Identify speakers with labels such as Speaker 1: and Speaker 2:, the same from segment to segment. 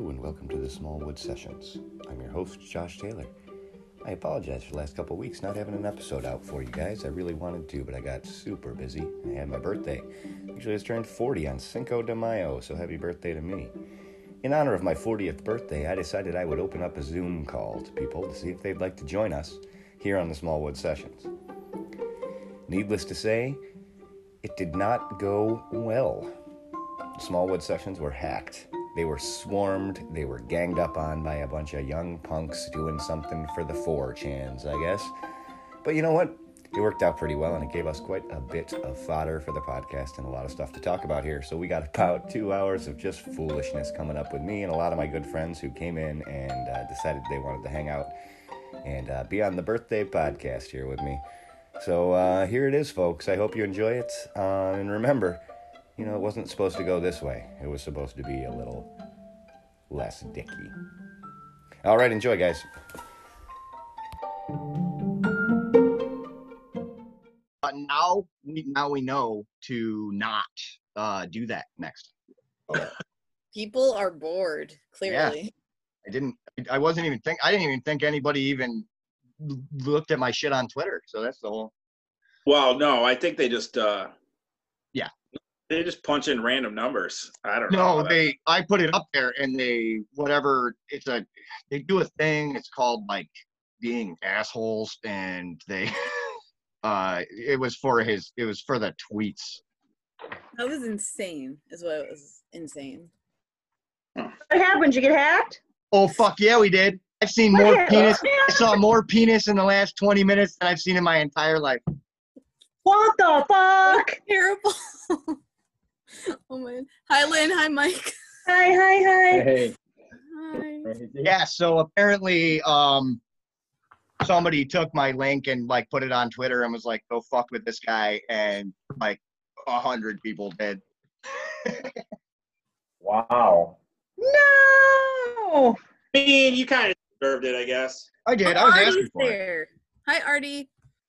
Speaker 1: the Smallwood Sessions. I'm your host, Josh Taylor. I apologize for the last couple weeks not having an episode out for you guys. I really wanted to, but I got super busy and I had my birthday. Actually, I just turned 40 on Cinco de Mayo, so happy birthday to me. In honor of my 40th birthday, I decided I would open up a Zoom call to people to see if they'd like to join us here on the Smallwood Sessions. Needless to say, it did not go well. Smallwood sessions were hacked. They were swarmed, they were ganged up on by a bunch of young punks doing something for the 4chans, I guess. But you know what? It worked out pretty well and it gave us quite a bit of fodder for the podcast and a lot of stuff to talk about here. So we got about two hours of just foolishness coming up with me and a lot of my good friends who came in and uh, decided they wanted to hang out and uh, be on the birthday podcast here with me. So uh, here it is, folks. I hope you enjoy it. Uh, and remember, you know, it wasn't supposed to go this way, it was supposed to be a little less dicky. All right, enjoy, guys.
Speaker 2: But now, we, now we know to not uh, do that next.
Speaker 3: People are bored, clearly.
Speaker 2: I didn't. I wasn't even think. I didn't even think anybody even l- looked at my shit on Twitter. So that's the whole.
Speaker 4: Well, no, I think they just uh
Speaker 2: Yeah.
Speaker 4: They just punch in random numbers. I don't know.
Speaker 2: No, they. I put it up there, and they whatever. It's a. They do a thing. It's called like being assholes, and they. Uh, it was for his. It was for the tweets.
Speaker 3: That was insane, is what it was insane.
Speaker 5: What happened? You get hacked?
Speaker 2: Oh fuck yeah, we did. I've seen more
Speaker 5: What
Speaker 2: penis.
Speaker 5: happened?
Speaker 2: I saw more penis in the last 20 minutes than I've seen in my entire life.
Speaker 5: What the fuck?
Speaker 3: Terrible. oh man. Hi Lynn. Hi Mike.
Speaker 5: Hi, hi, hi.
Speaker 6: Hey.
Speaker 3: Hi.
Speaker 2: Yeah, so apparently um somebody took my link and like put it on Twitter and was like, go fuck with this guy and like a hundred people did.
Speaker 6: Wow.
Speaker 5: No.
Speaker 4: I mean, you kind of deserved it, I guess.
Speaker 2: I did. I was
Speaker 3: Artie's
Speaker 2: asking for it.
Speaker 3: there. Hi Artie.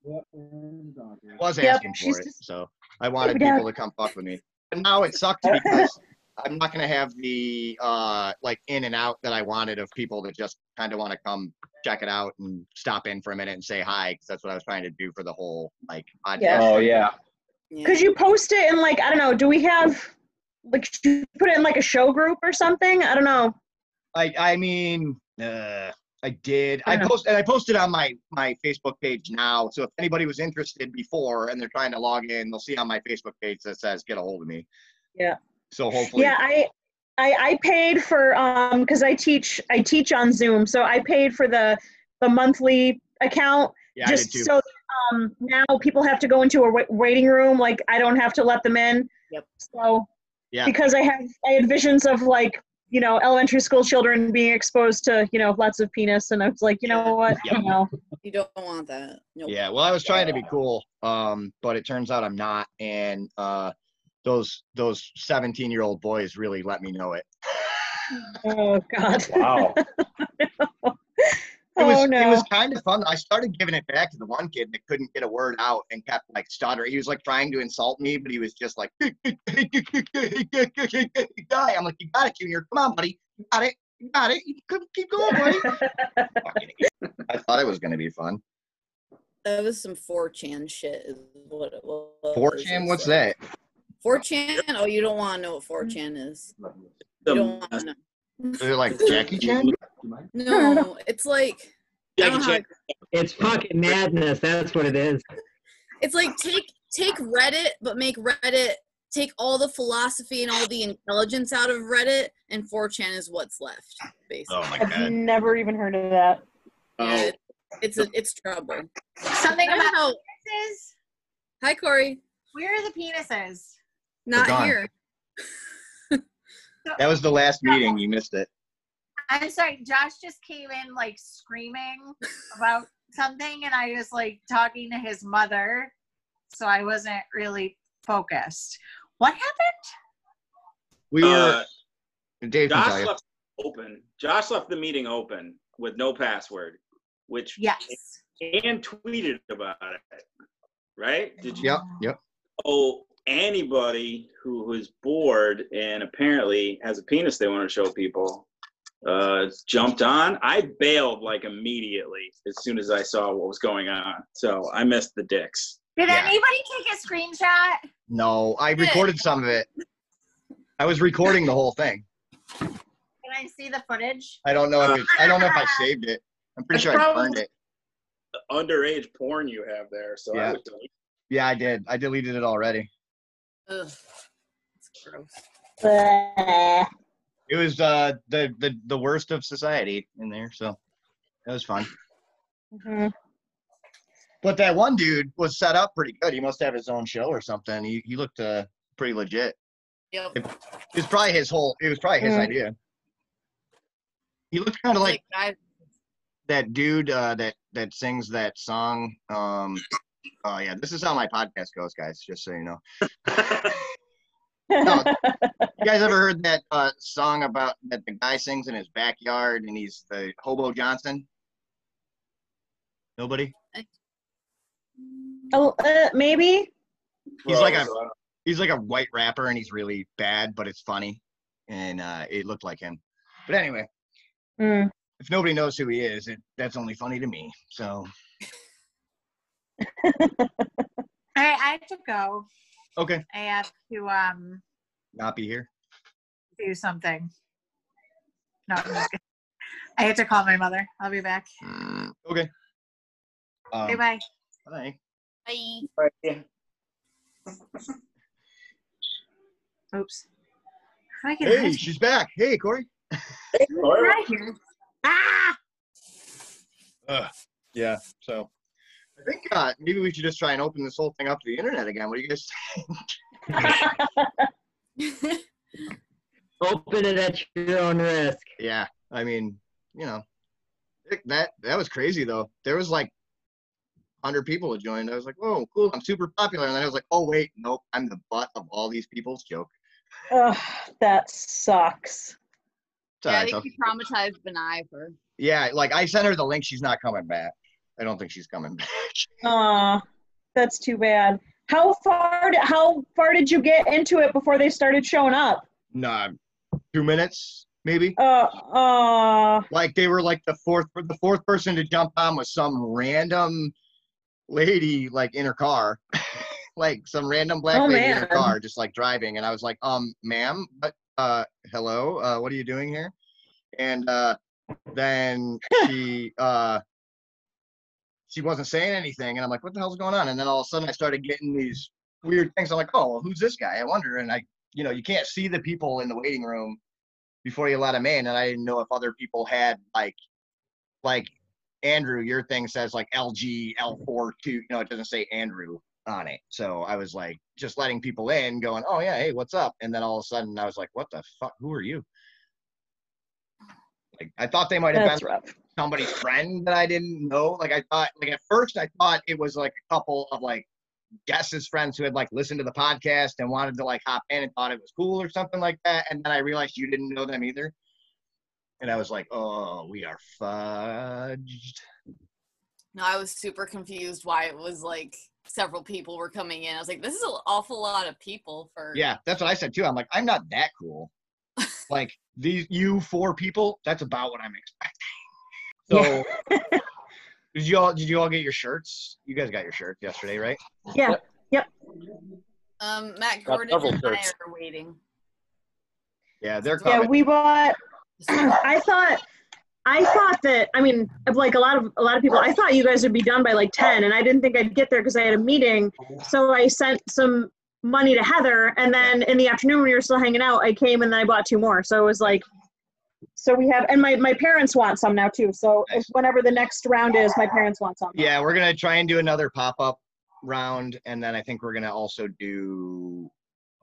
Speaker 2: I was
Speaker 5: Yep,
Speaker 2: asking
Speaker 5: she's
Speaker 2: for it.
Speaker 5: just-
Speaker 2: So I wanted
Speaker 5: Every day.
Speaker 2: people to come fuck with me. But now it sucked because I'm not gonna have the uh like in and out that I wanted of people that just kind of want to come check it out and stop in for a minute and say hi because that's what I was trying to do for the whole like podcast.
Speaker 5: Yeah.
Speaker 6: Oh yeah.
Speaker 3: Yeah.
Speaker 5: Could you post it in like I don't know? Do we have like should you put it in like a show group or something? I don't know.
Speaker 2: I I mean, uh, I did. I
Speaker 5: Yeah.
Speaker 2: post and I posted on my my Facebook page now. So if anybody was interested before and they're trying to log in, they'll see on my Facebook page that says "Get a hold of me."
Speaker 5: Yeah.
Speaker 2: So hopefully,
Speaker 5: Yeah, I I I paid for um because I teach I teach on Zoom, so I paid for the the monthly account
Speaker 2: yeah, I
Speaker 5: just
Speaker 2: did too.
Speaker 5: so that, um now people have to go into a wa- waiting room. Like I don't have to let them in.
Speaker 3: Yep.
Speaker 5: So
Speaker 2: Yeah.
Speaker 5: because I have I had visions of like you know elementary school children being exposed to you know lots of penis, and I was like, you know what,
Speaker 2: Yep.
Speaker 5: no,
Speaker 3: You don't want that. Nope.
Speaker 2: Yeah, well, I was trying to be cool, um, but it turns out I'm not, and uh, those those 17 year old boys really let me know it.
Speaker 5: oh god,
Speaker 6: Wow.
Speaker 2: It was,
Speaker 5: oh no,
Speaker 2: it was kind of fun. I started giving it back to the one kid that couldn't get a word out and kept like stuttering. He was like trying to insult me, but he was just like, guy. I'm like, you got it, Junior. Come on, buddy. You got it. You got it. You keep, keep going, buddy. Fucking idiot. I thought it was going to be fun.
Speaker 3: That was some 4chan shit is what it was.
Speaker 2: 4chan, what's that?
Speaker 3: 4chan? Oh, you don't want to know what 4chan is. You don't want to know.
Speaker 2: Is it like Jackie Chan?
Speaker 3: No, it's like I don't know
Speaker 4: Jackie
Speaker 3: how
Speaker 4: Chan.
Speaker 7: It's fucking madness. That's what it is.
Speaker 3: It's like take take Reddit, but make Reddit take all the philosophy and all the intelligence out of Reddit, and 4chan is what's left, basically.
Speaker 2: Oh my
Speaker 5: I've
Speaker 2: god.
Speaker 5: never even heard of that.
Speaker 3: Yeah,
Speaker 2: Oh,
Speaker 3: it- it's a, it's trouble.
Speaker 8: Something
Speaker 3: I don't
Speaker 8: about
Speaker 3: know.
Speaker 8: penises?
Speaker 3: Hi, Corey.
Speaker 8: Where are the penises?
Speaker 3: Not
Speaker 2: gone.
Speaker 3: here.
Speaker 2: that was the last meeting. You missed it.
Speaker 8: I'm sorry, Josh just came in like screaming about something, and I was like talking to his mother, so I wasn't really focused. What happened?
Speaker 2: We
Speaker 4: Uh,
Speaker 2: were. Dave can tell
Speaker 4: Josh
Speaker 2: you.
Speaker 4: left open. Josh left the meeting open with no password, which
Speaker 8: Yes.
Speaker 4: and tweeted about it. Right? Did you
Speaker 2: Yep. Yep.
Speaker 4: know anybody who is bored and apparently has a penis they want to show people uh, jumped on. I bailed like immediately as soon as I saw what was going on. So I missed the dicks.
Speaker 8: Did
Speaker 2: Yeah.
Speaker 8: anybody take a screenshot?
Speaker 2: No, I recorded some of it. I was recording the whole thing.
Speaker 8: Can I see the footage?
Speaker 2: I don't know if it's, I don't know if I saved it. I'm pretty
Speaker 4: It's
Speaker 2: sure I
Speaker 4: probably-
Speaker 2: burned it.
Speaker 4: The underage porn you have there. So
Speaker 2: Yeah.
Speaker 4: I would delete.
Speaker 2: Yeah, I did. I deleted it already.
Speaker 3: Ugh, it's gross.
Speaker 5: Bleh.
Speaker 2: It was uh, the the the worst of society in there, so that was fun.
Speaker 5: Mhm.
Speaker 2: But that one dude was set up pretty good. He must have his own show or something. He he looked uh, pretty legit.
Speaker 3: Yep.
Speaker 2: It was probably his whole. It was probably his
Speaker 5: Mm.
Speaker 2: idea. He looked kind of like
Speaker 3: Like, I,
Speaker 2: that dude uh, that that sings that song. Um, oh yeah, this is how my podcast goes, guys. Just so you know. You guys ever heard that uh, song about that the guy sings in his backyard and he's the Hobo Johnson? Nobody.
Speaker 5: Oh, uh, maybe.
Speaker 2: He's like a
Speaker 4: Well, so
Speaker 2: he's like a white rapper and he's really bad, but it's funny, and uh, it looked like him. But anyway,
Speaker 5: Mm.
Speaker 2: if nobody knows who he is, it, that's only funny to me. So
Speaker 8: All right, I have to go.
Speaker 2: okay,
Speaker 8: I have to um
Speaker 2: not be here.
Speaker 8: do something. No, I'm just kidding. I have to call my mother. I'll be back.
Speaker 2: Okay.
Speaker 6: Uh,
Speaker 8: Bye
Speaker 2: Um,
Speaker 8: bye.
Speaker 2: bye.
Speaker 3: I
Speaker 8: Oops. How do I get out
Speaker 2: Hey,
Speaker 8: of
Speaker 2: she's back. Hey, Corey.
Speaker 4: Laura,
Speaker 8: here? Ah!
Speaker 2: Ugh. Yeah. So I think uh, maybe we should just try and open this whole thing up to the internet again. What do you guys?
Speaker 7: Open it at your own risk.
Speaker 2: yeah. I mean, you know, it- that that was crazy though. There was like hundred people that joined. I was like, whoa, cool. I'm super popular. And then I was like, oh wait, nope. I'm the butt of all these people's joke.
Speaker 5: Ugh, that sucks.
Speaker 2: It's all
Speaker 3: yeah, I
Speaker 2: right,
Speaker 3: think
Speaker 2: though.
Speaker 3: you traumatized Benai for.
Speaker 2: yeah. Like I sent her the link. She's not coming back. I don't think she's coming back.
Speaker 5: Aw, that's too bad. How far? Did, how far did you get into it before they started showing up?
Speaker 2: nah, two minutes maybe.
Speaker 5: Uh, uh,
Speaker 2: like they were like the fourth the fourth person to jump on was some random lady like in her car like some random black
Speaker 5: Oh,
Speaker 2: lady in her
Speaker 5: man.
Speaker 2: car just like driving and i was like um ma'am but uh hello uh what are you doing here and uh then she uh she wasn't saying anything and i'm like what the hell's going on and then all of a sudden i started getting these weird things i'm like oh well, who's this guy i wonder and i you know you can't see the people in the waiting room before you let him in, and I didn't know if other people had like, like Andrew, your thing says like LG L4 two, you know, it doesn't say Andrew on it. So I was like just letting people in, going, oh yeah, hey, what's up? And then all of a sudden I was like, what the fuck? Who are you? Like I thought they might have been
Speaker 5: that's rough.
Speaker 2: somebody's friend that I didn't know. Like I thought, like at first I thought it was like a couple of like guesses friends who had like listened to the podcast and wanted to like hop in and thought it was cool or something like that. And then I realized you didn't know them either. And I was like, oh, we are fudged.
Speaker 3: No, I was super confused why it was like several people were coming in. I was like, this is an awful lot of people for.
Speaker 2: Yeah, that's what I said too. I'm like, I'm not that cool. Like these you four people, that's about what I'm expecting. So did you all did you all get your shirts? You guys got your shirts yesterday, right?
Speaker 5: Yeah.
Speaker 3: Um, Matt
Speaker 4: Got
Speaker 3: Gordon
Speaker 4: several
Speaker 3: and I
Speaker 4: shirts.
Speaker 3: are waiting.
Speaker 2: Yeah, they're coming.
Speaker 5: Yeah, we bought I thought I thought that I mean like a lot of a lot of people I thought you guys would be done by like 10 and I didn't think I'd get there because I had a meeting so I sent some money to Heather and then in the afternoon when we were still hanging out I came and then I bought two more so it was like so we have and my my parents want some now too so if,
Speaker 2: Nice.
Speaker 5: whenever the next round is my parents want some
Speaker 2: Yeah, we're gonna try and do another pop up round, and then I think we're gonna also do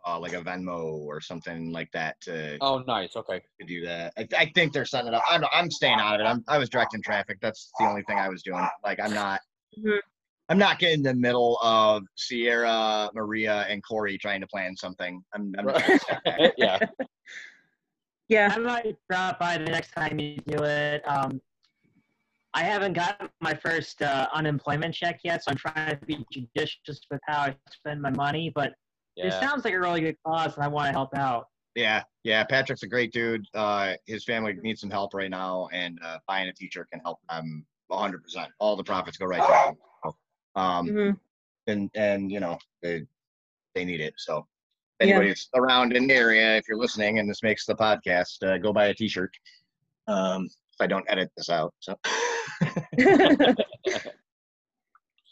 Speaker 2: uh, like a Venmo or something like that to,
Speaker 6: Oh, nice. Okay.
Speaker 2: to do that. I, I think they're setting it up. I'm I'm staying out of it. I'm I was directing traffic. That's the only thing I was doing. Like I'm not. Um,
Speaker 5: Mhm.
Speaker 2: I'm not getting in the middle of Sierra, Maria, and Corey trying to plan something. I'm, I'm not gonna step back.
Speaker 6: yeah.
Speaker 5: yeah
Speaker 7: I might drop by the next time you do it. Um, I haven't gotten my first uh, unemployment check yet, so I'm trying to be judicious with how I spend my money. But it
Speaker 6: Yeah.
Speaker 7: sounds like a really good cause, and I want to help out.
Speaker 2: Yeah, yeah. Patrick's a great dude. Uh, his family needs some help right now, and uh, buying a teacher can help them 100. percent All the profits go right to them. So, Um,
Speaker 1: Mm-hmm.
Speaker 5: Mhm.
Speaker 2: and and you know they they need it. So if
Speaker 5: Yeah.
Speaker 2: anybody's around in the area, if you're listening, and this makes the podcast, uh, go buy a T-shirt. Um, if I don't edit this out, so but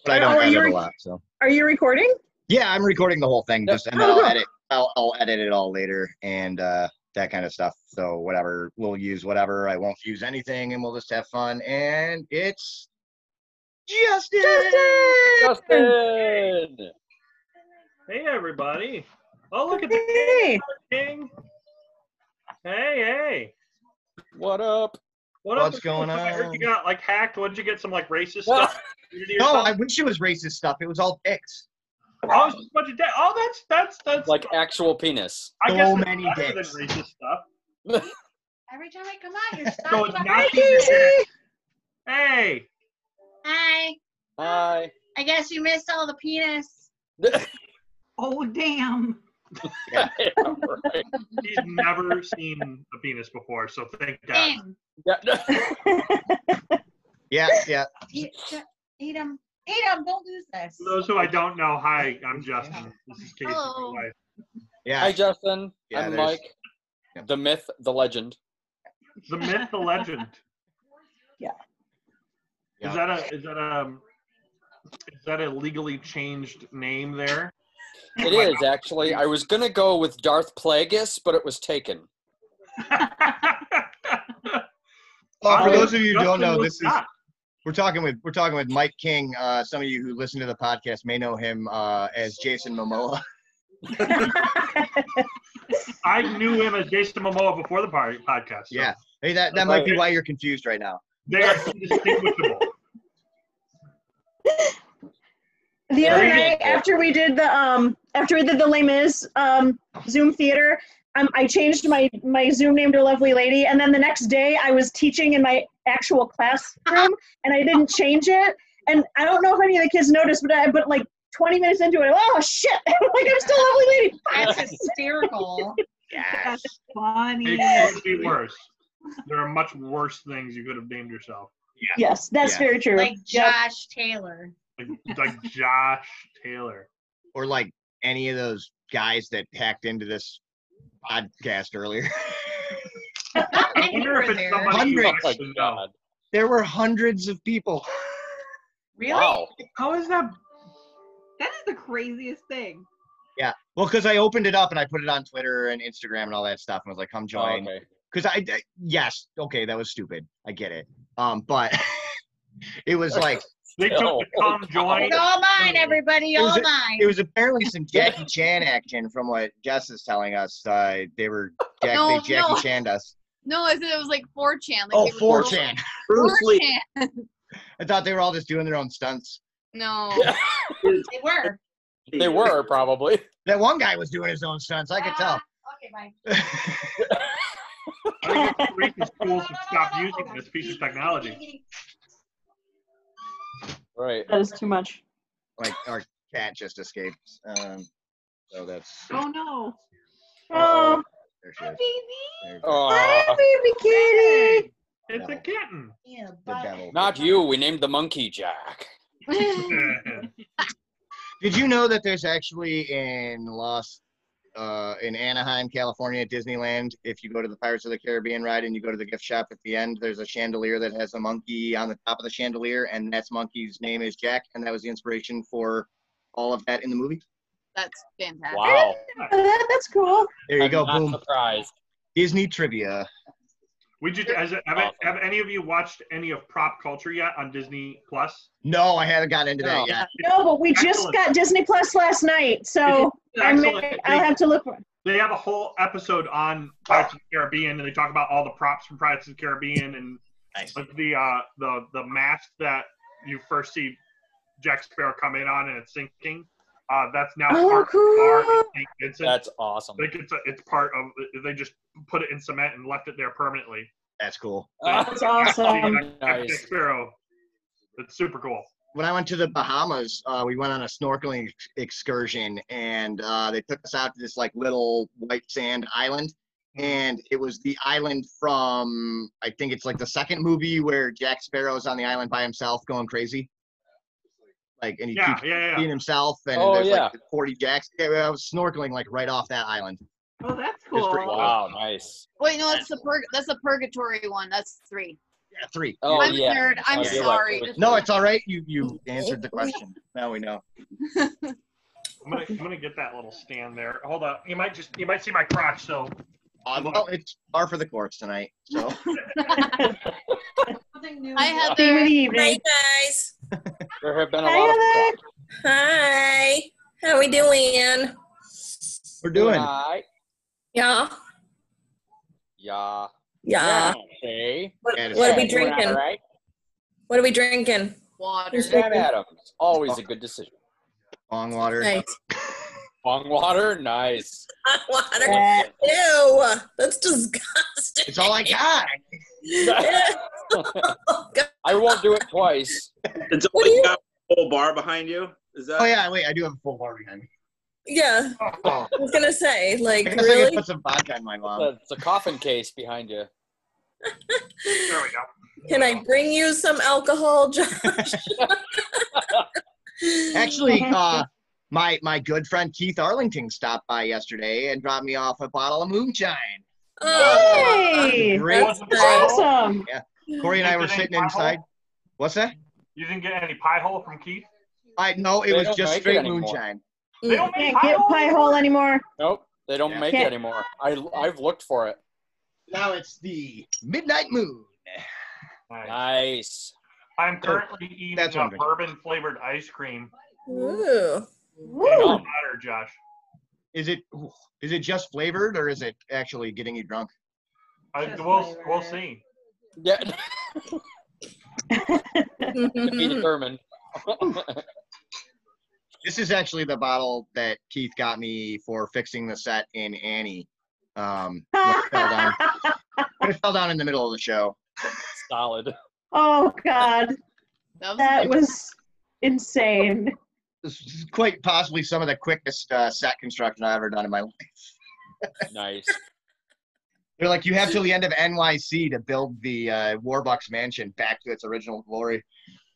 Speaker 2: I
Speaker 5: Oh,
Speaker 2: don't
Speaker 5: are
Speaker 2: edit
Speaker 5: you
Speaker 2: a
Speaker 5: re-
Speaker 2: lot. So
Speaker 5: Are you recording?
Speaker 2: yeah, I'm recording the whole thing. Just and then
Speaker 5: Oh,
Speaker 2: I'll
Speaker 5: good.
Speaker 2: edit. I'll, I'll edit it all later and uh, that kind of stuff. So whatever, we'll use whatever. I won't use anything, and we'll just have fun. And it's Justin.
Speaker 5: Justin!
Speaker 6: Justin! Hey, everybody. Oh, look at the
Speaker 5: Hey!
Speaker 6: king. Hey, hey.
Speaker 9: What up?
Speaker 6: What
Speaker 2: What's
Speaker 6: up?
Speaker 2: going
Speaker 6: I heard
Speaker 2: on?
Speaker 6: you got like hacked. What did you get? Some like racist stuff? Nudity or
Speaker 2: No, I
Speaker 6: something?
Speaker 2: wish it was racist stuff. It was all dicks.
Speaker 6: oh, it's just a bunch of da- oh, that's that's that's
Speaker 9: Like actual penis.
Speaker 6: I guess
Speaker 2: so
Speaker 6: it's
Speaker 2: many
Speaker 6: better
Speaker 2: dicks.
Speaker 6: than racist stuff.
Speaker 8: Every time I come on, you're
Speaker 6: So
Speaker 8: stuck.
Speaker 6: it's
Speaker 5: Hi,
Speaker 6: not
Speaker 5: Casey!
Speaker 6: Hey,
Speaker 8: Hi.
Speaker 9: Hi.
Speaker 8: I guess you missed all the penis.
Speaker 10: Oh, damn.
Speaker 9: Right.
Speaker 6: he's never seen a penis before, so thank God.
Speaker 8: Damn.
Speaker 9: Yeah.
Speaker 2: Yeah, yeah.
Speaker 8: Eat, eat 'em. Eat 'em. Don't lose this.
Speaker 6: For those who I don't know, hi, I'm Justin. This is Casey, my
Speaker 8: Hello.
Speaker 6: wife.
Speaker 2: Yeah.
Speaker 9: Hi, Justin.
Speaker 2: Yeah,
Speaker 9: I'm
Speaker 2: there's-
Speaker 9: Mike.
Speaker 2: Yep.
Speaker 9: The myth, the legend.
Speaker 6: The myth, the legend.
Speaker 2: Yeah.
Speaker 6: Is that a is that a is that a legally changed name there?
Speaker 9: It is, actually. I was going to go with Darth Plagueis, but it was taken.
Speaker 2: Well, for
Speaker 6: Hi,
Speaker 2: those of you who don't
Speaker 6: Oh, Justin
Speaker 2: know,
Speaker 6: was
Speaker 2: this is
Speaker 6: shot.
Speaker 2: we're talking with we're talking with Mike King. Uh, some of you who listen to the podcast may know him uh, as Jason Momoa.
Speaker 6: I knew him as Jason Momoa before the party, podcast. so
Speaker 2: Yeah. Hey, that, that might be why you're confused right now.
Speaker 6: they are indistinguishable.
Speaker 5: The other
Speaker 6: Yeah.
Speaker 5: night after we did the um after we did the Les Mis um Zoom theater, um, I changed my my Zoom name to Lovely Lady, and then the next day I was teaching in my actual classroom, and I didn't change it. And I don't know if any of the kids noticed, but I but like 20 minutes into it, oh shit! like I'm still Lovely Lady.
Speaker 8: That's hysterical.
Speaker 2: Yes.
Speaker 10: Funny.
Speaker 6: It could be worse. There are much worse things you could have named yourself,
Speaker 5: Yes, that's
Speaker 2: Yeah.
Speaker 5: very true.
Speaker 8: like
Speaker 5: Yep.
Speaker 8: Josh Taylor.
Speaker 6: like like Josh Taylor.
Speaker 2: Or like any of those guys that hacked into this podcast earlier.
Speaker 8: Not
Speaker 6: I
Speaker 8: many
Speaker 6: wonder if
Speaker 8: were
Speaker 6: it's
Speaker 8: there.
Speaker 6: somebody you
Speaker 2: Hundreds.
Speaker 6: actually know.
Speaker 2: there were hundreds of people.
Speaker 8: Really?
Speaker 9: Wow.
Speaker 6: How is that?
Speaker 10: That is the craziest thing.
Speaker 2: Well, because I opened it up and I put it on Twitter and Instagram and all that stuff, and I was like, "Come
Speaker 9: Oh,
Speaker 2: join."
Speaker 9: okay.
Speaker 2: Because I, I- yes, okay, that was stupid. I get it. Um, but it was like
Speaker 6: They took
Speaker 9: Oh,
Speaker 6: the come join.
Speaker 8: It's all mine, everybody.
Speaker 2: was
Speaker 8: All
Speaker 2: it-
Speaker 8: mine.
Speaker 2: it was apparently some Jackie Chan action from what Jess is telling us. Uh, they were Jack,
Speaker 3: No,
Speaker 2: they Jackie
Speaker 3: no.
Speaker 2: Chan us.
Speaker 3: No, I said it was like 4chan. Like
Speaker 2: Oh,
Speaker 3: they were-
Speaker 2: 4chan.
Speaker 4: Bruce Lee.
Speaker 3: 4chan.
Speaker 2: I thought they were all just doing their own stunts.
Speaker 3: No.
Speaker 8: they were.
Speaker 9: They were, probably.
Speaker 2: That one guy was doing his own stunts. I could tell.
Speaker 8: Ah, Okay, bye.
Speaker 6: I think it's racist
Speaker 8: No, no,
Speaker 6: schools
Speaker 8: no,
Speaker 6: should stop
Speaker 8: no, no,
Speaker 6: using
Speaker 8: no.
Speaker 6: this piece of technology.
Speaker 9: Right.
Speaker 5: That is too much.
Speaker 2: like our cat just escaped. Um, so that's
Speaker 10: Oh, no.
Speaker 5: Oh,
Speaker 2: there she
Speaker 8: Hi,
Speaker 2: is.
Speaker 8: baby.
Speaker 2: There-
Speaker 9: Aw,
Speaker 5: baby kitty.
Speaker 6: It's a kitten.
Speaker 8: Yeah,
Speaker 2: the
Speaker 8: bye.
Speaker 2: devil.
Speaker 9: not you. We named the monkey Jack.
Speaker 2: Did you know that there's actually in Los, uh, in Anaheim, California, at Disneyland, if you go to the Pirates of the Caribbean ride and you go to the gift shop at the end, there's a chandelier that has a monkey on the top of the chandelier, and that's monkey's name is Jack, and that was the inspiration for all of that in the movie.
Speaker 3: That's fantastic.
Speaker 9: Wow.
Speaker 5: Oh, that, that's cool.
Speaker 2: There you
Speaker 9: I'm
Speaker 2: go,
Speaker 9: Not
Speaker 2: boom.
Speaker 9: surprised.
Speaker 2: Disney trivia.
Speaker 6: Would you as a, have, have any of you watched any of prop culture yet on Disney Plus?
Speaker 2: No, I haven't gotten into that
Speaker 9: No.
Speaker 2: yet.
Speaker 5: No, but we just
Speaker 6: Excellent.
Speaker 5: got Disney Plus last night, so I may,
Speaker 6: They,
Speaker 5: I'll have to look. For
Speaker 6: they have a whole episode on Pirates of the Caribbean, and they talk about all the props from Pirates of the Caribbean and
Speaker 2: Nice.
Speaker 6: like the uh, the the mask that you first see Jack Sparrow come in on and it's sinking. Uh, that's now
Speaker 5: Oh,
Speaker 6: part of the bar in St. Vincent.
Speaker 9: That's awesome.
Speaker 6: like it's a, it's part of they just put it in cement and left it there permanently.
Speaker 2: That's cool.
Speaker 9: That's
Speaker 5: awesome.
Speaker 6: Jack- Jack
Speaker 9: Nice.
Speaker 6: Sparrow. It's super cool.
Speaker 2: when I went to the Bahamas, uh, we went on a snorkeling ex- excursion, and uh, they took us out to this like little white sand island,
Speaker 6: Hmm.
Speaker 2: and it was the island from I think it's like the second movie where Jack Sparrow's on the island by himself going crazy, like and he
Speaker 6: Yeah,
Speaker 2: keeps
Speaker 6: yeah, yeah.
Speaker 2: being himself, and
Speaker 6: Oh,
Speaker 2: there's
Speaker 6: yeah.
Speaker 2: like forty jacks. Yeah, I was snorkeling like right off that island.
Speaker 10: Oh, that's
Speaker 2: It was pretty cool.
Speaker 9: Wow, nice.
Speaker 3: Wait, no, that's the pur- that's the purgatory one. That's three.
Speaker 2: Yeah, three.
Speaker 9: Oh,
Speaker 3: I'm a
Speaker 9: yeah.
Speaker 3: nerd. I'm
Speaker 9: Oh, you're
Speaker 3: sorry.
Speaker 9: right.
Speaker 2: No, it's all right. You you answered the question. Now we know.
Speaker 6: I'm gonna, I'm gonna get that little stand there. Hold on. You might just you might see my crotch. So
Speaker 2: Uh, well, it's par for the course tonight. So
Speaker 10: Something new.
Speaker 3: Hi, Heather.
Speaker 5: Good evening.
Speaker 11: Hi, guys.
Speaker 9: There have been a
Speaker 5: Hi,
Speaker 9: lot of
Speaker 5: Heather.
Speaker 11: Hi. How we doing?
Speaker 2: we're doing.
Speaker 9: Alright.
Speaker 11: Yeah.
Speaker 9: Yeah.
Speaker 11: Yeah.
Speaker 9: Okay.
Speaker 11: What,
Speaker 2: Yeah,
Speaker 11: what are
Speaker 9: Yeah,
Speaker 11: we
Speaker 9: doing
Speaker 11: drinking?
Speaker 9: alright.
Speaker 11: What are we drinking?
Speaker 3: Water.
Speaker 11: Who's
Speaker 9: Sam Adams. Always a good decision.
Speaker 2: Long water.
Speaker 11: Right.
Speaker 9: Bong water, nice.
Speaker 11: Hot water. Ew. That's disgusting.
Speaker 2: It's all I got.
Speaker 9: I won't do it twice.
Speaker 4: It's
Speaker 11: What
Speaker 4: only
Speaker 11: do you-
Speaker 4: got a whole bar behind you. Is that?
Speaker 2: Oh yeah, wait, I do have a full bar behind me.
Speaker 11: yeah.
Speaker 2: Oh,
Speaker 11: I was gonna say,
Speaker 2: I
Speaker 11: like,
Speaker 2: guess I could
Speaker 11: really?
Speaker 2: put some vodka in my mom.
Speaker 9: It's a coffin case behind you.
Speaker 6: there we go.
Speaker 11: Can I bring you some alcohol, Josh?
Speaker 2: Actually, uh, my my good friend Keith Arlington stopped by yesterday and dropped me off a bottle of moonshine.
Speaker 11: Oh,
Speaker 5: Yay!
Speaker 2: Great.
Speaker 11: That's
Speaker 6: That's
Speaker 11: awesome.
Speaker 5: Awesome.
Speaker 2: Corey and I were sitting inside. What's that?
Speaker 6: You didn't get any pie hole from Keith.
Speaker 2: I no, Oh, it
Speaker 9: They
Speaker 2: was
Speaker 9: don't
Speaker 2: just
Speaker 9: make it
Speaker 2: straight
Speaker 9: anymore.
Speaker 2: moonshine.
Speaker 6: They don't make
Speaker 5: Can't
Speaker 6: pie
Speaker 5: Oh, get
Speaker 6: hole.
Speaker 5: pie hole anymore.
Speaker 9: Nope, they don't make it
Speaker 5: Can't-
Speaker 9: anymore. I, I've looked for it.
Speaker 2: Now it's the midnight moon.
Speaker 6: Nice.
Speaker 9: Nice.
Speaker 6: I'm currently eating
Speaker 2: Oh, That's what
Speaker 6: a
Speaker 2: I'm drinking.
Speaker 6: bourbon flavored ice cream.
Speaker 11: Ooh.
Speaker 6: Woo.
Speaker 5: Woo.
Speaker 6: Butter, Josh.
Speaker 2: Is it ooh, is it just flavored or is it actually getting you drunk?
Speaker 6: I,
Speaker 10: Just
Speaker 6: we'll
Speaker 10: flavored.
Speaker 6: we'll see.
Speaker 9: Yeah, to be determined.
Speaker 2: This is actually the bottle that Keith got me for fixing the set in Annie. Um, when it fell down, when it fell down in the middle of the show.
Speaker 9: Solid.
Speaker 5: oh God,
Speaker 3: That was
Speaker 5: that was insane.
Speaker 2: This is quite possibly some of the quickest uh, set construction I've ever done in my life.
Speaker 9: Nice.
Speaker 2: They're like, you have till the end of NYC to build the uh, Warbucks mansion back to its original glory,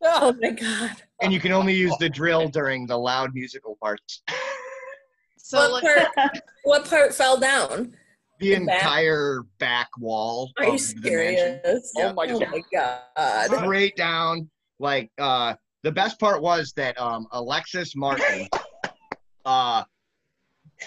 Speaker 11: Oh my god.
Speaker 2: and you can only use the drill during the loud musical parts.
Speaker 3: so
Speaker 11: What
Speaker 3: like,
Speaker 11: part, what part fell down?
Speaker 2: The
Speaker 11: The back-
Speaker 2: entire back wall
Speaker 11: Are
Speaker 2: of
Speaker 11: you
Speaker 2: Oh, the mansion
Speaker 11: serious?
Speaker 2: Yeah.
Speaker 11: Oh my god.
Speaker 2: straight down. Like uh, the best part was that um, Alexis Martin uh,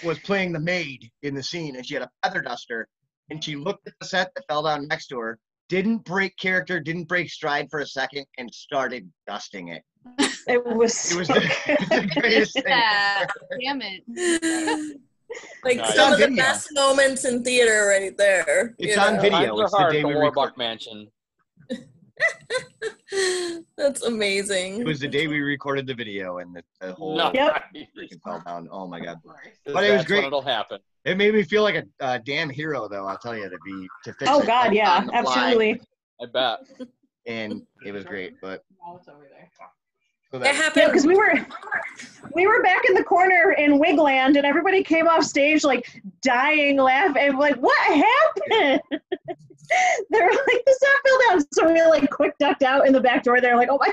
Speaker 2: was playing the maid in the scene, and she had a feather duster, and she looked at the set that fell down next to her, didn't break character, didn't break stride for a second, and started dusting it.
Speaker 5: It was.
Speaker 2: It was
Speaker 5: so
Speaker 2: the,
Speaker 5: good.
Speaker 2: it was the greatest thing.
Speaker 3: yeah, damn it.
Speaker 11: like
Speaker 9: Nice.
Speaker 2: It's
Speaker 11: some
Speaker 2: on
Speaker 11: of the
Speaker 2: video.
Speaker 11: best moments in theater right there.
Speaker 2: It's
Speaker 11: you
Speaker 2: on
Speaker 11: know?
Speaker 2: Video,
Speaker 9: Times are
Speaker 2: it's the
Speaker 9: hard
Speaker 2: day
Speaker 9: for
Speaker 2: we
Speaker 9: Warbuck
Speaker 2: record.
Speaker 9: Mansion.
Speaker 11: That's amazing.
Speaker 2: It was the day we recorded the video, and the, the whole
Speaker 9: No.
Speaker 5: Yep.
Speaker 2: freaking fell down. Oh my god!
Speaker 9: But
Speaker 2: it was great.
Speaker 9: When it'll happen.
Speaker 2: It made me feel like a uh, damn hero, though. I'll tell you to be to fix
Speaker 5: Oh
Speaker 2: it,
Speaker 5: God,
Speaker 2: like,
Speaker 5: yeah,
Speaker 2: on the fly,
Speaker 5: absolutely.
Speaker 9: I bet.
Speaker 2: And it was great, but
Speaker 10: Oh, it's over there.
Speaker 2: so
Speaker 11: It
Speaker 2: that,
Speaker 5: Yeah,
Speaker 11: happened.
Speaker 5: because we were. We were back in the corner in Wigland, and everybody came off stage like dying, laughing, and like, "What happened?" they were like, "The set fell down," so we like quick ducked out in the back door. They're like, "Oh my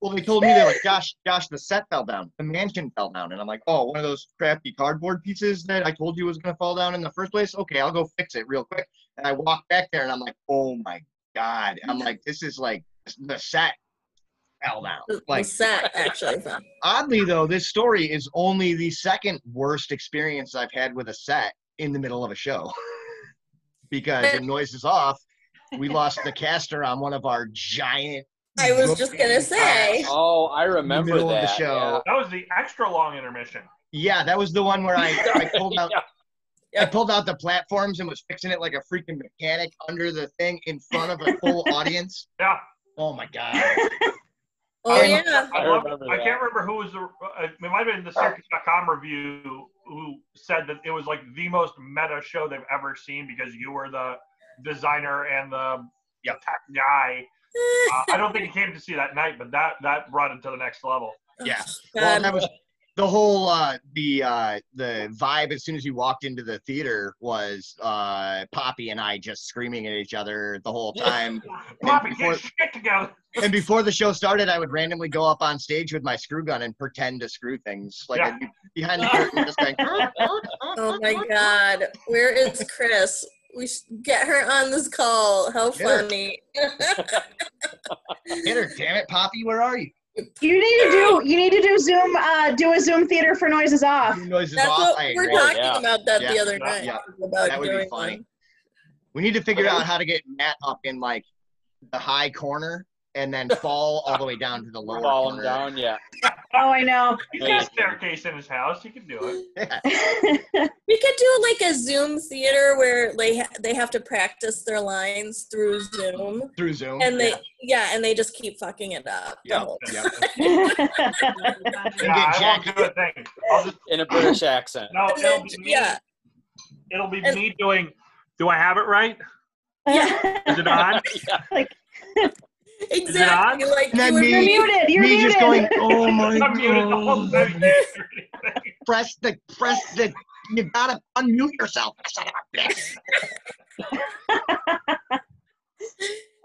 Speaker 2: well, they told me they're like, "Josh, Josh, the set fell down, the mansion fell down," and I'm like, "Oh, one of those crappy cardboard pieces that I told you was gonna fall down in the first place. Okay, I'll go fix it real quick." And I walk back there, and I'm like, "Oh my god!" And I'm like, "This is like the set fell down."
Speaker 11: The- the
Speaker 2: Like
Speaker 11: set actually. fell.
Speaker 2: oddly though, this story is only the second worst experience I've had with a set in the middle of a show. because the noise is off, we lost the caster on one of our giant
Speaker 11: I was just gonna say.
Speaker 9: Oh, I remember
Speaker 2: middle
Speaker 9: that.
Speaker 2: of the show.
Speaker 6: That was the extra long intermission.
Speaker 2: Yeah, that was the one where I, I pulled out I
Speaker 11: Yeah.
Speaker 2: pulled out the platforms and was fixing it like a freaking mechanic under the thing in front of a full audience.
Speaker 6: Yeah.
Speaker 2: Oh my god.
Speaker 11: Oh
Speaker 2: I'm-
Speaker 11: yeah.
Speaker 6: I,
Speaker 9: I
Speaker 6: love-
Speaker 9: remember
Speaker 6: I
Speaker 9: that.
Speaker 6: can't remember who was the. uh, It might have been the Circus.com review who said that it was like the most meta show they've ever seen because you were the designer and the
Speaker 2: Yep.
Speaker 6: tech guy, Uh, I don't think he came to see that night, but that that brought him to the next level.
Speaker 2: Yeah. Well,
Speaker 6: Um,
Speaker 2: that was the whole uh, the uh, the vibe as soon as you walked into the theater was uh, Poppy and I just screaming at each other the whole time.
Speaker 6: Poppy, get shit together.
Speaker 2: and before the show started, I would randomly go up on stage with my screw gun and pretend to screw things, like I'd be behind the curtain, just going.
Speaker 11: oh my god, where is Chris? We should get her on this call. How
Speaker 2: Get her.
Speaker 11: funny!
Speaker 2: Hit her, damn it, Poppy, where are you?
Speaker 5: You need to do you need to do Zoom uh, do a off. Zoom theater for noises off.
Speaker 2: Noises
Speaker 11: That's
Speaker 2: off.
Speaker 11: what
Speaker 2: I
Speaker 11: we were
Speaker 2: agree.
Speaker 11: talking Oh, yeah. about that the other
Speaker 2: yeah,
Speaker 11: night,
Speaker 2: yeah.
Speaker 11: about
Speaker 2: that would be
Speaker 11: doing
Speaker 2: funny. We need to figure out how to get Matt up in like the high corner and then fall all the way down to the lower
Speaker 9: Fall him
Speaker 2: corner.
Speaker 9: down, yeah.
Speaker 5: Oh, I know.
Speaker 6: He's got a staircase in his house. He can do
Speaker 2: it.
Speaker 11: We could do like a Zoom theater where they ha- they have to practice their lines through Zoom,
Speaker 2: Through Zoom.
Speaker 11: and they yeah, and they just keep fucking it up. the
Speaker 2: Yep,
Speaker 11: whole
Speaker 2: yep.
Speaker 6: Nah, I won't do a thing. I'll just,
Speaker 9: in a British accent.
Speaker 6: No, it'll be me.
Speaker 11: Yeah.
Speaker 6: It'll be me doing. Do I have it right?
Speaker 5: Yeah.
Speaker 6: Is it on? Is it on?
Speaker 11: Exactly. Like
Speaker 2: Then
Speaker 11: you
Speaker 2: me-
Speaker 11: were
Speaker 5: muted, you're
Speaker 2: me just going,
Speaker 5: muted.
Speaker 2: oh my
Speaker 6: I'm muted the whole
Speaker 2: god.
Speaker 6: time.
Speaker 2: press the, press the, you gotta unmute yourself, son of a bitch.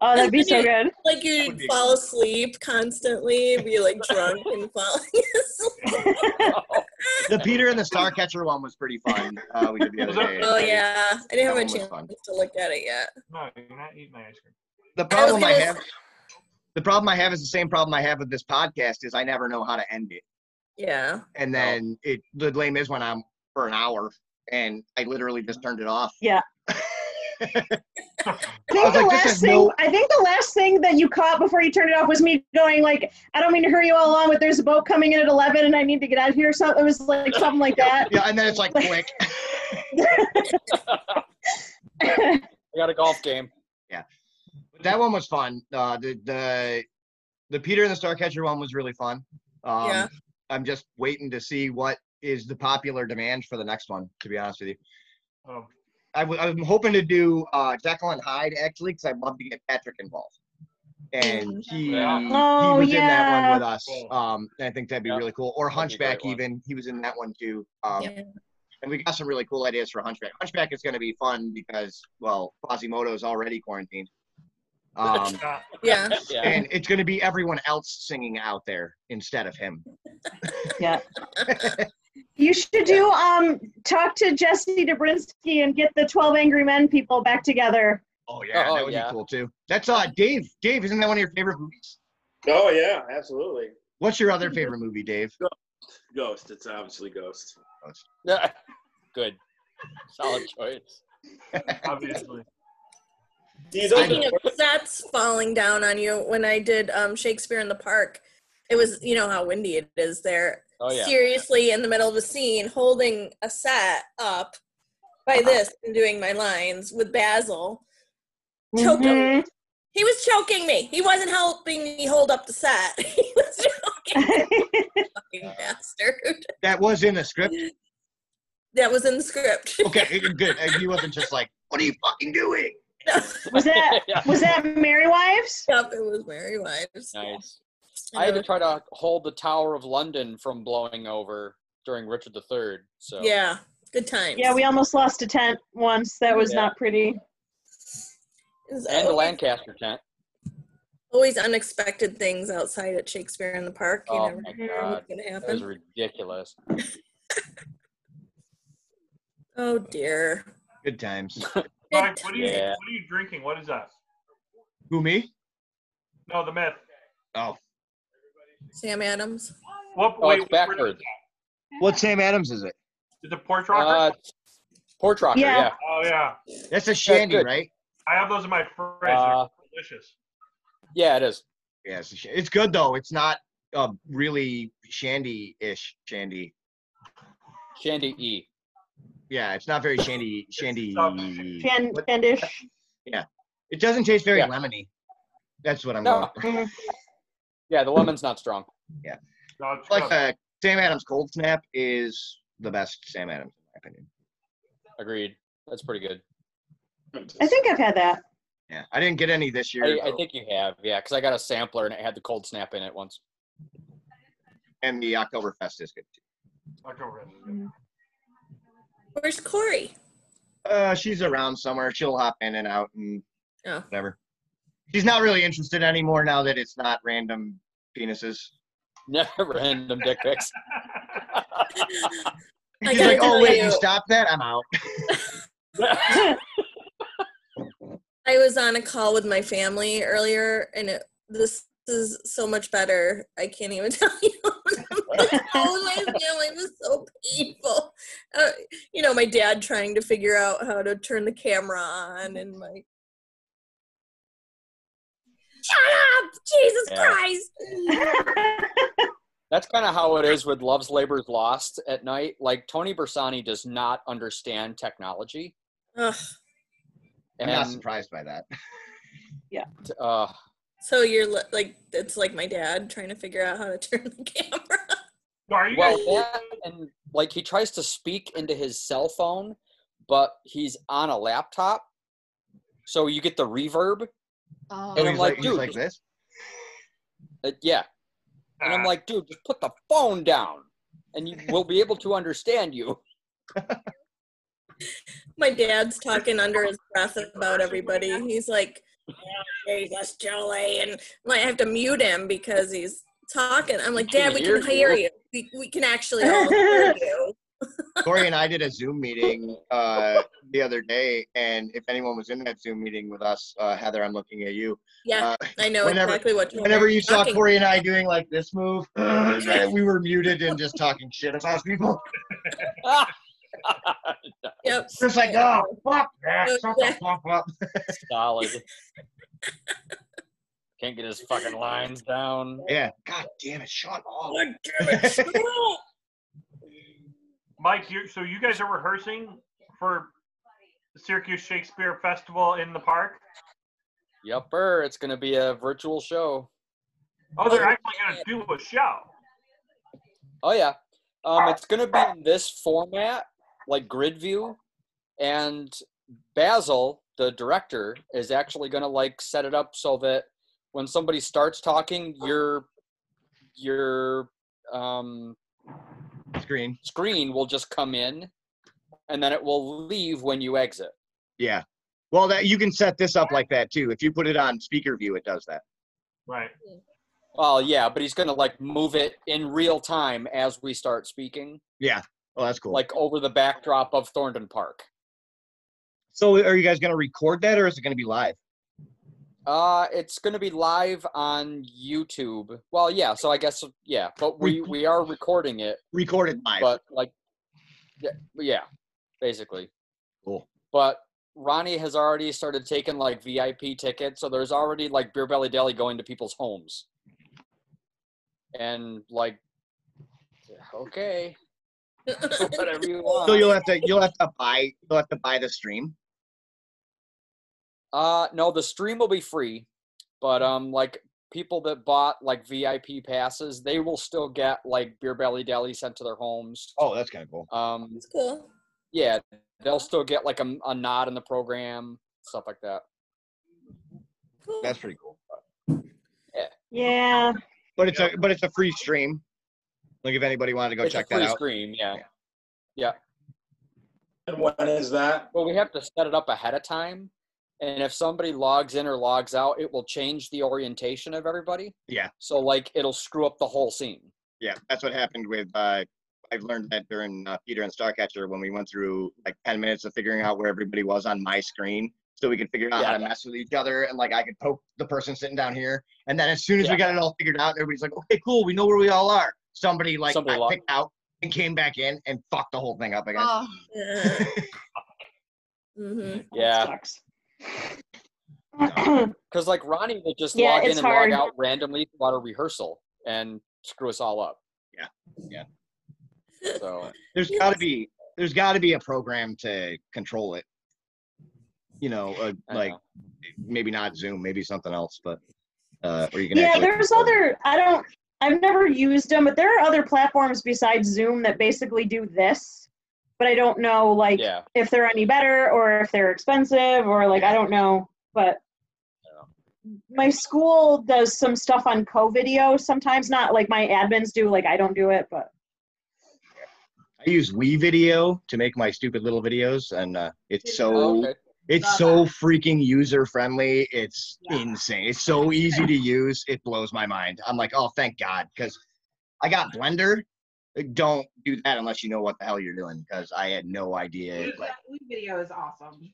Speaker 5: Oh, that'd be
Speaker 11: And
Speaker 5: so
Speaker 11: then
Speaker 5: good.
Speaker 11: you- Like you'd fall asleep constantly, be like drunk and falling asleep.
Speaker 2: The Peter and the Starcatcher one was pretty fun. Uh, we did the other day.
Speaker 11: Oh yeah, I didn't
Speaker 2: That
Speaker 11: have
Speaker 2: one
Speaker 11: a
Speaker 2: was
Speaker 11: chance
Speaker 2: fun.
Speaker 11: to look at it yet.
Speaker 6: No, you're not eating my ice cream.
Speaker 2: The
Speaker 11: I was
Speaker 2: problem I
Speaker 11: gonna-
Speaker 2: have, the problem I have is the same problem I have with this podcast is I never know how to end it.
Speaker 11: Yeah.
Speaker 2: And then it, the lame is when I'm for an hour and I literally just turned it off.
Speaker 5: Yeah. I
Speaker 2: I
Speaker 5: think
Speaker 2: was
Speaker 5: the
Speaker 2: like, this
Speaker 5: last
Speaker 2: is
Speaker 5: thing
Speaker 2: no-
Speaker 5: I think the last thing that you caught before you turned it off was me going like, I don't mean to hurry you all along, but there's a boat coming in at eleven and I need to get out of here. So it was like something like that.
Speaker 2: Yeah, and then it's like quick.
Speaker 9: I got a golf game.
Speaker 2: that one was fun. Uh, the the the Peter and the Starcatcher one was really fun. Um,
Speaker 11: Yeah.
Speaker 2: I'm just waiting to see what is the popular demand for the next one. To be honest with you,
Speaker 6: Oh,
Speaker 2: I w- I'm hoping to do uh, Jekyll and Hyde actually because I'd love to get Patrick involved, and he
Speaker 9: Yeah.
Speaker 5: Oh,
Speaker 2: he was in that
Speaker 5: yeah.
Speaker 2: one with us. Um, and I think that'd be really cool. Or
Speaker 9: That'd be a great
Speaker 2: Hunchback
Speaker 9: one.
Speaker 2: even he was in that one too. Um,
Speaker 11: Yeah.
Speaker 2: and we got some really cool ideas for Hunchback. Hunchback is going to be fun because well, Quasimodo is already quarantined. Um,
Speaker 6: God.
Speaker 11: Yeah.
Speaker 9: Yeah.
Speaker 2: and it's going to be everyone else singing out there instead of him.
Speaker 5: Yeah. You should do um talk to Jesse Dobrinsky and get the twelve angry men people back together.
Speaker 2: Oh yeah,
Speaker 9: Oh,
Speaker 2: that would
Speaker 9: yeah.
Speaker 2: be cool too. That's uh Dave. Dave, isn't that one of your favorite movies?
Speaker 4: Oh yeah, absolutely.
Speaker 2: What's your other favorite movie, Dave?
Speaker 4: Ghost. It's obviously Ghost.
Speaker 9: Yeah. Good. Solid choice.
Speaker 6: obviously.
Speaker 4: These
Speaker 11: Speaking of sets falling down on you, when I did um, Shakespeare in the Park, it was you know how windy it is there.
Speaker 9: Oh yeah.
Speaker 11: Seriously, in the middle of a scene, holding a set up by this and doing my lines with Basil, choking.
Speaker 5: Mhm.
Speaker 11: He was choking me. He wasn't helping me hold up the set. He was choking me, fucking bastard.
Speaker 2: That was in the script.
Speaker 11: That was in the script.
Speaker 2: Okay, good. Uh, He wasn't just like, "What are you fucking doing?"
Speaker 5: was that
Speaker 9: Yeah.
Speaker 5: was that Mary Wives?
Speaker 11: Yep, it was Mary Wives.
Speaker 9: Nice.
Speaker 11: And
Speaker 9: I had
Speaker 11: it
Speaker 9: to try to hold the Tower of London from blowing over during Richard III. So
Speaker 11: was- Yeah, good times.
Speaker 5: Yeah, we almost lost a tent once. That was
Speaker 9: Yeah.
Speaker 5: not pretty.
Speaker 11: It was
Speaker 9: and the
Speaker 11: always-
Speaker 9: Lancaster tent.
Speaker 11: always unexpected things outside at Shakespeare in the Park. You
Speaker 9: Oh
Speaker 11: never
Speaker 9: my
Speaker 11: know
Speaker 9: god.
Speaker 11: what's going to
Speaker 9: That was
Speaker 11: happen.
Speaker 9: ridiculous.
Speaker 11: Oh dear.
Speaker 2: Good times.
Speaker 6: Mike, what are you?
Speaker 9: Yeah.
Speaker 6: What are you drinking? What is that?
Speaker 2: Who me?
Speaker 6: No, the myth.
Speaker 2: Oh,
Speaker 11: Sam Adams.
Speaker 6: What?
Speaker 9: Oh, it's
Speaker 6: wait, what brand is
Speaker 9: backwards.
Speaker 6: that?
Speaker 2: what Sam Adams is it?
Speaker 6: Is it porch rocker?
Speaker 9: Uh, Port Rocker,
Speaker 5: Yeah.
Speaker 9: yeah.
Speaker 6: oh yeah,
Speaker 2: That's a shandy,
Speaker 9: good.
Speaker 2: right?
Speaker 6: I have those in my fridge. They're
Speaker 9: Uh,
Speaker 6: delicious.
Speaker 9: Yeah, it is.
Speaker 2: Yeah, it's, a sh- it's good though. It's not uh, really shandy-ish shandy.
Speaker 9: Shandy E.
Speaker 2: Yeah, it's not very shandy shandy.
Speaker 5: Fan
Speaker 2: What-
Speaker 5: Fandish.
Speaker 2: It doesn't taste very
Speaker 9: Yeah.
Speaker 2: lemony. That's what I'm
Speaker 9: No.
Speaker 2: going for.
Speaker 9: Yeah, the lemon's not strong.
Speaker 6: No, it's
Speaker 2: like
Speaker 6: good.
Speaker 2: uh, Sam Adams Cold Snap is the best Sam Adams in my opinion.
Speaker 9: Agreed. That's pretty good.
Speaker 5: I think I've had that.
Speaker 2: Yeah, I didn't get any this year.
Speaker 9: I, I
Speaker 2: though.
Speaker 9: think you have, yeah, because I got a sampler and it had the cold snap in it once.
Speaker 2: and the Oktoberfest is good.
Speaker 11: Where's Corey?
Speaker 2: Uh, she's around somewhere. She'll hop in and out and
Speaker 11: Oh.
Speaker 2: whatever. She's not really interested anymore now that it's not random penises.
Speaker 9: Random dick pics.
Speaker 11: I
Speaker 2: She's like,
Speaker 11: gotta
Speaker 2: oh
Speaker 11: tell
Speaker 2: wait, you
Speaker 11: you."
Speaker 2: stopped that? I'm out.
Speaker 11: I was on a call with my family earlier, and it, this is so much better. I can't even tell you. the call with my family was so painful. Uh, you know, my dad trying to figure out how to turn the camera on, and my shut up, Jesus
Speaker 9: Yeah.
Speaker 11: Christ.
Speaker 9: That's kind of how it is with Love's Labor's Lost at night. Like Tony Bersani does not understand technology.
Speaker 11: Ugh.
Speaker 2: I'm not
Speaker 9: And,
Speaker 2: surprised by that.
Speaker 11: yeah.
Speaker 9: uh,
Speaker 11: So you're li- like, it's like my dad trying to figure out how to turn the camera.
Speaker 9: well, that and like he tries to speak into his cell phone, but he's on a laptop, so you get the reverb.
Speaker 8: Oh.
Speaker 9: And I'm like, dude,
Speaker 2: like
Speaker 9: just-
Speaker 2: this. Ah.
Speaker 9: Uh, yeah. And I'm like, dude, just put the phone down, and you will be able to understand you.
Speaker 11: My dad's talking under his breath about everybody. He's like, "Yeah, Jesus, Jolie. And like, I have to mute him because he's talking. I'm like, Dad, we can hear you. We, we can actually all hear
Speaker 2: Uh,
Speaker 11: you.
Speaker 2: Corey and I did a Zoom meeting uh, the other day, and if anyone was in that Zoom meeting with us, uh, Heather, I'm looking at you.
Speaker 11: Yeah,
Speaker 2: Uh,
Speaker 11: I know
Speaker 2: whenever-
Speaker 11: exactly what you're
Speaker 2: Whenever you saw
Speaker 11: talking
Speaker 2: Corey and I doing like this move, we were muted and just talking shit about people.
Speaker 11: Yep.
Speaker 2: Just like, oh, fuck that. Shut the fuck up.
Speaker 9: Solid. Can't get his fucking lines down.
Speaker 2: Yeah. God damn it, Sean.
Speaker 11: God damn it, shut up.
Speaker 6: Mike, you so you guys are rehearsing for Syracuse Shakespeare Festival in the park?
Speaker 9: Yupper, er, it's gonna be a virtual show.
Speaker 6: Oh, they're actually gonna do a show.
Speaker 9: Oh yeah, um, it's gonna be in this format, like grid view, and Basil, the director, is actually gonna like set it up so that when somebody starts talking, your your um,
Speaker 2: screen
Speaker 9: screen will just come in, and then it will leave when you exit.
Speaker 2: Yeah. Well, that you can set this up like that too. If you put it on speaker view, it does that.
Speaker 6: Right.
Speaker 9: Well, yeah, but he's gonna like move it in real time as we start speaking,
Speaker 2: Yeah. Oh, that's cool.
Speaker 9: like over the backdrop of Thornton Park.
Speaker 2: so are you guys going to record that or is it going to be live?
Speaker 9: Uh, it's gonna be live on YouTube. Well, yeah. So I guess yeah, but we we are recording it.
Speaker 2: Recorded live.
Speaker 9: But like, yeah, yeah, basically.
Speaker 2: Cool.
Speaker 9: But Ronnie has already started taking like VIP tickets, so there's already like Beer Belly Deli going to people's homes. And like, okay, whatever you want.
Speaker 2: So you'll have to you'll have to buy you'll have to buy the stream.
Speaker 9: Uh no, the stream will be free, but um like people that bought like VIP passes, they will still get like beer belly deli sent to their homes.
Speaker 2: Oh, that's kind of cool.
Speaker 9: Um
Speaker 11: cool.
Speaker 9: yeah, they'll still get like a, a nod in the program, stuff like that.
Speaker 2: That's pretty cool.
Speaker 5: Yeah.
Speaker 2: But it's a but it's a free stream. Like if anybody wanted to go
Speaker 9: it's
Speaker 2: check
Speaker 9: a free
Speaker 2: that out.
Speaker 9: stream, yeah. Yeah.
Speaker 4: And when is that?
Speaker 9: Well, we have to set it up ahead of time. And if somebody logs in or logs out, it will change the orientation of everybody.
Speaker 2: Yeah.
Speaker 9: So like it'll screw up the whole scene.
Speaker 2: Yeah, that's what happened with. Uh, I've learned that during uh, Peter and Starcatcher when we went through like ten minutes of figuring out where everybody was on my screen, so we could figure out how to mess with each other, and like I could poke the person sitting down here, and then as soon as we got it all figured out, everybody's like, "Okay, cool, we know where we all are." Somebody like
Speaker 9: Somebody
Speaker 2: got
Speaker 9: lost-
Speaker 2: picked out and came back in and fucked the whole thing up again.
Speaker 8: Oh.
Speaker 11: mm-hmm.
Speaker 9: Yeah. Because like Ronnie will just
Speaker 5: Yeah,
Speaker 9: log in
Speaker 5: it's
Speaker 9: and
Speaker 5: hard.
Speaker 9: log out randomly throughout a rehearsal and screw us all up.
Speaker 2: Yeah, yeah.
Speaker 9: So
Speaker 2: There's got to be there's got to be a program to control it. You know, uh, like maybe not Zoom, maybe something else, but uh, where you can
Speaker 5: Yeah,
Speaker 2: actually
Speaker 5: there's other. I don't. I've never used them, but there are other platforms besides Zoom that basically do this. But I don't know, like,
Speaker 9: Yeah.
Speaker 5: if they're any better or if they're expensive or like I don't know. But my school does some stuff on co-video sometimes. Not like my admins do. Like I don't do it, but
Speaker 2: I use WeVideo to make my stupid little videos, and uh, it's so
Speaker 9: Okay.
Speaker 2: it's so freaking user friendly. It's insane. It's so easy to use. It blows my mind. I'm like, oh, thank God, because I got Blender. Don't do that unless you know what the hell you're doing, because I had no idea. Like,
Speaker 10: Wii video is awesome.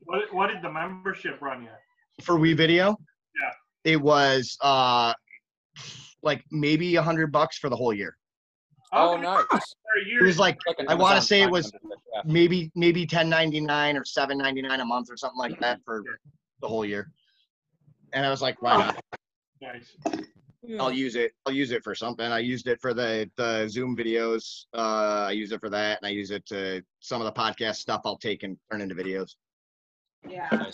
Speaker 6: What, what did the membership run you?
Speaker 2: for WeVideo,
Speaker 6: Yeah.
Speaker 2: it was uh like maybe a hundred bucks for the whole year.
Speaker 9: Oh, nice.
Speaker 2: It was like
Speaker 9: an
Speaker 2: I want to
Speaker 9: Amazon
Speaker 2: say it
Speaker 9: Prime
Speaker 2: was
Speaker 9: membership, yeah.
Speaker 2: maybe maybe ten ninety nine or seven ninety nine a month or something like that for the whole year. And I was like, why not?
Speaker 6: Nice.
Speaker 2: I'll use it. I'll use it for something. I used it for the the Zoom videos. Uh, I use it for that, and I use it to some of the podcast stuff. I'll take and turn into videos,
Speaker 10: Yeah.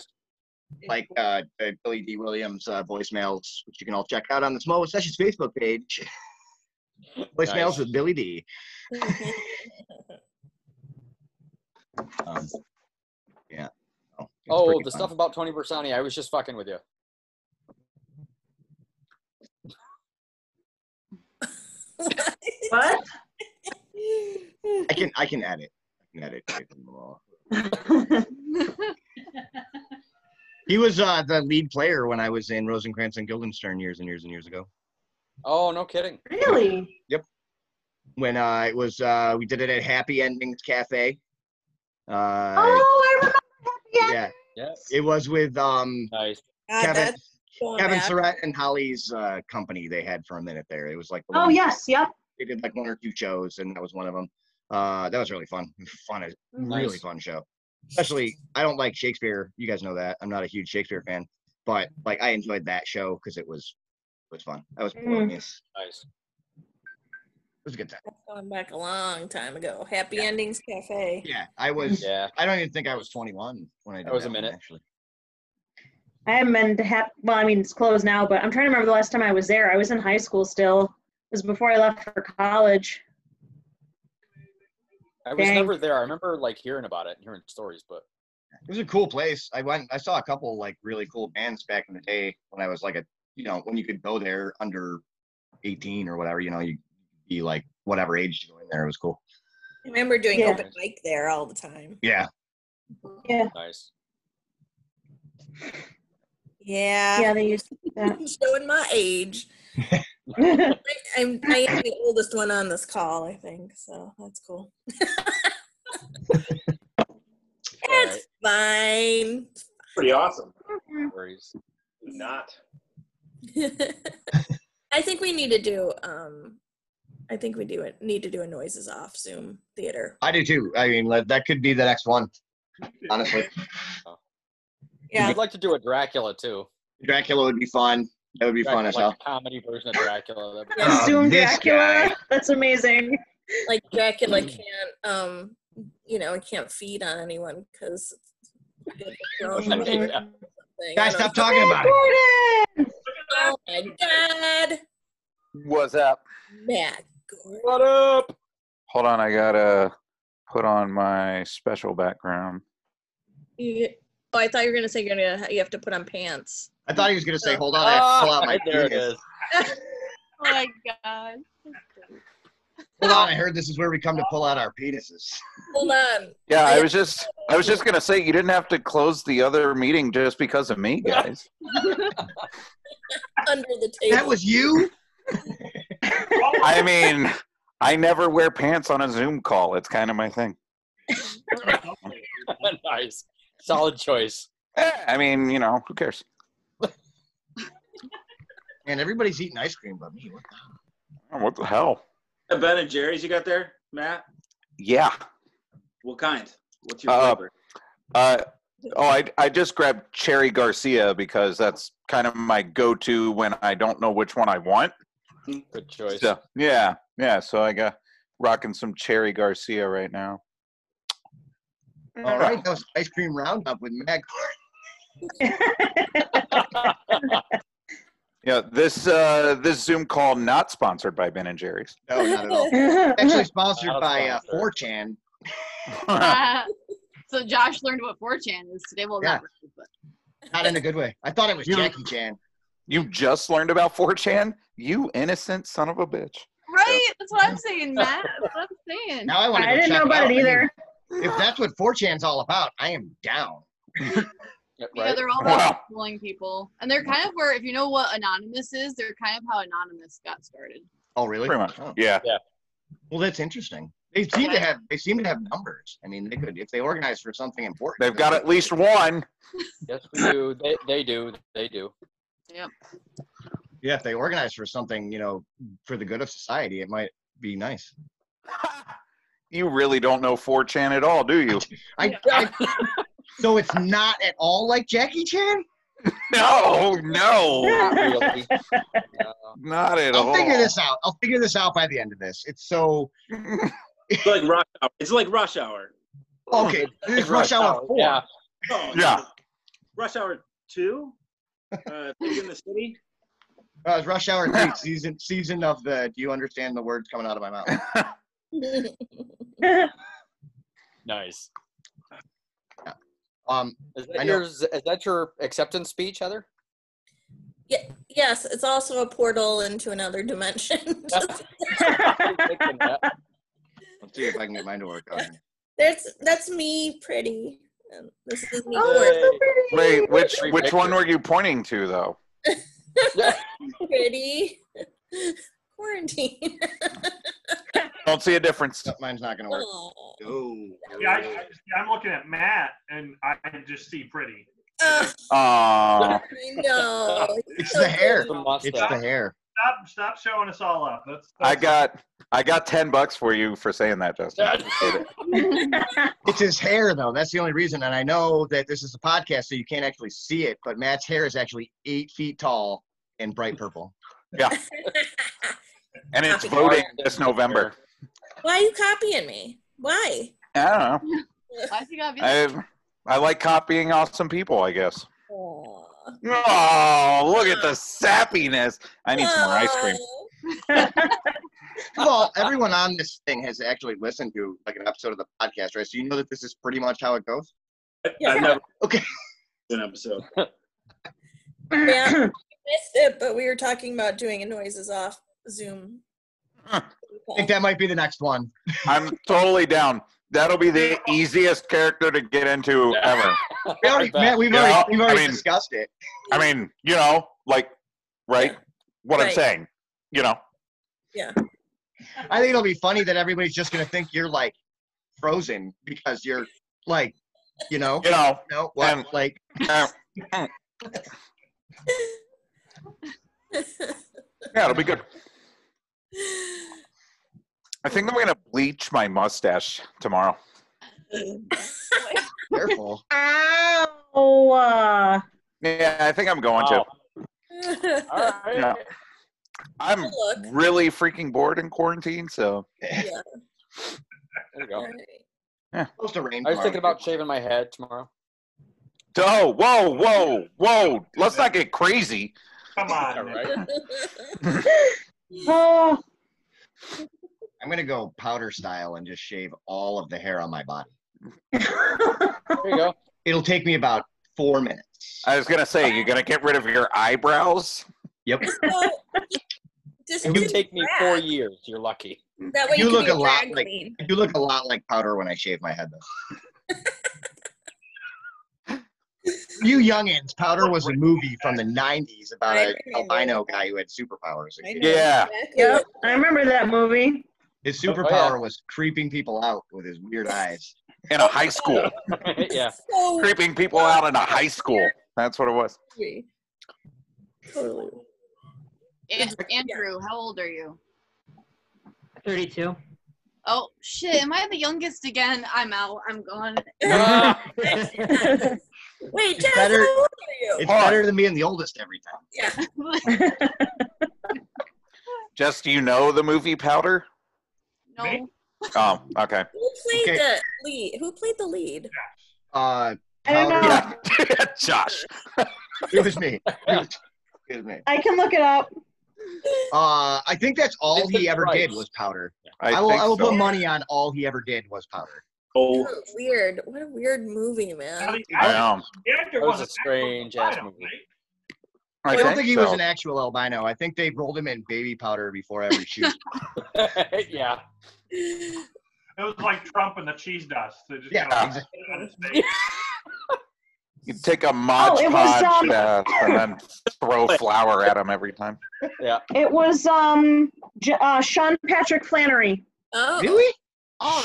Speaker 2: like uh, the Billy D. Williams uh, voicemails, which you can all check out on the Small Sessions Facebook page. voicemails
Speaker 9: Nice.
Speaker 2: with Billy D. Um, yeah. Oh, it's
Speaker 9: Oh,
Speaker 2: pretty
Speaker 9: the
Speaker 2: fun.
Speaker 9: stuff about Tony Bersani. I was just fucking with you.
Speaker 5: what?
Speaker 2: I can I can edit. I can edit. them all. he was uh, the lead player when I was in Rosencrantz and Guildenstern years and years and years ago.
Speaker 9: Oh, no kidding.
Speaker 5: Really?
Speaker 2: When uh, it was uh, we did it at Happy Endings Cafe. Uh,
Speaker 10: Oh, I remember.
Speaker 2: yeah,
Speaker 9: Yes.
Speaker 2: it was with um,
Speaker 9: Nice.
Speaker 2: Kevin
Speaker 11: going
Speaker 2: Kevin
Speaker 11: back.
Speaker 2: Surratt and Holly's uh, company they had for a minute there. It was like the
Speaker 5: Oh
Speaker 2: one-
Speaker 5: yes, yep.
Speaker 2: they did like one or two shows, and that was one of them. Uh, that was really fun. Fun, as- really
Speaker 9: Nice.
Speaker 2: fun show. Especially, I don't like Shakespeare. You guys know that. I'm not a huge Shakespeare fan, but like I enjoyed that show because it was was fun. That was
Speaker 11: Mm.
Speaker 2: Polonius.
Speaker 9: Nice.
Speaker 2: It was a good time.
Speaker 11: Going back a long time ago. Happy Endings Cafe.
Speaker 2: Yeah, I was.
Speaker 9: Yeah.
Speaker 2: I don't even think I was 21 when I did
Speaker 9: That was a
Speaker 2: one,
Speaker 9: minute.
Speaker 2: actually.
Speaker 5: I haven't been to hap- well, I mean it's closed now, but I'm trying to remember the last time I was there. I was in high school still. It was before I left for college.
Speaker 9: I was
Speaker 5: Dang.
Speaker 9: never there. I remember like hearing about it and hearing stories, but
Speaker 2: It was a cool place. I went. I saw a couple like really cool bands back in the day when I was like a you know when you could go there under 18 or whatever. You know, you be like whatever age to go in there. It was cool.
Speaker 11: I remember doing
Speaker 5: Yeah.
Speaker 11: open mic there all the time.
Speaker 2: Yeah.
Speaker 5: Yeah.
Speaker 9: nice.
Speaker 11: Yeah.
Speaker 5: Yeah, they used that.
Speaker 11: I'm showing my age. I, I'm I am the oldest one on this call, I think. So that's cool.
Speaker 9: All right.
Speaker 11: Fine.
Speaker 4: Pretty awesome.
Speaker 9: No worries.
Speaker 4: Not.
Speaker 11: I think we need to do. Um, I think we do it. Need to do a noises off Zoom theater.
Speaker 2: I do too. I mean, like, that could be the next one. Honestly,
Speaker 11: Yeah,
Speaker 9: I'd like to do a Dracula too.
Speaker 2: Dracula would be fun. That would be fun
Speaker 9: Dracula,
Speaker 2: as
Speaker 9: like
Speaker 2: hell.
Speaker 9: a comedy version of Dracula. That'd be-
Speaker 5: Yeah,
Speaker 12: Um,
Speaker 2: Oh,
Speaker 5: Zoom
Speaker 2: this
Speaker 5: Dracula.
Speaker 2: guy.
Speaker 5: That's amazing.
Speaker 11: like Dracula can't. Um, you know, it can't feed on anyone because.
Speaker 2: Oh,
Speaker 9: Yeah.
Speaker 2: Guys, stop talking about it.
Speaker 11: Oh my God,
Speaker 12: What's up?
Speaker 11: Matt Gordon.
Speaker 9: What up?
Speaker 12: Hold on, I gotta put on my special background.
Speaker 11: You, oh, I thought you were gonna say you're gonna you have to put on pants.
Speaker 2: I thought he was gonna say, "Hold on, I have to pull out
Speaker 9: Ah,
Speaker 2: my
Speaker 9: there it
Speaker 2: penis."
Speaker 9: is.
Speaker 8: Oh my god.
Speaker 2: Hold on, I heard this is where we come to pull out our penises.
Speaker 11: Hold on.
Speaker 12: Yeah, I was just I was just gonna say you didn't have to close the other meeting just because of me, guys.
Speaker 11: under the table.
Speaker 2: That was you.
Speaker 12: I mean, I never wear pants on a Zoom call. It's kind of my thing.
Speaker 9: nice. Solid choice.
Speaker 12: Eh, I mean, you know, who cares?
Speaker 2: And everybody's eating ice cream but me. What the hell?
Speaker 12: Oh, What the hell?
Speaker 4: A Ben and Jerry's you got there, Matt?
Speaker 12: Yeah.
Speaker 4: What kind? What's your
Speaker 12: Uh,
Speaker 4: flavor?
Speaker 12: Uh, oh, I I just grabbed Cherry Garcia because that's kind of my go-to when I don't know which one I want.
Speaker 9: Good choice.
Speaker 12: So yeah, yeah. So I got rocking some Cherry Garcia right now.
Speaker 2: All right, that was ice cream roundup with Matt.
Speaker 12: Yeah, this uh, this Zoom call not sponsored by Ben and Jerry's.
Speaker 2: No, not at all. Actually sponsored
Speaker 9: Not
Speaker 2: by uh,
Speaker 9: sponsored.
Speaker 2: 4chan.
Speaker 12: yeah,
Speaker 13: so Josh learned what 4chan is today. Well,
Speaker 2: Yeah.
Speaker 13: not really, but
Speaker 2: Not in a good way. I thought it was Jackie Chan.
Speaker 12: You just learned about 4chan? You innocent son of a bitch.
Speaker 13: Right? That's what I'm saying, Matt. That's what I'm saying.
Speaker 2: Now I want to. go check out. I mean, if that's what 4chan's all about, I am down.
Speaker 13: Yeah, they're all about controlling people. And they're kind of where, if you know what Anonymous is, they're kind of how Anonymous got started.
Speaker 2: Oh, really?
Speaker 12: Pretty much. Yeah.
Speaker 9: Yeah.
Speaker 2: Well, that's interesting. They seem to have. They seem to have numbers. I mean, they could if they organize for something important.
Speaker 12: They've got at least one.
Speaker 9: Yes, we do. They, they do. They do.
Speaker 13: Yep.
Speaker 2: Yeah, if they organize for something, you know, for the good of society, it might be nice.
Speaker 12: You really don't know 4chan at all, do you?
Speaker 2: I, I, so it's not at all like Jackie Chan.
Speaker 12: no, no. Not at
Speaker 2: I'll
Speaker 12: all.
Speaker 2: figure this out. I'll figure this out by the end of this. It's so
Speaker 4: It's like rush hour. It's like rush hour.
Speaker 2: okay. This is rush hour four.
Speaker 9: Yeah.
Speaker 4: Oh,
Speaker 12: Yeah.
Speaker 4: Rush hour two. Uh, Things in the city.
Speaker 2: Uh, it's rush hour three season season of the. Do you understand the words coming out of my mouth?
Speaker 9: Nice.
Speaker 2: Um,
Speaker 9: is
Speaker 2: I
Speaker 9: that,
Speaker 2: know-
Speaker 9: your, is that your acceptance speech, Heather?
Speaker 11: Ye- yes, it's also a portal into another dimension. Just-
Speaker 2: Let's see if I can get mine to work. On.
Speaker 11: that's that's me, pretty. And this is me.
Speaker 12: Oh, Wait, which
Speaker 11: Three
Speaker 12: which one
Speaker 11: pictures.
Speaker 12: were you pointing to though?
Speaker 11: gorgeous. pretty. Quarantine.
Speaker 12: Don't see a difference.
Speaker 2: Mine's not gonna
Speaker 11: work.
Speaker 2: Oh.
Speaker 6: Yeah, I, I, I'm looking at Matt, and I just see pretty.
Speaker 12: Aww.
Speaker 11: No.
Speaker 2: It's the hair.
Speaker 9: The mustache.
Speaker 2: It's the hair.
Speaker 6: Stop! Stop showing us all up. That's,
Speaker 12: I got I got ten bucks for you for saying that, Justin.
Speaker 2: It's his hair, though. That's the only reason. And I know that this is a podcast, so you can't actually see it. But Matt's hair is actually eight feet tall and bright purple.
Speaker 12: Yeah. And it's voting this November.
Speaker 11: Why are you copying me? Why?
Speaker 12: I don't know.
Speaker 13: Why is he gotta be like,
Speaker 12: I I like copying awesome people, I guess. Oh, look at the sappiness. I need some more ice cream.
Speaker 2: Well, everyone on this thing has actually listened to like an episode of the podcast, right? So you know that this is pretty much how it goes.
Speaker 4: I've never
Speaker 2: okay.
Speaker 4: An episode.
Speaker 11: Yeah, I missed it, but we were talking about doing a noises off Zoom.
Speaker 2: I think that might be the next one.
Speaker 12: I'm totally down. That'll be the easiest character to get into ever.
Speaker 2: We already, Matt, we've
Speaker 12: You
Speaker 2: already,
Speaker 12: know,
Speaker 2: we've already
Speaker 12: I mean-
Speaker 2: discussed it.
Speaker 12: I mean, you know, like, right? What I'm
Speaker 11: Right.
Speaker 12: saying, you know.
Speaker 11: Yeah.
Speaker 2: I think it'll be funny that everybody's just gonna think you're like frozen because you're like, you know,
Speaker 12: You know,
Speaker 2: no, what,
Speaker 12: and-
Speaker 2: like,
Speaker 12: uh, mm. yeah, it'll be good. I think I'm gonna bleach my mustache tomorrow.
Speaker 2: careful.
Speaker 5: Ow. uh,
Speaker 12: Yeah, I think I'm going to.
Speaker 9: All right.
Speaker 12: Yeah. I'm
Speaker 11: Look.
Speaker 12: really freaking bored in quarantine, so
Speaker 11: Yeah.
Speaker 9: There we go.
Speaker 2: Supposed to rain
Speaker 9: I was
Speaker 2: tomorrow.
Speaker 9: thinking about shaving my head tomorrow.
Speaker 12: oh, whoa, whoa, whoa. Let's not get crazy.
Speaker 6: come on.
Speaker 9: right?
Speaker 5: oh,
Speaker 2: I'm gonna go powder style and just shave all of the hair on my body.
Speaker 9: There you go.
Speaker 2: It'll take me about four minutes.
Speaker 12: I was gonna say you're gonna get rid of your eyebrows.
Speaker 2: Yep.
Speaker 11: So, just
Speaker 9: It would
Speaker 11: do
Speaker 9: take me
Speaker 11: that.
Speaker 9: four years. You're lucky.
Speaker 11: That way
Speaker 2: You
Speaker 11: you,
Speaker 2: look
Speaker 11: can
Speaker 2: a
Speaker 11: be
Speaker 2: lot
Speaker 11: drag
Speaker 2: like-
Speaker 11: queen.
Speaker 2: I do look a lot like powder when I shave my head, though. you youngins, powder was a movie from the '90s about
Speaker 11: I
Speaker 2: a
Speaker 11: remember.
Speaker 2: albino guy who had superpowers.
Speaker 11: I know
Speaker 12: Yeah.
Speaker 11: exactly
Speaker 5: yep.
Speaker 11: what-
Speaker 5: I remember that movie.
Speaker 2: His
Speaker 9: Oh, yeah.
Speaker 2: superpower was creeping people out with his weird eyes.
Speaker 12: In a high school.
Speaker 9: yeah.
Speaker 11: So
Speaker 12: Creeping people out in a high school. That's what it was.
Speaker 11: creepy. Totally.
Speaker 13: An- Andrew, how old are you?
Speaker 7: 32.
Speaker 13: Oh shit, am I the youngest again? I'm out. I'm gone.
Speaker 11: Wait, Jess,
Speaker 2: better-
Speaker 11: how old are you?
Speaker 2: It's better than being the oldest every time.
Speaker 11: Yeah.
Speaker 12: Just you know the movie Powder?
Speaker 13: No.
Speaker 12: Oh, okay.
Speaker 11: Who played
Speaker 2: Okay.
Speaker 11: the lead? Who played the lead?
Speaker 2: Uh,
Speaker 5: I don't
Speaker 2: powder,
Speaker 5: know.
Speaker 12: Yeah. Josh.
Speaker 2: it was me. It was, it was me.
Speaker 5: I can look it up.
Speaker 2: Uh, I think that's all
Speaker 9: Vincent
Speaker 2: he ever
Speaker 9: Price.
Speaker 2: did was powder.
Speaker 12: I,
Speaker 2: I, will.
Speaker 12: think
Speaker 2: I will
Speaker 12: so.
Speaker 2: put money on all he ever did was powder.
Speaker 4: Oh,
Speaker 11: Weird. What a weird movie, man.
Speaker 12: I know.
Speaker 6: That
Speaker 9: was a strange ass movie.
Speaker 2: I, don't
Speaker 9: think
Speaker 2: think he
Speaker 9: so.
Speaker 2: was an actual albino. I think they rolled him in baby powder before every shoot.
Speaker 9: yeah.
Speaker 6: It was like Trump and the cheese dust. They just
Speaker 2: Yeah,
Speaker 6: kinda-
Speaker 12: You take a Mod
Speaker 5: Oh, it was,
Speaker 12: Podge
Speaker 5: um,
Speaker 12: bath and then throw flour at him every time.
Speaker 9: Yeah.
Speaker 5: It was um J- uh, Sean Patrick Flannery.
Speaker 11: Oh.
Speaker 2: Really?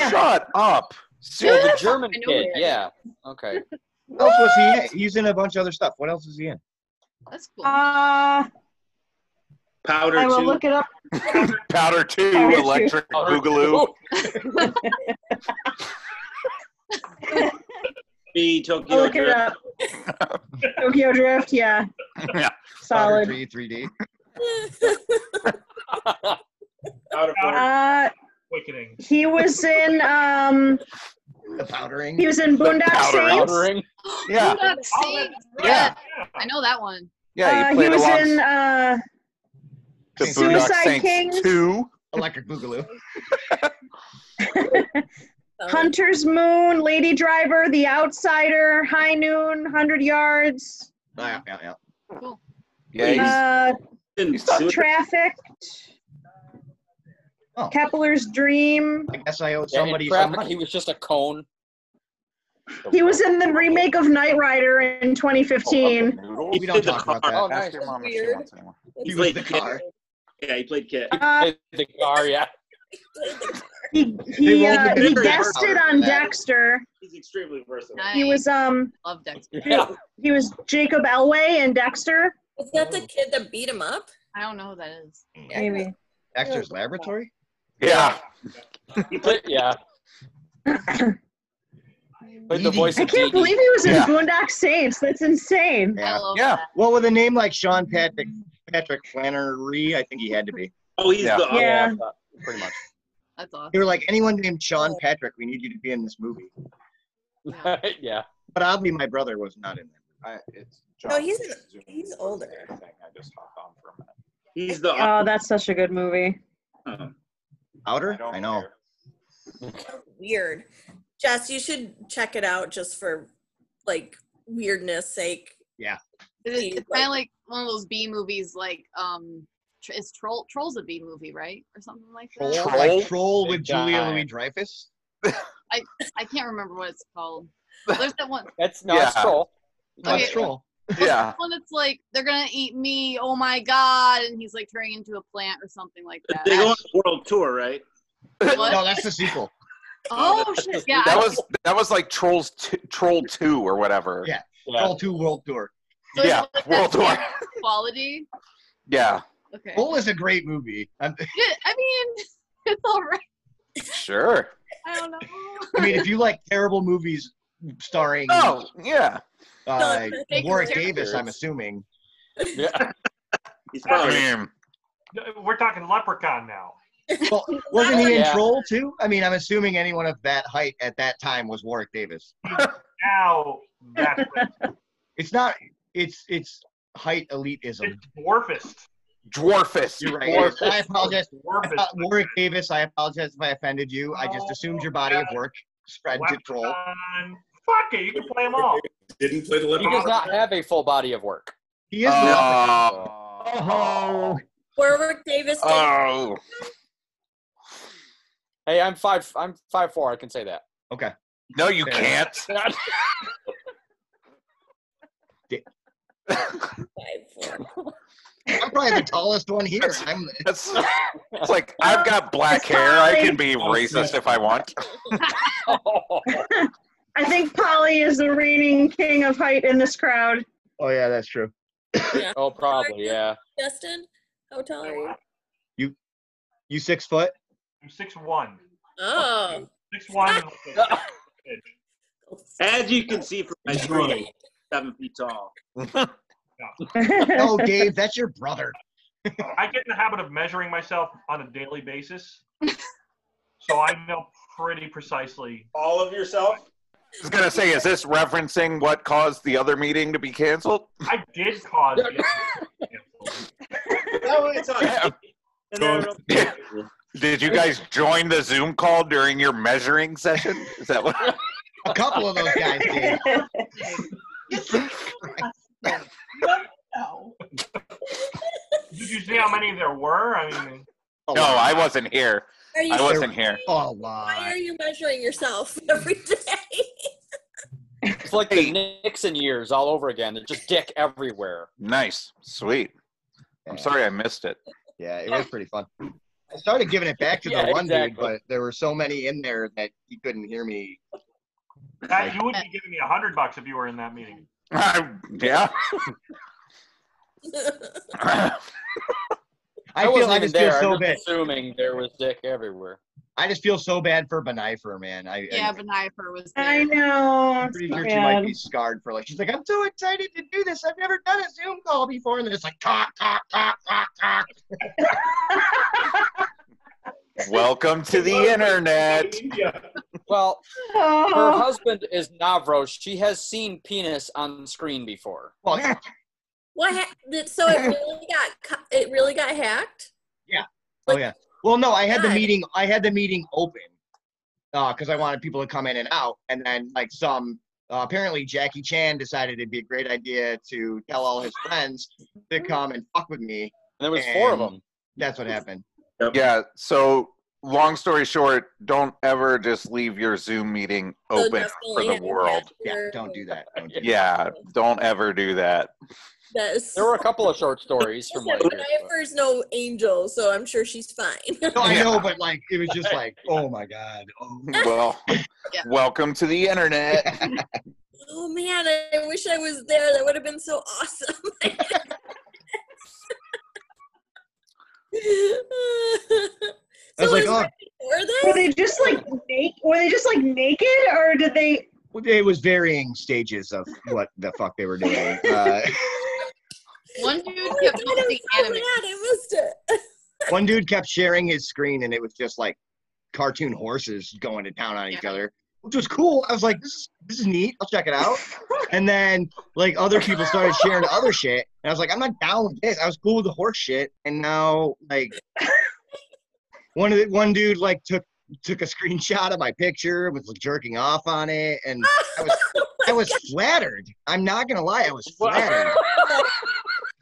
Speaker 12: Shut up.
Speaker 9: Oh, the
Speaker 2: Seriously?
Speaker 9: German
Speaker 2: I know
Speaker 9: kid.
Speaker 2: that.
Speaker 9: Yeah. Okay.
Speaker 2: What else was he in? He's in a bunch of other stuff. What else is he in?
Speaker 13: That's cool.
Speaker 5: Uh,
Speaker 4: Powder
Speaker 5: I will
Speaker 4: too.
Speaker 5: look it up.
Speaker 12: Powder 2,
Speaker 5: Powder two.
Speaker 12: electric boogaloo.
Speaker 4: B,
Speaker 5: I'll
Speaker 4: Tokyo
Speaker 5: look it
Speaker 4: Drift.
Speaker 5: up. Oh, uh, Tokyo Drift. Yeah.
Speaker 12: Yeah.
Speaker 5: Solid.
Speaker 2: Three, 3D.
Speaker 4: Powder
Speaker 5: Uh,
Speaker 6: Awakening.
Speaker 5: he was in um
Speaker 2: The powdering.
Speaker 5: he was in Boondock Saints.
Speaker 12: Yeah.
Speaker 13: Boondock Saints.
Speaker 12: Yeah.
Speaker 13: I know that one.
Speaker 12: Yeah,
Speaker 5: Uh,
Speaker 12: he played
Speaker 5: was
Speaker 12: along
Speaker 5: in uh,
Speaker 12: to
Speaker 5: Suicide
Speaker 12: Boondock Saints
Speaker 5: Kings.
Speaker 12: 2.
Speaker 2: Electric Boogaloo.
Speaker 5: Hunter's Moon, Lady Driver, The Outsider, High Noon, Hundred Yards,
Speaker 2: Yeah, yeah, yeah.
Speaker 13: Cool.
Speaker 12: Yeah,
Speaker 5: uh,
Speaker 4: he's,
Speaker 12: not-
Speaker 5: Traffic,
Speaker 2: Oh.
Speaker 5: Kepler's Dream.
Speaker 2: I guess I owed
Speaker 9: Yeah, in
Speaker 2: somebody some
Speaker 9: traffic,
Speaker 2: money.
Speaker 9: he was just a cone.
Speaker 5: He was in the remake of Knight Rider in 2015.
Speaker 12: noodles.
Speaker 2: We don't talk about that.
Speaker 9: Oh, nice.
Speaker 12: Ask your mom if she
Speaker 11: Weird.
Speaker 12: wants anyone.
Speaker 2: He was
Speaker 4: played
Speaker 2: the
Speaker 4: Kit.
Speaker 2: car.
Speaker 4: Yeah, he played Kit.
Speaker 5: Uh,
Speaker 9: The car, yeah.
Speaker 5: he
Speaker 2: They
Speaker 5: he
Speaker 2: rolled the
Speaker 5: uh, he
Speaker 2: bigger
Speaker 5: guested
Speaker 2: powder
Speaker 5: on
Speaker 2: for that.
Speaker 5: Dexter.
Speaker 4: He's extremely versatile.
Speaker 13: Nice.
Speaker 5: He was um
Speaker 13: Love Dexter.
Speaker 9: Yeah.
Speaker 5: he was Jacob Elway in Dexter.
Speaker 11: Was that the kid that beat him up?
Speaker 13: I don't know who that is.
Speaker 5: Maybe.
Speaker 2: Dexter's Laboratory?
Speaker 12: Yeah.
Speaker 9: He played, yeah. Played the voice
Speaker 5: I
Speaker 9: of
Speaker 5: can't
Speaker 9: Dee Dee.
Speaker 5: believe he was in
Speaker 12: Yeah.
Speaker 5: Boondock Saints. That's insane.
Speaker 13: I
Speaker 2: Yeah.
Speaker 13: love
Speaker 12: Yeah.
Speaker 13: that.
Speaker 2: Well, with a name like Sean Patrick Patrick Flannery, I think he had to be.
Speaker 4: Oh, he's
Speaker 12: Yeah.
Speaker 4: the.
Speaker 5: Yeah.
Speaker 9: but pretty much.
Speaker 13: That's awesome.
Speaker 2: They were like, anyone named Sean Patrick, we need you to be in this movie.
Speaker 9: yeah.
Speaker 2: But oddly, my brother was not in that.
Speaker 12: I, it's
Speaker 11: No, he's an- he's older.
Speaker 12: I just hopped on for a minute.
Speaker 4: He's the.
Speaker 5: Oh, that's such a good movie.
Speaker 2: Outer? I, know.
Speaker 11: Weird. Jess, you should check it out just for like weirdness sake.
Speaker 13: Is it,
Speaker 11: He's
Speaker 13: it's kind of like one of those B movies, like um, tr- is Troll Trolls a B movie, right, or something like that?
Speaker 2: Troll,
Speaker 12: Troll?
Speaker 2: like troll with
Speaker 9: Big
Speaker 2: Julia
Speaker 9: guy.
Speaker 2: Louis Dreyfus.
Speaker 13: I can't remember what it's called. There's that one.
Speaker 9: That's not
Speaker 12: Yeah.
Speaker 9: troll.
Speaker 2: No, it's
Speaker 13: Okay.
Speaker 2: troll.
Speaker 12: Yeah.
Speaker 13: One that's like they're gonna eat me. Oh my god! And he's like turning into a plant or something like that.
Speaker 4: They go on a world tour, right?
Speaker 13: What?
Speaker 2: No, that's the sequel.
Speaker 13: oh shit! Yeah.
Speaker 12: That
Speaker 13: I-
Speaker 12: was that was like Trolls t- Troll 2 or whatever.
Speaker 2: Yeah.
Speaker 9: Yeah.
Speaker 2: Troll 2 World Tour.
Speaker 13: so is it
Speaker 12: yeah,
Speaker 13: like
Speaker 12: World
Speaker 13: that
Speaker 12: War.
Speaker 13: same Quality.
Speaker 12: Yeah.
Speaker 13: Okay.
Speaker 2: Troll is a great movie. I'm,
Speaker 13: Yeah, I mean, it's all right.
Speaker 12: Sure.
Speaker 13: I don't know.
Speaker 2: I mean, if you like terrible movies starring
Speaker 12: Oh, yeah.
Speaker 2: uh,
Speaker 13: Make
Speaker 2: Warwick
Speaker 13: them
Speaker 2: Davis, I'm
Speaker 9: characters.
Speaker 2: assuming.
Speaker 9: Yeah.
Speaker 4: He's
Speaker 12: I
Speaker 4: probably.
Speaker 12: mean,
Speaker 6: We're talking Leprechaun now.
Speaker 2: Well, wasn't he in
Speaker 9: Yeah.
Speaker 2: Troll too? I mean, I'm assuming anyone of that height at that time was Warwick Davis.
Speaker 6: Now that's it.
Speaker 2: It's not. It's it's height elitism.
Speaker 6: it's dwarfist.
Speaker 12: dwarfist.
Speaker 2: You're right.
Speaker 12: Dwarf-
Speaker 2: I apologize.
Speaker 6: Dwarfist.
Speaker 2: Uh, Warwick Davis, I apologize if I offended you. I just assumed your body of work spread to troll.
Speaker 6: Leprechaun. Fuck it, you can play them all.
Speaker 14: Didn't play the
Speaker 9: He
Speaker 14: leprechaun.
Speaker 9: does not have a full body of work. Oh.
Speaker 2: He is.
Speaker 12: Oh.
Speaker 11: Warwick Davis did
Speaker 12: Oh.
Speaker 9: Hey, I'm five. I'm five four. I can say that.
Speaker 2: okay.
Speaker 12: No, you can't.
Speaker 11: five four.
Speaker 2: I'm probably the tallest one here. I'm
Speaker 12: That's it's like I've got black hair. I can be racist if I want.
Speaker 5: I think Polly is the reigning king of height in this crowd.
Speaker 2: Oh yeah, that's true.
Speaker 9: oh, probably. Yeah.
Speaker 11: Justin, how tall are you?
Speaker 2: You six foot?
Speaker 6: I'm six one.
Speaker 11: Oh.
Speaker 6: Six one.
Speaker 4: As you can see from my screen, seven feet tall.
Speaker 2: No, Dave, Oh, that's your brother.
Speaker 6: I get in the habit of measuring myself on a daily basis, so I know pretty precisely.
Speaker 4: All of yourself?
Speaker 12: I was gonna say, is this referencing what caused the other meeting to be canceled?
Speaker 6: I did cause. it.
Speaker 4: That was on.
Speaker 12: Yeah.
Speaker 4: And then I realized-
Speaker 12: Did you guys join the Zoom call during your measuring session? Is that what?
Speaker 2: A couple of those guys did.
Speaker 6: Did you see how many there were? I mean,
Speaker 12: No, I wasn't here.
Speaker 11: Are you
Speaker 12: I wasn't
Speaker 11: sure?
Speaker 12: here.
Speaker 2: Oh, wow.
Speaker 11: Why are you measuring yourself every day?
Speaker 9: It's like the Nixon years all over again. There's just dick everywhere.
Speaker 12: Nice. Sweet. I'm sorry I missed it.
Speaker 2: Yeah, it was pretty fun. I started giving it back to the
Speaker 12: Yeah,
Speaker 2: one dude,
Speaker 12: exactly.
Speaker 2: but there were so many in there that he couldn't hear me.
Speaker 6: Pat, you would be giving me a hundred bucks if you were in that meeting.
Speaker 12: yeah.
Speaker 2: I feel-
Speaker 9: wasn't
Speaker 2: I
Speaker 9: even
Speaker 2: just feel
Speaker 9: there.
Speaker 2: so
Speaker 9: I'm
Speaker 2: bad.
Speaker 9: just assuming there was dick everywhere.
Speaker 2: I just feel so bad for Benifer, man. I,
Speaker 13: Yeah, but Nifer was there.
Speaker 5: I know.
Speaker 2: I'm pretty sure she might be scarred for like she's like, I'm so excited to do this. I've never done a Zoom call before. And then it's like talk, talk, talk, talk, talk.
Speaker 12: Welcome to the internet.
Speaker 9: Well, her
Speaker 5: Oh.
Speaker 9: husband is Navros. She has seen penis on screen before.
Speaker 2: Well,
Speaker 11: What? Ha- did- so it really got cu- it really got hacked.
Speaker 2: Oh yeah. Well, no, I had the meeting. I had the meeting open because I wanted people to come in and out, and then like some. Uh, apparently, Jackie Chan decided it'd be a great idea to tell all his friends to come and fuck with me.
Speaker 9: And there
Speaker 12: was four of them.
Speaker 2: That's what happened.
Speaker 12: Yeah. So, long story short, don't ever just leave your Zoom meeting
Speaker 11: So
Speaker 12: open for
Speaker 11: definitely
Speaker 12: the world.
Speaker 11: after-
Speaker 2: Don't do that. Don't do
Speaker 12: Yeah. Don't ever do that.
Speaker 11: that is-
Speaker 9: There were a couple of short stories from
Speaker 11: Listen,
Speaker 9: later. but-
Speaker 11: Jennifer's no angel, so I'm sure she's fine.
Speaker 12: Oh,
Speaker 2: No, I know, but like it was just like, oh my god. Oh.
Speaker 12: Well,
Speaker 11: Yeah.
Speaker 12: welcome to the internet.
Speaker 11: oh man, I wish I was there. That would have been so awesome.
Speaker 2: I was like,
Speaker 11: is
Speaker 2: oh,
Speaker 11: Were they?
Speaker 5: Were they just like naked? Were they just like naked, or did they?
Speaker 2: Well, it was varying stages of what the fuck they were doing. Uh,
Speaker 13: One dude kept looking
Speaker 11: Oh man, I missed it.
Speaker 2: one dude kept sharing his screen, and it was just like cartoon horses going to town on each other, which was cool. I was like, this is this is neat. I'll check it out. and then like other people started sharing other shit, and I was like, I'm not down with this. I was cool with the horse shit, and now like one of the, one dude like took took a screenshot of my picture was like, jerking off on it and I was I was flattered. I'm not gonna lie, I was flattered.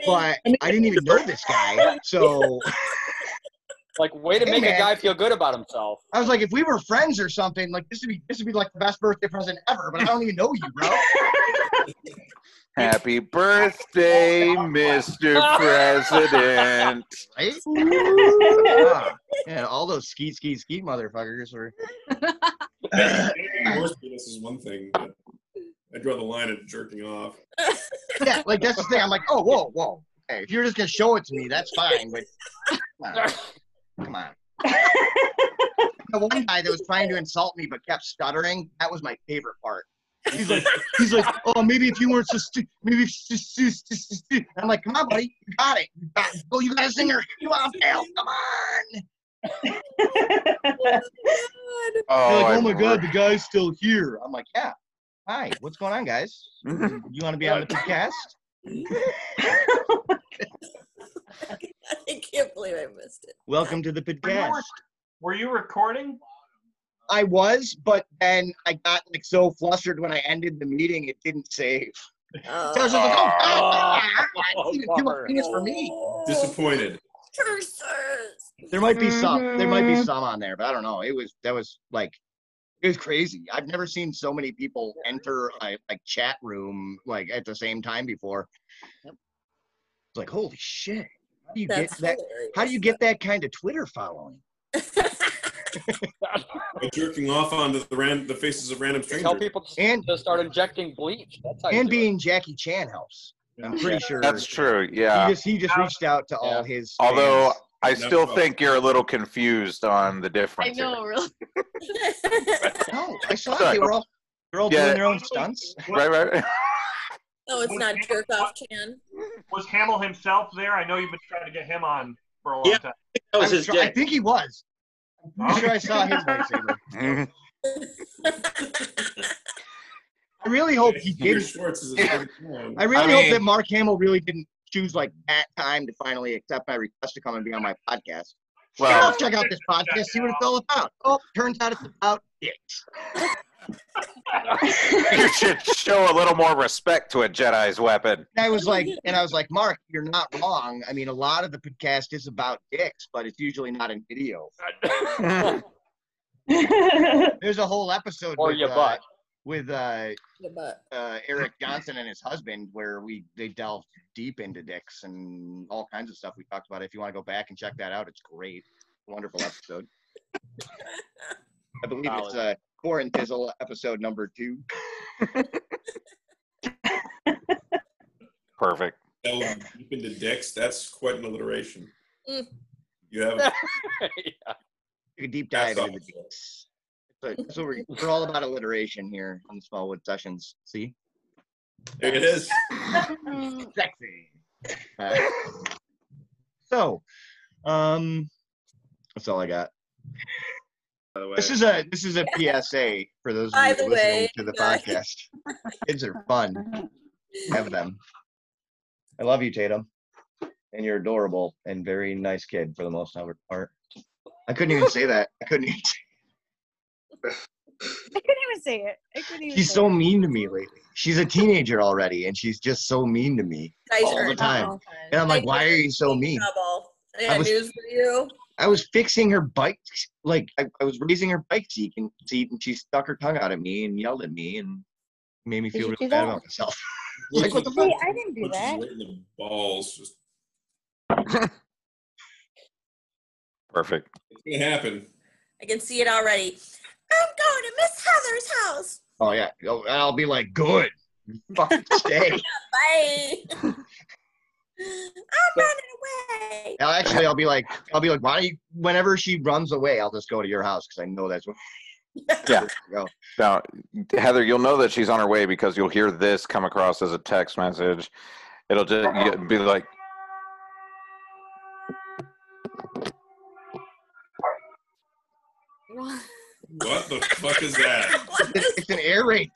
Speaker 2: but I didn't even know this guy. So
Speaker 9: Like, way to
Speaker 2: Hey,
Speaker 9: make
Speaker 2: man.
Speaker 9: a guy feel good about himself.
Speaker 2: I was like, if we were friends or something, like this would be this would be like the best birthday present ever, but I don't even know you, bro.
Speaker 12: Happy birthday, Mr. President.
Speaker 2: Right? Ah, yeah, all those ski ski ski motherfuckers were
Speaker 14: this is one thing, but I draw the line at jerking off.
Speaker 2: Yeah, like that's the thing. I'm like, oh whoa, whoa. Hey, if you're just gonna show it to me, that's fine, but come on. Come on. the one guy that was trying to insult me but kept stuttering, that was my favorite part. He's like, he's like, oh, maybe if you weren't so stupid, maybe if you just, just, just, just, just." I'm like, come on, buddy, you got it. You got it. Oh, you got a singer. You off now. Come on. They're like, oh my god, the guy's still here. I'm like, yeah. Hi, what's going on, guys?
Speaker 12: You
Speaker 2: want to be on the podcast?
Speaker 11: I can't believe I missed it.
Speaker 2: Welcome to the podcast.
Speaker 6: Were you recording?
Speaker 2: I was, but then I got like so flustered when I ended the meeting, it didn't save. So I was just like, oh, God, I didn't even do a penis for me.
Speaker 14: Disappointed.
Speaker 11: Oh. Curses.
Speaker 2: There might be some. There
Speaker 8: Mm-hmm.
Speaker 2: might be
Speaker 5: Mm-hmm.
Speaker 2: some on there, but I don't know. It was that was like it was crazy. I've never seen so many people enter a like chat room like at the same time before. It's like holy shit. How do you
Speaker 11: That's
Speaker 2: get that? How do you get that kind of Twitter following?
Speaker 14: By jerking off onto the ran- the faces of random strangers.
Speaker 9: Tell people to,
Speaker 2: And-
Speaker 9: to start injecting bleach. That's how
Speaker 2: And
Speaker 9: you do it.
Speaker 2: being Jackie Chan helps. I'm pretty sure
Speaker 12: That's true.
Speaker 2: He
Speaker 12: Yeah.
Speaker 2: just he just reached out to all his.
Speaker 12: Although
Speaker 2: fans.
Speaker 12: I still think you're a little confused on the
Speaker 13: I
Speaker 12: difference.
Speaker 13: know, really.
Speaker 2: no, I saw they were all they're all
Speaker 12: Yeah.
Speaker 2: doing their own stunts.
Speaker 12: Right, right.
Speaker 11: No, it's not jerk off, Chan.
Speaker 6: Was Hamill himself there? I know you've been trying to get him on for a long time.
Speaker 4: That was
Speaker 2: I'm
Speaker 4: his
Speaker 2: sure- I
Speaker 4: dick.
Speaker 2: think he was. I'm pretty sure I saw his lightsaber.
Speaker 12: right.
Speaker 2: I really hope he
Speaker 14: Peter
Speaker 2: didn't.
Speaker 14: Schwartz is a
Speaker 2: I really hope
Speaker 12: mean-
Speaker 2: that Mark Hamill really didn't choose like that time to finally accept my request to come and be on my podcast. Well,
Speaker 12: Well-
Speaker 2: check out this podcast, see what it's all about. Oh, turns out it's about dicks.
Speaker 12: you should show a little more respect to a Jedi's weapon.
Speaker 2: And I was like, and I was like, Mark, you're not wrong. I mean, a lot of the podcast is about dicks, but it's usually not in video. There's a whole episode
Speaker 9: Or
Speaker 2: with,
Speaker 9: your
Speaker 2: uh,
Speaker 9: butt.
Speaker 2: with uh,
Speaker 11: Your butt.
Speaker 2: uh, Eric Johnson and his husband where we they delved deep into dicks and all kinds of stuff we talked about. If you want to go back and check that out, it's great. Wonderful episode. I believe it's uh, Quarantizzle episode number two.
Speaker 12: Perfect.
Speaker 14: Delve deep into dicks. That's quite an alliteration.
Speaker 11: Mm.
Speaker 14: You have
Speaker 2: a deep dive
Speaker 14: That's
Speaker 2: into the dicks. But that's what we're, we're all about alliteration here on the Smallwood Sessions. See?
Speaker 14: There it is.
Speaker 2: Sexy. Uh, so, um, that's all I got. This is a this is a PSA for those of
Speaker 11: By
Speaker 2: you
Speaker 11: the
Speaker 2: listening
Speaker 11: way,
Speaker 2: to the
Speaker 11: guys.
Speaker 2: podcast. Kids are fun. Have them. I love you, Tatum, and you're adorable and very nice kid for the most part. I couldn't even say that. I couldn't. Even
Speaker 15: I couldn't even say it. I couldn't even.
Speaker 2: She's
Speaker 15: say
Speaker 2: so
Speaker 15: it.
Speaker 2: mean to me lately. She's a teenager already, and she's just so mean to me
Speaker 11: Guys
Speaker 2: all
Speaker 11: are
Speaker 2: the time.
Speaker 11: awful.
Speaker 2: And I'm like, why are you so mean?
Speaker 11: Trouble. I
Speaker 2: I
Speaker 11: got
Speaker 2: was-
Speaker 11: news for you.
Speaker 2: I was fixing her bike, like I, I was raising her bike seat and seat, and she stuck her tongue out at me and yelled at me and made me
Speaker 15: Did
Speaker 2: feel
Speaker 15: you
Speaker 2: really
Speaker 15: do
Speaker 2: bad
Speaker 15: that?
Speaker 2: about myself.
Speaker 15: Wait,
Speaker 2: like what the fuck?
Speaker 15: I didn't do that.
Speaker 14: Right in the balls. Just
Speaker 12: Perfect.
Speaker 14: it's gonna happen.
Speaker 11: I can see it already. I'm going to Miss Heather's house.
Speaker 2: Oh yeah, Oh, and I'll be like, good, fucking stay.
Speaker 11: Bye.
Speaker 2: I'll actually, I'll be like, I'll be like, why do you? Whenever she runs away, I'll just go to your house because I know that's what.
Speaker 12: Yeah.
Speaker 2: Go.
Speaker 12: Now, Heather, you'll know that she's on her way because you'll hear this come across as a text message. It'll just
Speaker 2: Uh-huh.
Speaker 12: you- be like,
Speaker 14: What the fuck is that?
Speaker 2: It's an air raid.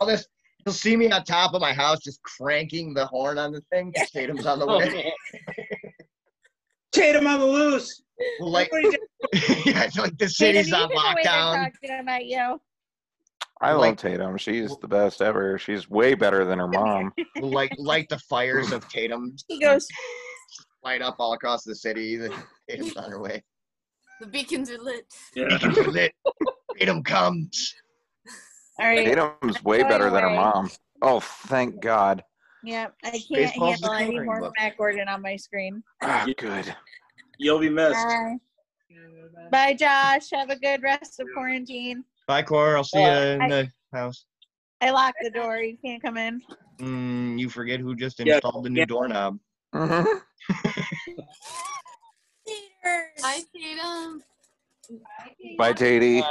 Speaker 2: I'll just, you'll see me on top of my house just cranking the horn on the thing. 'cause Tatum's on the
Speaker 14: Oh,
Speaker 2: way.
Speaker 16: Tatum on the loose.
Speaker 2: Well, like, yeah, it's like the
Speaker 15: Tatum,
Speaker 2: city's
Speaker 15: you
Speaker 2: on
Speaker 15: didn't know we were
Speaker 2: lockdown.
Speaker 15: Talking about you.
Speaker 12: I love Tatum. She's the best ever. She's way better than her mom.
Speaker 2: We'll light, light the fires of Tatum.
Speaker 11: He goes.
Speaker 2: Light up all across the city. The Tatum's on her way.
Speaker 13: The beacons are lit.
Speaker 2: Beacons are lit. Tatum comes.
Speaker 15: All right.
Speaker 12: Tatum's way better than her
Speaker 15: Anyway.
Speaker 12: mom. Oh, thank God.
Speaker 15: Yeah, I can't
Speaker 12: Baseball's
Speaker 15: handle
Speaker 12: the
Speaker 15: any
Speaker 12: coloring
Speaker 15: more
Speaker 12: book.
Speaker 15: Matt Gordon on my screen.
Speaker 12: Ah, good.
Speaker 4: You'll be missed.
Speaker 15: Bye. Bye, Josh. Have a good rest of quarantine.
Speaker 2: Bye, Cor. I'll see you in
Speaker 15: I-
Speaker 2: the house.
Speaker 15: I locked the door. You can't come in.
Speaker 2: Mm, you forget who just
Speaker 4: Yeah.
Speaker 2: installed the new doorknob.
Speaker 13: Hi, Tatum.
Speaker 12: Bye, Tatey.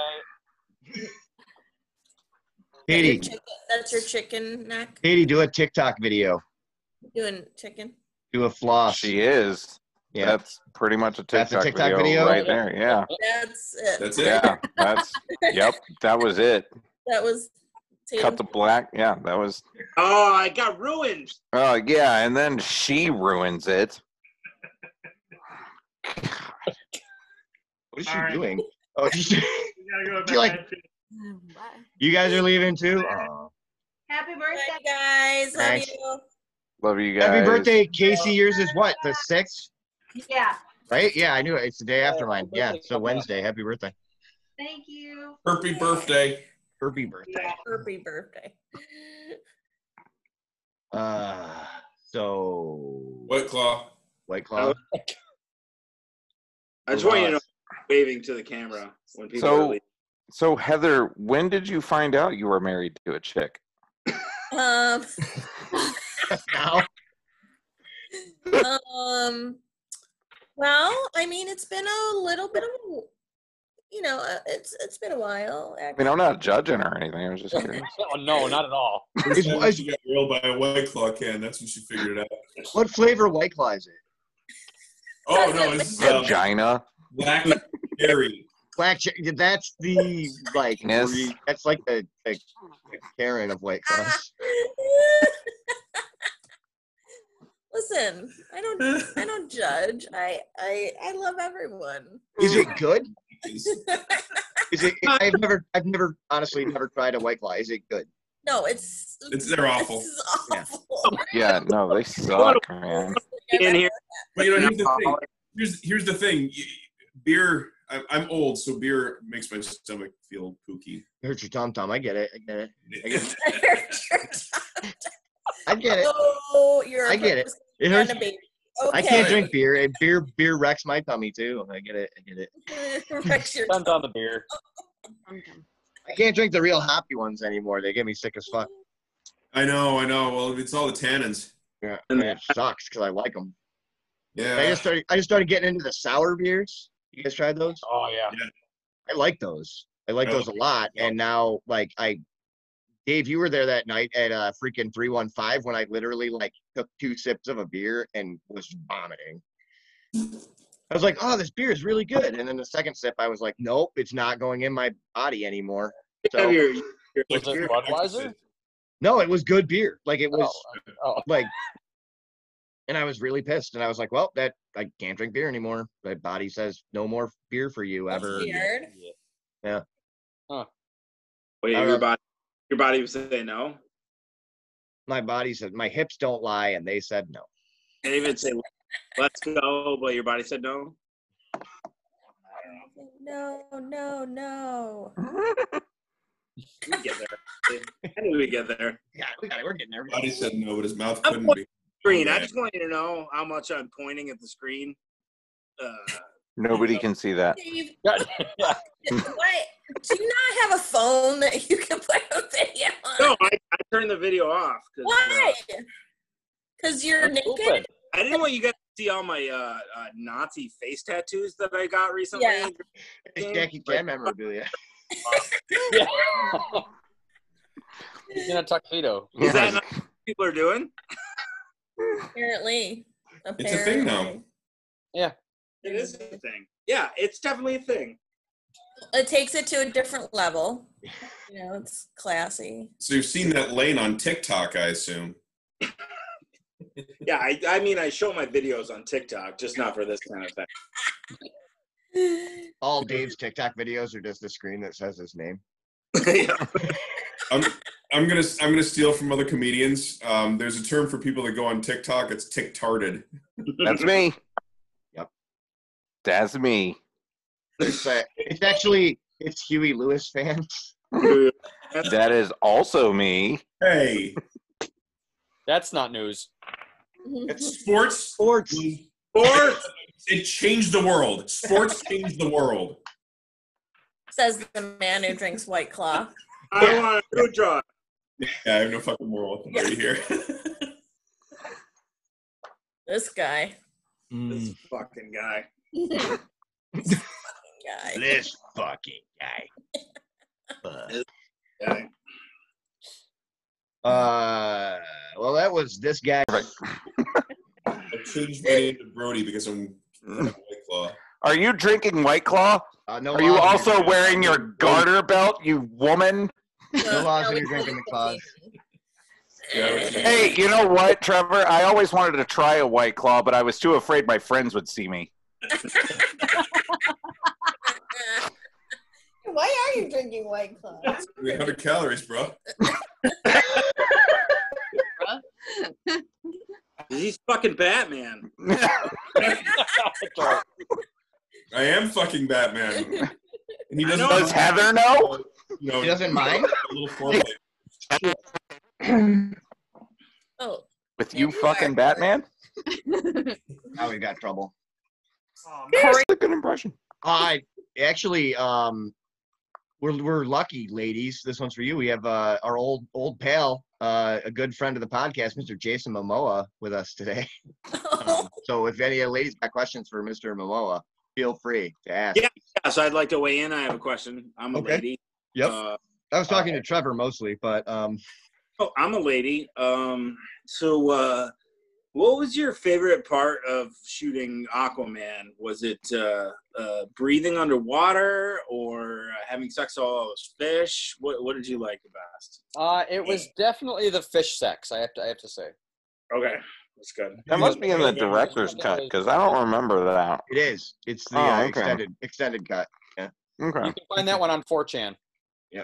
Speaker 2: Katie,
Speaker 11: That's your chicken neck.
Speaker 2: Katie, do a TikTok video.
Speaker 11: Doing chicken.
Speaker 2: Do a floss.
Speaker 12: She is.
Speaker 2: Yeah.
Speaker 12: That's pretty much a TikTok,
Speaker 2: That's a TikTok video?
Speaker 12: video, right there. Yeah.
Speaker 11: That's it.
Speaker 12: Yeah. That's yep. That was it.
Speaker 11: That was. Tatum.
Speaker 12: Cut the black. Yeah, that was.
Speaker 4: Oh, I got ruined.
Speaker 12: Oh yeah, and then she ruins it.
Speaker 2: What is
Speaker 6: All
Speaker 2: she
Speaker 6: right.
Speaker 2: doing? Oh, she's-
Speaker 6: We gotta go to
Speaker 2: You like-
Speaker 6: bed.
Speaker 2: you guys are leaving too. Aw.
Speaker 10: Happy birthday,
Speaker 11: guys.
Speaker 2: Love Thanks.
Speaker 11: you.
Speaker 12: Love you guys.
Speaker 2: Happy birthday, Casey. Yours is what? The sixth,
Speaker 10: Yeah.
Speaker 2: right? Yeah, I knew it. It's the day after mine. Yeah, so Wednesday. Happy birthday.
Speaker 10: Thank you.
Speaker 14: Herpy birthday.
Speaker 2: Happy birthday.
Speaker 11: Happy birthday.
Speaker 2: Uh, so
Speaker 14: White Claw.
Speaker 2: White Claw.
Speaker 4: I just want you to know, waving to the camera when people are
Speaker 12: So,
Speaker 4: leaving.
Speaker 12: so Heather, when did you find out you were married to a chick?
Speaker 11: Um.
Speaker 2: now.
Speaker 11: um. Well, I mean, it's been a little bit of, a- you know, uh, it's it's been a while.
Speaker 12: I mean, I'm not judging or anything. I was just curious.
Speaker 9: Oh, no, not at all.
Speaker 14: First time she got grilled by a White Claw can. That's when she figured it out.
Speaker 2: What flavor White Claw is it?
Speaker 14: Oh no, it's um,
Speaker 12: Vagina.
Speaker 14: black berry.
Speaker 2: Black. Ch- that's the like.
Speaker 12: Yes.
Speaker 2: re- that's like the, the, the Karen of White Claws.
Speaker 11: Listen, I don't, I don't judge. I, I, I love everyone.
Speaker 2: Is it good? Is it? I've never, I've never, honestly, never tried a white claw. Is it good?
Speaker 11: no, it's.
Speaker 14: It's they're awful.
Speaker 12: Yeah, no, they suck, man.
Speaker 14: in here. But you know, here's the thing. Here's, here's the thing. You- Beer. I'm, I'm old, so beer makes my stomach feel pooky.
Speaker 2: It hurts your tom tom. I get it. I get it. I get it.
Speaker 11: I
Speaker 2: get it.
Speaker 11: Oh, you're. a
Speaker 2: I get it.
Speaker 11: purpose-
Speaker 2: It
Speaker 11: you're
Speaker 2: hurts.
Speaker 11: a baby.
Speaker 2: I can't drink beer. And beer beer wrecks my tummy too. I get it. I get it.
Speaker 11: Wrecks your
Speaker 9: Depends on the beer.
Speaker 2: I can't drink the real hoppy ones anymore. They get me sick as fuck.
Speaker 14: I know. I know. Well, it's all the tannins.
Speaker 2: Yeah, and it sucks because I like them.
Speaker 14: Yeah.
Speaker 2: I just started. I just started getting into the sour beers. You guys tried those?
Speaker 9: Oh yeah.
Speaker 2: I like those. I like
Speaker 14: Yeah.
Speaker 2: those a lot. And now, like I, Dave, you were there that night at uh, freaking three one five when I literally like took two sips of a beer and was vomiting. I was like, "Oh, this beer is really good," and then the second sip, I was like, "Nope, it's not going in my body anymore." So,
Speaker 9: Was it Budweiser?
Speaker 2: no, it was good beer. Like it was
Speaker 9: Oh.
Speaker 2: like, and I was really pissed. And I was like, "Well, that I can't drink beer anymore. My body says no more beer for you ever."
Speaker 11: Weird.
Speaker 2: Yeah.
Speaker 9: Huh.
Speaker 4: Wait,
Speaker 2: I don't
Speaker 4: your
Speaker 2: know.
Speaker 4: body, your body would say no.
Speaker 2: My body said my hips don't lie, and they said no.
Speaker 4: And even say, "Let's go," but your body said no.
Speaker 11: No, no, no.
Speaker 4: We get there. How did we get there?
Speaker 2: Yeah, we got it. We're getting there.
Speaker 14: Body said no, but his mouth
Speaker 4: I'm
Speaker 14: couldn't
Speaker 4: pointing
Speaker 14: be.
Speaker 4: at the screen. I just want you to know how much I'm pointing at the screen. Uh,
Speaker 12: Nobody can see that.
Speaker 11: Dave, what? Do you not have a phone that you can play a video on?
Speaker 4: no, I, I turned the video off. 'cause, uh,
Speaker 11: Why? Because you're naked.
Speaker 4: I didn't want you guys to see all my uh, uh, Nazi face tattoos that I got recently.
Speaker 11: Yeah.
Speaker 2: It's Jackie Chan memorabilia.
Speaker 9: Yeah. He's in a tuxedo.
Speaker 4: Is that not what people are doing?
Speaker 11: Apparently.
Speaker 14: It's a thing now.
Speaker 4: It is a thing. Yeah, it's definitely a thing.
Speaker 11: It takes it to a different level. You know, it's classy.
Speaker 14: So you've seen that lane on TikTok, I assume.
Speaker 4: Yeah, I, I mean, I show my videos on TikTok, just not for this kind of thing.
Speaker 2: All Dave's TikTok videos are just a screen that says his name.
Speaker 14: I'm I'm gonna I'm gonna steal from other comedians. Um, there's a term for people that go on TikTok. It's TikTarded.
Speaker 12: That's me.
Speaker 2: Yep.
Speaker 12: That's me.
Speaker 2: It's, uh, it's actually it's Huey Lewis fans.
Speaker 12: That is also me.
Speaker 14: Hey,
Speaker 9: That's not news.
Speaker 14: it's sports.
Speaker 2: Sports.
Speaker 4: Sports.
Speaker 14: it changed the world. Sports changed the world.
Speaker 11: Says the man who drinks White Claw.
Speaker 4: I want a food truck.
Speaker 14: Yeah, I have no fucking moral authority here.
Speaker 11: This guy.
Speaker 14: Mm.
Speaker 4: This fucking guy.
Speaker 11: guy.
Speaker 2: This fucking guy.
Speaker 4: This guy.
Speaker 2: Uh, well, that was this guy.
Speaker 14: I changed my name to Brody because I'm White Claw.
Speaker 12: Are you drinking White Claw?
Speaker 2: Uh, no
Speaker 12: Are you
Speaker 2: laws when
Speaker 12: also
Speaker 2: you're drinking-
Speaker 12: wearing your garter belt, you woman?
Speaker 2: No laws when you're drinking the claws.
Speaker 12: Hey, you know what, Trevor? I always wanted to try a White Claw, but I was too afraid my friends would see me.
Speaker 11: Why are you drinking White Claw?
Speaker 14: 300 calories, bro.
Speaker 4: He's fucking Batman.
Speaker 14: I am fucking Batman. And he
Speaker 4: I
Speaker 14: doesn't
Speaker 4: know. Does
Speaker 12: Heather know?
Speaker 14: No,
Speaker 2: He doesn't mind.
Speaker 14: A little foreplay.
Speaker 11: Oh,
Speaker 12: With you fucking Batman?
Speaker 2: Now we got trouble.
Speaker 6: Um,
Speaker 12: That's a good impression.
Speaker 2: I actually, um, we're we're lucky, ladies. This one's for you. We have uh, our old old pal, uh, a good friend of the podcast, Mr. Jason Momoa, with us today. Um, so if any of the ladies got questions for Mr. Momoa, feel free to ask.
Speaker 4: Yeah, yeah, so I'd like to weigh in. I have a question. I'm a
Speaker 2: Okay.
Speaker 4: lady.
Speaker 2: Yep.
Speaker 4: Uh,
Speaker 2: I was talking to Trevor mostly, but um,
Speaker 4: oh, I'm a lady. Um, so, uh, what was your favorite part of shooting Aquaman? Was it uh, uh, breathing underwater or having sex with all those fish? What What did you like the best?
Speaker 2: Eh.
Speaker 9: Uh, it was definitely the fish sex. I have to. I have to say.
Speaker 4: Okay. It's good.
Speaker 12: That must be in the director's cut because I don't remember that.
Speaker 2: It is. It's the
Speaker 12: Oh,
Speaker 2: uh,
Speaker 12: okay.
Speaker 2: extended extended cut. Yeah.
Speaker 12: Okay.
Speaker 9: Find that one on 4chan.
Speaker 2: Yeah.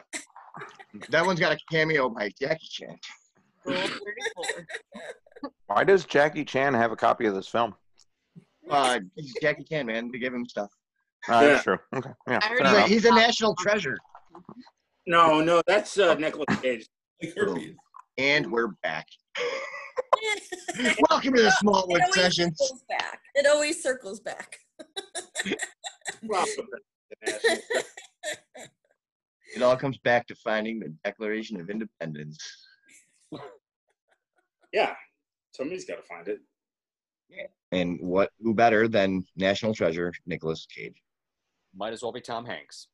Speaker 2: that one's got a cameo by Jackie Chan.
Speaker 12: Why does Jackie Chan have a copy of this film?
Speaker 2: Uh, he's Jackie Chan, man. They give him stuff.
Speaker 12: Uh, That's true. Okay. Yeah.
Speaker 2: He's
Speaker 12: fair
Speaker 2: a-
Speaker 12: enough.
Speaker 2: he's a national treasure.
Speaker 4: No, no, that's uh, Nicholas Cage.
Speaker 2: And we're back. Welcome to the Smallwood
Speaker 11: it always
Speaker 2: Sessions.
Speaker 11: circles back. It always circles back.
Speaker 2: It all comes back to finding the Declaration of Independence.
Speaker 4: Yeah, somebody's got to find it.
Speaker 2: And what? Who better than national treasure Nicholas Cage?
Speaker 9: Might as well be Tom Hanks.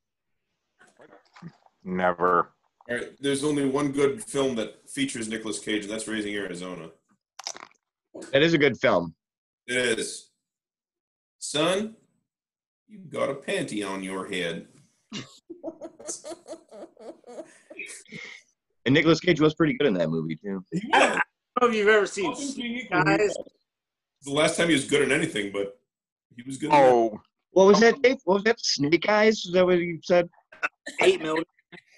Speaker 12: Never.
Speaker 14: All right, there's only one good film that features Nicolas Cage, and that's Raising Arizona.
Speaker 2: That is a good film.
Speaker 14: It is. Son, you got a panty on your head.
Speaker 2: And Nicholas Cage was pretty good in that movie too.
Speaker 4: I don't know if you've ever seen Snake Eyes.
Speaker 14: The last time he was good in anything, but he was good.
Speaker 12: Oh,
Speaker 2: What was that? Dave? What was that? Snake Eyes? Is that what you said?
Speaker 4: eight million.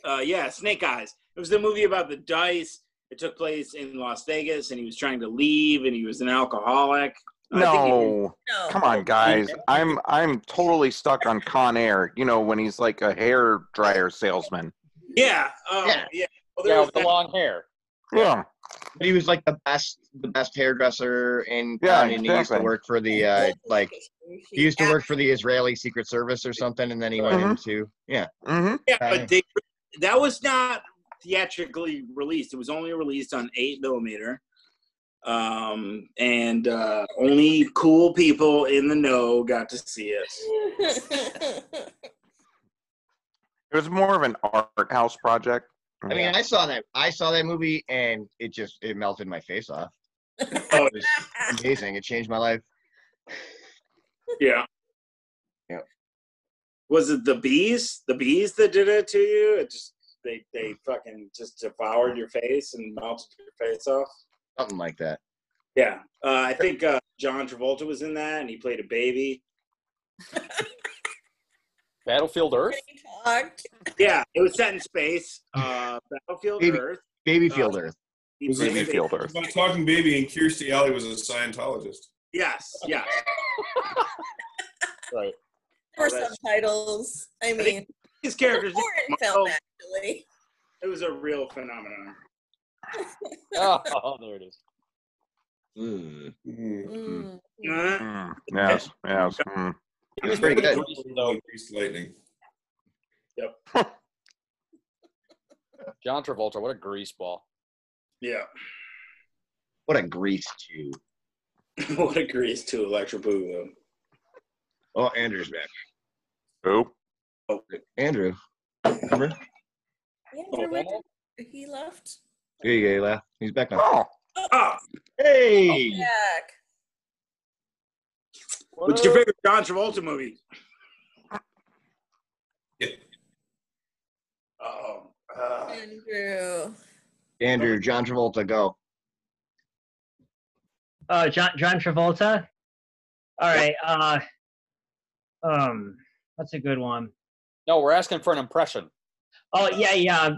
Speaker 4: Uh, yeah, Snake Eyes. It was the movie about the dice. It took place in Las Vegas, and he was trying to leave, and he was an alcoholic. I think he-
Speaker 12: No. Come on, guys. I'm I'm totally stuck on Con Air. You know when he's like a hair dryer salesman.
Speaker 4: yeah, oh, yeah, Well, there
Speaker 9: Yeah,
Speaker 4: was
Speaker 9: with the
Speaker 4: that-
Speaker 9: long hair.
Speaker 12: Yeah.
Speaker 2: But he was like the best, the best hairdresser in
Speaker 12: Yeah,
Speaker 2: town, and he used to
Speaker 12: exactly.
Speaker 2: work for the uh, like he used to work for the Israeli Secret Service or something, and then he went
Speaker 12: Mhm.
Speaker 2: into yeah.
Speaker 12: Mm-hmm.
Speaker 4: yeah, but they, that was not theatrically released. It was only released on eight millimeter, um, and uh, only cool people in the know got to see it.
Speaker 12: It was more of an art house project.
Speaker 2: I mean, I saw that. I saw that movie, and it just it melted my face off.
Speaker 4: Oh,
Speaker 2: It was amazing! It changed my life.
Speaker 4: Yeah.
Speaker 2: Yeah.
Speaker 4: Was it the bees? The bees that did it to you? It just they they fucking just devoured your face and melted your face off.
Speaker 2: Something like that.
Speaker 4: Yeah, uh, I think uh, John Travolta was in that, and he played a baby.
Speaker 9: Battlefield Earth.
Speaker 4: Yeah, it was set in space. Uh, Battlefield
Speaker 2: Baby-
Speaker 4: Earth. Uh,
Speaker 2: Babyfield Earth.
Speaker 4: He played a baby.
Speaker 14: About talking baby, and Kirstie Alley was a Scientologist.
Speaker 4: Yes, yes.
Speaker 9: right.
Speaker 11: Or
Speaker 4: Oh, that's-
Speaker 11: subtitles. I
Speaker 4: I
Speaker 11: mean,
Speaker 4: think his character's
Speaker 11: foreign film actually.
Speaker 4: It was a real phenomenon.
Speaker 2: Ah.
Speaker 9: Oh, there it is.
Speaker 14: Mm-hmm.
Speaker 12: Mm, Yes. Yes. mm.
Speaker 4: It was pretty good.
Speaker 14: Greased lightning.
Speaker 9: John Travolta, what a grease ball.
Speaker 4: Yeah.
Speaker 2: What a grease tube.
Speaker 4: what agrees to Electro Boogaloo?
Speaker 2: Oh, Andrew's back.
Speaker 12: Who?
Speaker 4: Oh,
Speaker 2: Andrew. Remember?
Speaker 11: Yeah, went,
Speaker 4: Oh,
Speaker 11: he left.
Speaker 2: Yeah, yeah, yeah. He's back now.
Speaker 12: Oh.
Speaker 2: Hey.
Speaker 11: Back.
Speaker 4: What's your favorite John Travolta movie? Oh. Uh,
Speaker 11: Andrew.
Speaker 2: Andrew, John Travolta, go.
Speaker 7: Oh, John John Travolta. All right. Uh, um, that's a good one.
Speaker 9: No, we're asking for an impression.
Speaker 7: Oh yeah, yeah.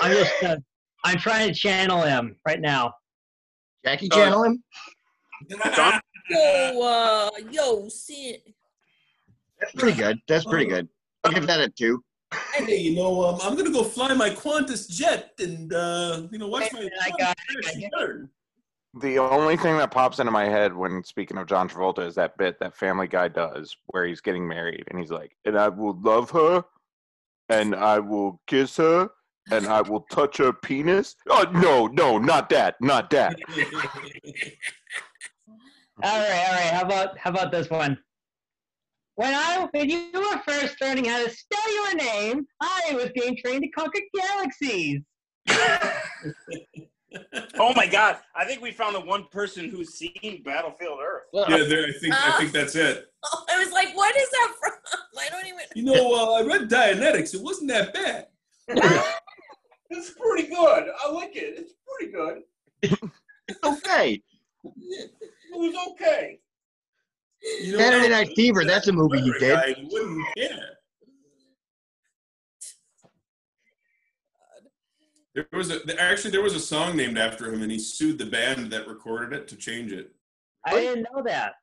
Speaker 7: I'm just uh, I'm trying to channel him right now.
Speaker 2: Jackie Channel him?
Speaker 11: Yo, uh, yo, see
Speaker 2: That's pretty good. That's pretty good. I'll give that a two.
Speaker 14: Hey, you know, um, I'm gonna go fly my Qantas jet and uh, you know watch my.
Speaker 7: I got- I got-
Speaker 12: The only thing that pops into my head when speaking of John Travolta is that bit that Family Guy does where he's getting married and he's like, and I will love her, and I will kiss her, and I will touch her penis. Oh, no, no, not that, not that.
Speaker 7: All right, all right. How about how about this one? When I when you were first learning how to spell your name, I was being trained to conquer galaxies.
Speaker 4: oh my God! I think we found the one person who's seen Battlefield Earth.
Speaker 14: Yeah, there. I think I think that's it.
Speaker 11: I oh, was like, what is that from? I don't even.
Speaker 14: You know, uh, I read Dianetics. It wasn't that bad.
Speaker 4: It's pretty good. I like it. It's pretty good.
Speaker 2: Okay.
Speaker 4: It was okay.
Speaker 14: You know,
Speaker 2: Saturday Night Fever. That's a movie you did.
Speaker 14: I wouldn't. Yeah. There was a, there- actually there was a song named after him, and he sued the band that recorded it to change it.
Speaker 7: I didn't know that.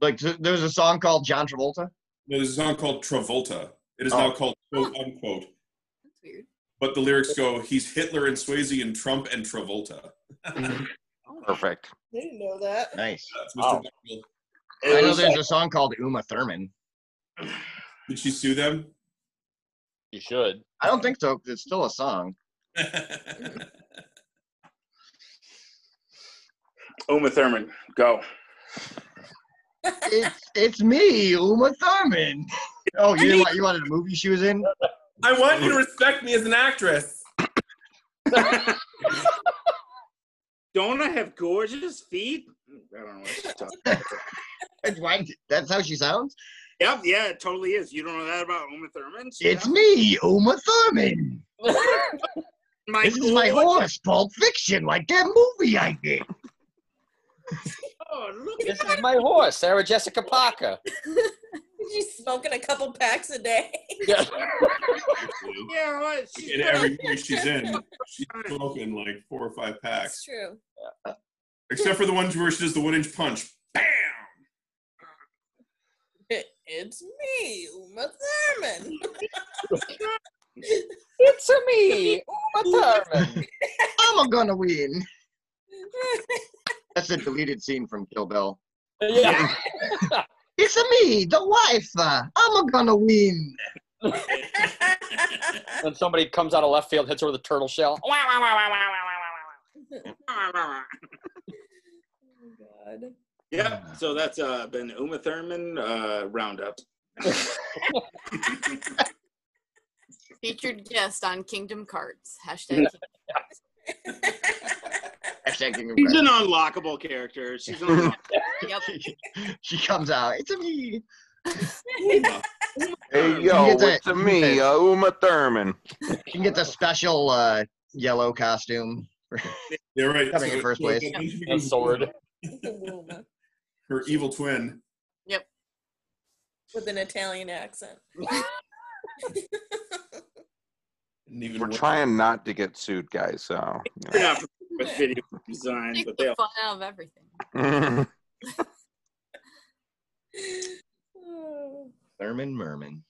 Speaker 2: Like th- there's a song called John Travolta.
Speaker 14: No, there's a song called Travolta. It is
Speaker 2: Oh.
Speaker 14: now called quote unquote. But the lyrics go, "He's Hitler and Swayze and Trump and Travolta."
Speaker 12: Perfect.
Speaker 11: I didn't know that.
Speaker 2: Nice.
Speaker 14: That's Mr.
Speaker 2: Wow.
Speaker 14: Bungle.
Speaker 2: I know there's a song called Uma Thurman.
Speaker 14: Did she sue them?
Speaker 9: You should.
Speaker 2: I don't think so. 'cause It's still a song.
Speaker 4: Uma Thurman, go.
Speaker 2: it's it's me, Uma Thurman. Oh, you didn't want, you wanted a movie she was in?
Speaker 14: I want you to respect me as an actress.
Speaker 4: Don't I have gorgeous feet? I don't know what you're talking about.
Speaker 2: That's why. That's how she sounds.
Speaker 4: Yep, yeah, it totally is. You don't know that about Uma Thurman?
Speaker 2: It's me, Uma Thurman.
Speaker 4: My
Speaker 2: this is my horse, Pulp Fiction, like that movie I did.
Speaker 4: Oh, look
Speaker 9: This is my horse, Sarah Jessica Parker.
Speaker 11: She's smoking a couple packs a day.
Speaker 9: Yeah.
Speaker 4: Yeah, what? She's
Speaker 14: In every movie she's in, she's smoking like four or five
Speaker 11: That's
Speaker 14: packs,
Speaker 11: true.
Speaker 14: except for the ones where she does the one-inch punch. Bam!
Speaker 11: It's me, Uma Thurman.
Speaker 9: it's me, Uma Thurman.
Speaker 2: I'm gonna win. That's a deleted scene from Kill Bill.
Speaker 9: Yeah.
Speaker 2: it's me, the wife. I'm gonna win.
Speaker 9: when somebody comes out of left field, hits her with a turtle shell. Wow, wow, wow, wow, wow, wow, wow, wow.
Speaker 11: God.
Speaker 2: Ah.
Speaker 4: Yep, so that's uh, been Uma Thurman uh, roundup.
Speaker 13: Featured guest on Kingdom Cards. Hashtag.
Speaker 2: Hashtag Kingdom
Speaker 4: She's
Speaker 2: Crest.
Speaker 4: an unlockable character. She's unlockable.
Speaker 13: yep.
Speaker 2: She comes out. It's me.
Speaker 12: Hey
Speaker 2: You
Speaker 12: yo,
Speaker 2: get that-
Speaker 12: it's a
Speaker 2: you get
Speaker 12: me,
Speaker 2: that-
Speaker 12: uh, Uma Thurman.
Speaker 2: She can get the special uh, yellow costume.
Speaker 14: Yeah, right.
Speaker 2: Coming in
Speaker 14: So-
Speaker 2: first
Speaker 14: so
Speaker 2: place.
Speaker 14: then she
Speaker 9: Yeah.
Speaker 14: becomes
Speaker 9: A sword.
Speaker 14: Her evil twin.
Speaker 11: With an Italian accent.
Speaker 14: And even
Speaker 12: We're
Speaker 14: worse.
Speaker 12: trying not to get sued, guys. So. you know.
Speaker 4: Yeah, for- with video design,
Speaker 13: Take
Speaker 4: but they
Speaker 13: the
Speaker 4: all
Speaker 13: fun out of everything.
Speaker 2: Thurman Merman.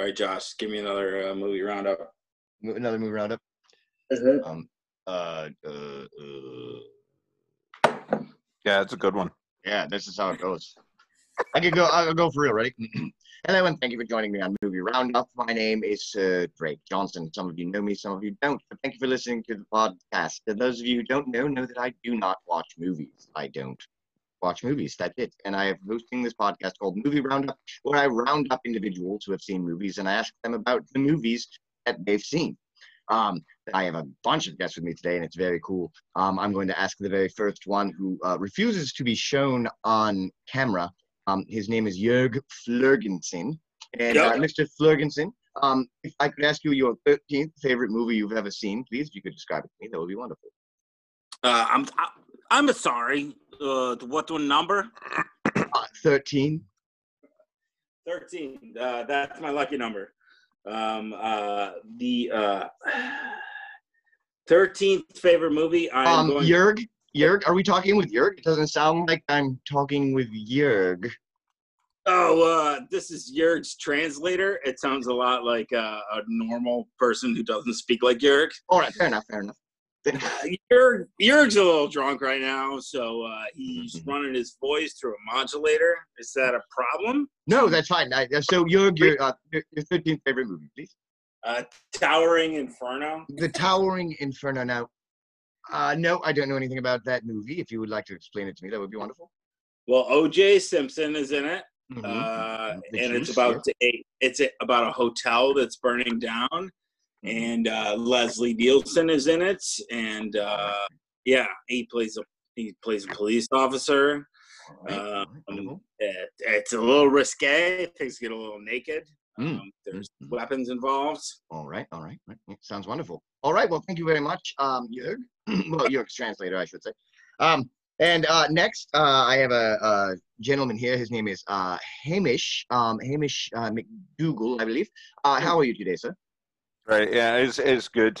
Speaker 4: All right, Josh, give me another uh, movie roundup.
Speaker 2: Mo- Another movie roundup.
Speaker 4: Mhm.
Speaker 2: Um, uh, uh, uh,
Speaker 12: yeah, it's a good one.
Speaker 2: yeah, this is how it goes. I could go. I'll go for real. Ready? and everyone, thank you for joining me on Movie Roundup. My name is uh, Drake Johnson. Some of you know me, some of you don't. But thank you for listening to the podcast. And those of you who don't know, know that I do not watch movies. I don't watch movies. That's it. And I am hosting this podcast called Movie Roundup, where I round up individuals who have seen movies and I ask them about the movies that they've seen. Um, I have a bunch of guests with me today, and it's very cool. Um, I'm going to ask the very first one who uh, refuses to be shown on camera. Um, his name is Jörg Flergensen. And uh,
Speaker 4: Yep.
Speaker 2: Mr. Flergensen, um, if I could ask you your 13th favorite movie you've ever seen, please, if you could describe it to me, that would be wonderful.
Speaker 4: Uh, I'm I, I'm sorry. Uh, what one number?
Speaker 2: Uh, 13.
Speaker 4: Thirteen. Uh, that's my lucky number. Um, uh, the uh, thirteenth favorite movie. I'm
Speaker 2: Um,
Speaker 4: going.
Speaker 2: Jörg, Jörg, are we talking with Jörg? It doesn't sound like I'm talking with Jörg.
Speaker 4: Oh, uh, this is Jurg's translator. It sounds a lot like uh, a normal person who doesn't speak like Jurg.
Speaker 2: All right, fair enough, fair enough.
Speaker 4: Jurg Jurg's a little drunk right now, so uh,
Speaker 2: Mm-hmm.
Speaker 4: he's running his voice through a modulator. Is that a problem?
Speaker 2: No, that's fine. I, so Jörg, your, uh, your your 13th favorite movie, please.
Speaker 4: Uh, Towering Inferno.
Speaker 2: The Towering Inferno. Now, uh, no, I don't know anything about that movie. If you would like to explain it to me, that would be wonderful.
Speaker 4: Well, O.J. Simpson is in it,
Speaker 2: Mhm.
Speaker 4: uh,
Speaker 2: The
Speaker 4: and
Speaker 2: Juice,
Speaker 4: it's about a it's a, about a hotel that's burning down,
Speaker 2: Mm-hmm.
Speaker 4: and uh, Leslie Nielsen is in it, and uh, yeah, he plays a he plays a police officer. Um, it- it's a little risque. Things get a little naked.
Speaker 2: Mm.
Speaker 4: Um, there's weapons involved.
Speaker 2: All right, all right, right. yeah, Sounds wonderful. All right, well, thank you very much, um, Jörg. well, Jörg's translator, I should say. Um, And uh, next, uh, I have a, a gentleman here. His name is uh, Hamish. Um, Hamish uh, McDougall, I believe. Uh, how are you today, sir?
Speaker 12: Right. Yeah, it's, it's good.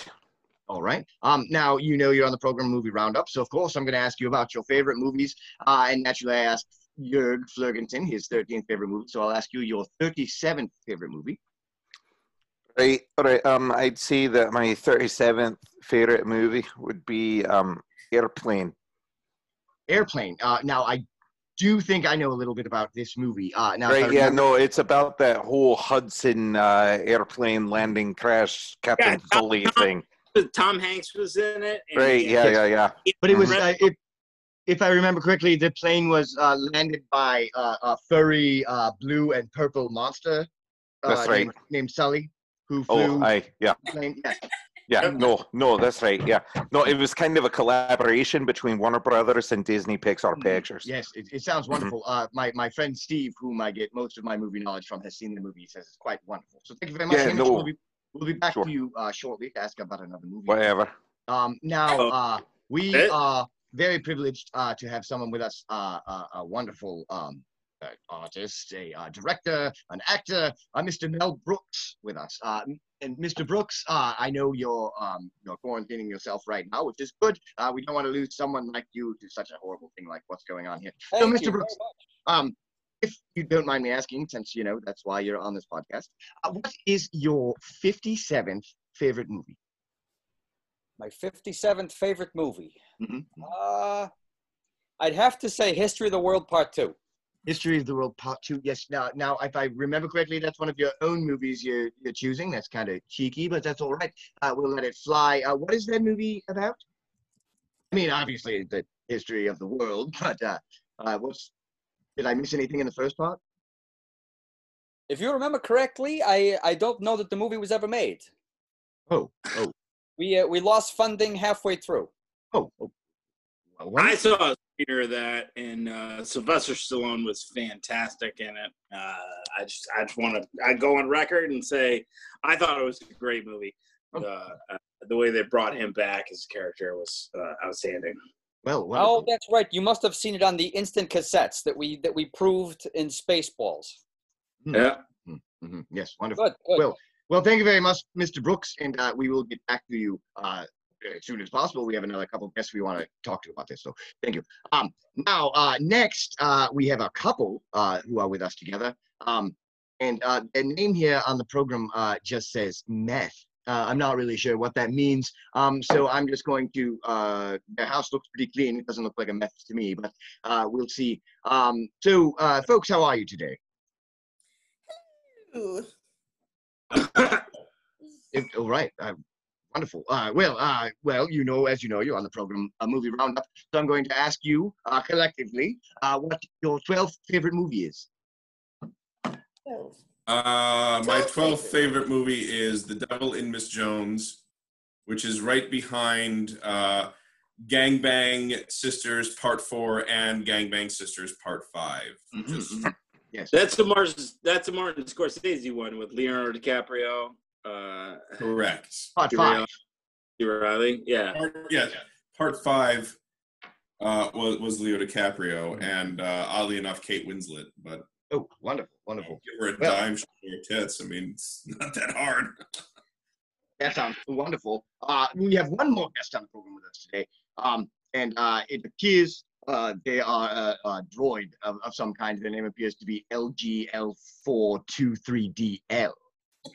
Speaker 2: All right. Um, now you know you're on the program Movie Roundup, so of course I'm going to ask you about your favorite movies. Uh, and naturally, I asked Jörg Flergenton his 13th favorite movie, so I'll ask you your 37th favorite movie.
Speaker 12: Right, right. Um, I'd say that my thirty-seventh favorite movie would be um, Airplane.
Speaker 2: Airplane. Uh, now I do think I know a little bit about this movie. Uh, now, if I
Speaker 12: Right? Yeah.
Speaker 2: remember-
Speaker 12: No, it's about that whole Hudson uh, airplane landing crash, Captain Foley thing.
Speaker 4: Tom Hanks was in it. and-
Speaker 12: Right? Yeah. Yeah. Yeah.
Speaker 2: But it was,
Speaker 12: mm-hmm.
Speaker 2: uh, if, if I remember correctly, the plane was uh, landed by uh, a furry uh, blue and purple monster. Uh,
Speaker 12: That's right.
Speaker 2: Named, named Sully, who flew.
Speaker 12: Oh, I yeah.
Speaker 2: the plane. Yes.
Speaker 12: Yeah, no, no, that's right. Yeah, no, it was kind of a collaboration between Warner Brothers and Disney
Speaker 2: Mm-hmm.
Speaker 12: Pixar Pictures. Mm-hmm.
Speaker 2: Yes, it, it sounds wonderful. Uh, my, my friend Steve, whom I get most of my movie knowledge from, has seen the movie. He says it's quite wonderful. So thank you very much.
Speaker 12: Yeah,
Speaker 2: Hamish.
Speaker 12: no.
Speaker 2: we'll, be, we'll be back
Speaker 12: Sure.
Speaker 2: to you uh, shortly to ask about another movie.
Speaker 12: Whatever.
Speaker 2: Um, now, uh, we
Speaker 12: Eh?
Speaker 2: are very privileged uh, to have someone with us, uh, uh, a wonderful um, uh, artist, a uh, director, an actor, uh, Mr. Mel Brooks with us. Uh, and Mr. Brooks, uh, I know you're, um, you're quarantining yourself right now, which is good. Uh, we don't want to lose someone like you to such a horrible thing like what's going on here. so,
Speaker 9: Thank
Speaker 2: Mr.
Speaker 9: you very
Speaker 2: Brooks, um, if you don't mind me asking, since you know that's why you're on this podcast, uh, what is your 57th favorite movie?
Speaker 9: My 57th favorite movie.
Speaker 2: Mhm.
Speaker 12: Mm-hmm.
Speaker 9: Uh, I'd have to say History of the World Part 2.
Speaker 2: History of the World Part Two. Yes. Now, now, if I remember correctly, that's one of your own movies you're, you're choosing. That's kind of cheeky, but that's all right. Uh, we'll let it fly. Uh, what is that movie about? I mean, obviously, the history of the world, but uh, uh, what's? Did I miss anything in the first part?
Speaker 9: If you remember correctly, I, I don't know that the movie was ever made.
Speaker 2: Oh, oh.
Speaker 9: We, uh, we lost funding halfway through.
Speaker 2: Oh, oh.
Speaker 4: I saw a screener of that, and uh, Sylvester Stallone was fantastic in it. Uh, I just, I just want to, I go on record and say, I thought it was a great movie.
Speaker 2: Oh.
Speaker 4: Uh, uh, the way they brought him back, his character was uh, outstanding.
Speaker 2: Well,
Speaker 9: oh, that's right. You must have seen it on the instant cassettes that we that we proved in Spaceballs.
Speaker 4: Yeah.
Speaker 2: hmm Yes. Wonderful.
Speaker 9: Good, good.
Speaker 2: Well, well, thank you very much, Mr. Brooks, and uh, we will get back to you uh, as soon as possible. We have another couple of guests we want to talk to about this, so thank you. Um, now, uh, next, uh, we have a couple uh, who are with us together, um, and uh, their name here on the program uh, just says meth. Uh, I'm not really sure what that means, um, so I'm just going to. Uh, their house looks pretty clean; it doesn't look like a meth to me, but uh, we'll see. Um, so, uh, folks, how are you today?
Speaker 11: Ooh.
Speaker 2: If, all right. Uh, wonderful. Uh, well, uh, well, you know, as you know, you're on the program, a movie roundup. So I'm going to ask you uh, collectively uh, what your 12th favorite movie is.
Speaker 14: Uh, my 12th favorite movie is The Devil in Miss Jones, which is right behind uh, Gang Bang Sisters Part 4 and Gang Bang Sisters Part 5. Just-
Speaker 4: That's the Mars. That's the Martin Scorsese one with Leonardo DiCaprio. Uh,
Speaker 14: Correct.
Speaker 4: Part
Speaker 14: five.
Speaker 4: Riley. Yeah.
Speaker 14: Part, yeah, part 5 uh, was, was Leo DiCaprio and uh, oddly enough, Kate Winslet. But
Speaker 2: Oh, wonderful, wonderful.
Speaker 14: Give her a
Speaker 2: Well-
Speaker 14: dime, she's your tits. I mean, it's not that hard.
Speaker 2: That sounds wonderful. Uh, we have one more guest on the program with us today, um, and uh, it appears uh, they are a, a droid of, of some kind. Their name appears to be LGL423DL.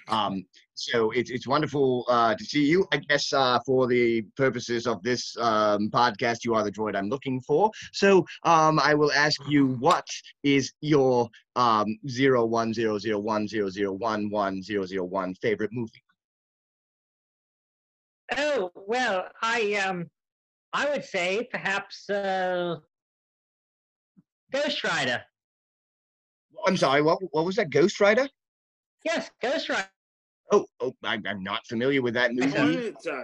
Speaker 2: Um, so it's it's wonderful uh, to see you. I guess uh, for the purposes of this um, podcast, you are the droid I'm looking for. So um, I will ask you what is your um, 010010011001001 favorite movie?
Speaker 7: Oh well, I um, I would say perhaps uh, Ghost Rider.
Speaker 2: I'm sorry. What what was that? Ghost Rider?
Speaker 7: Yes, Ghost Rider.
Speaker 2: Oh, oh, I'm, I'm not familiar with that movie.
Speaker 4: It's, uh,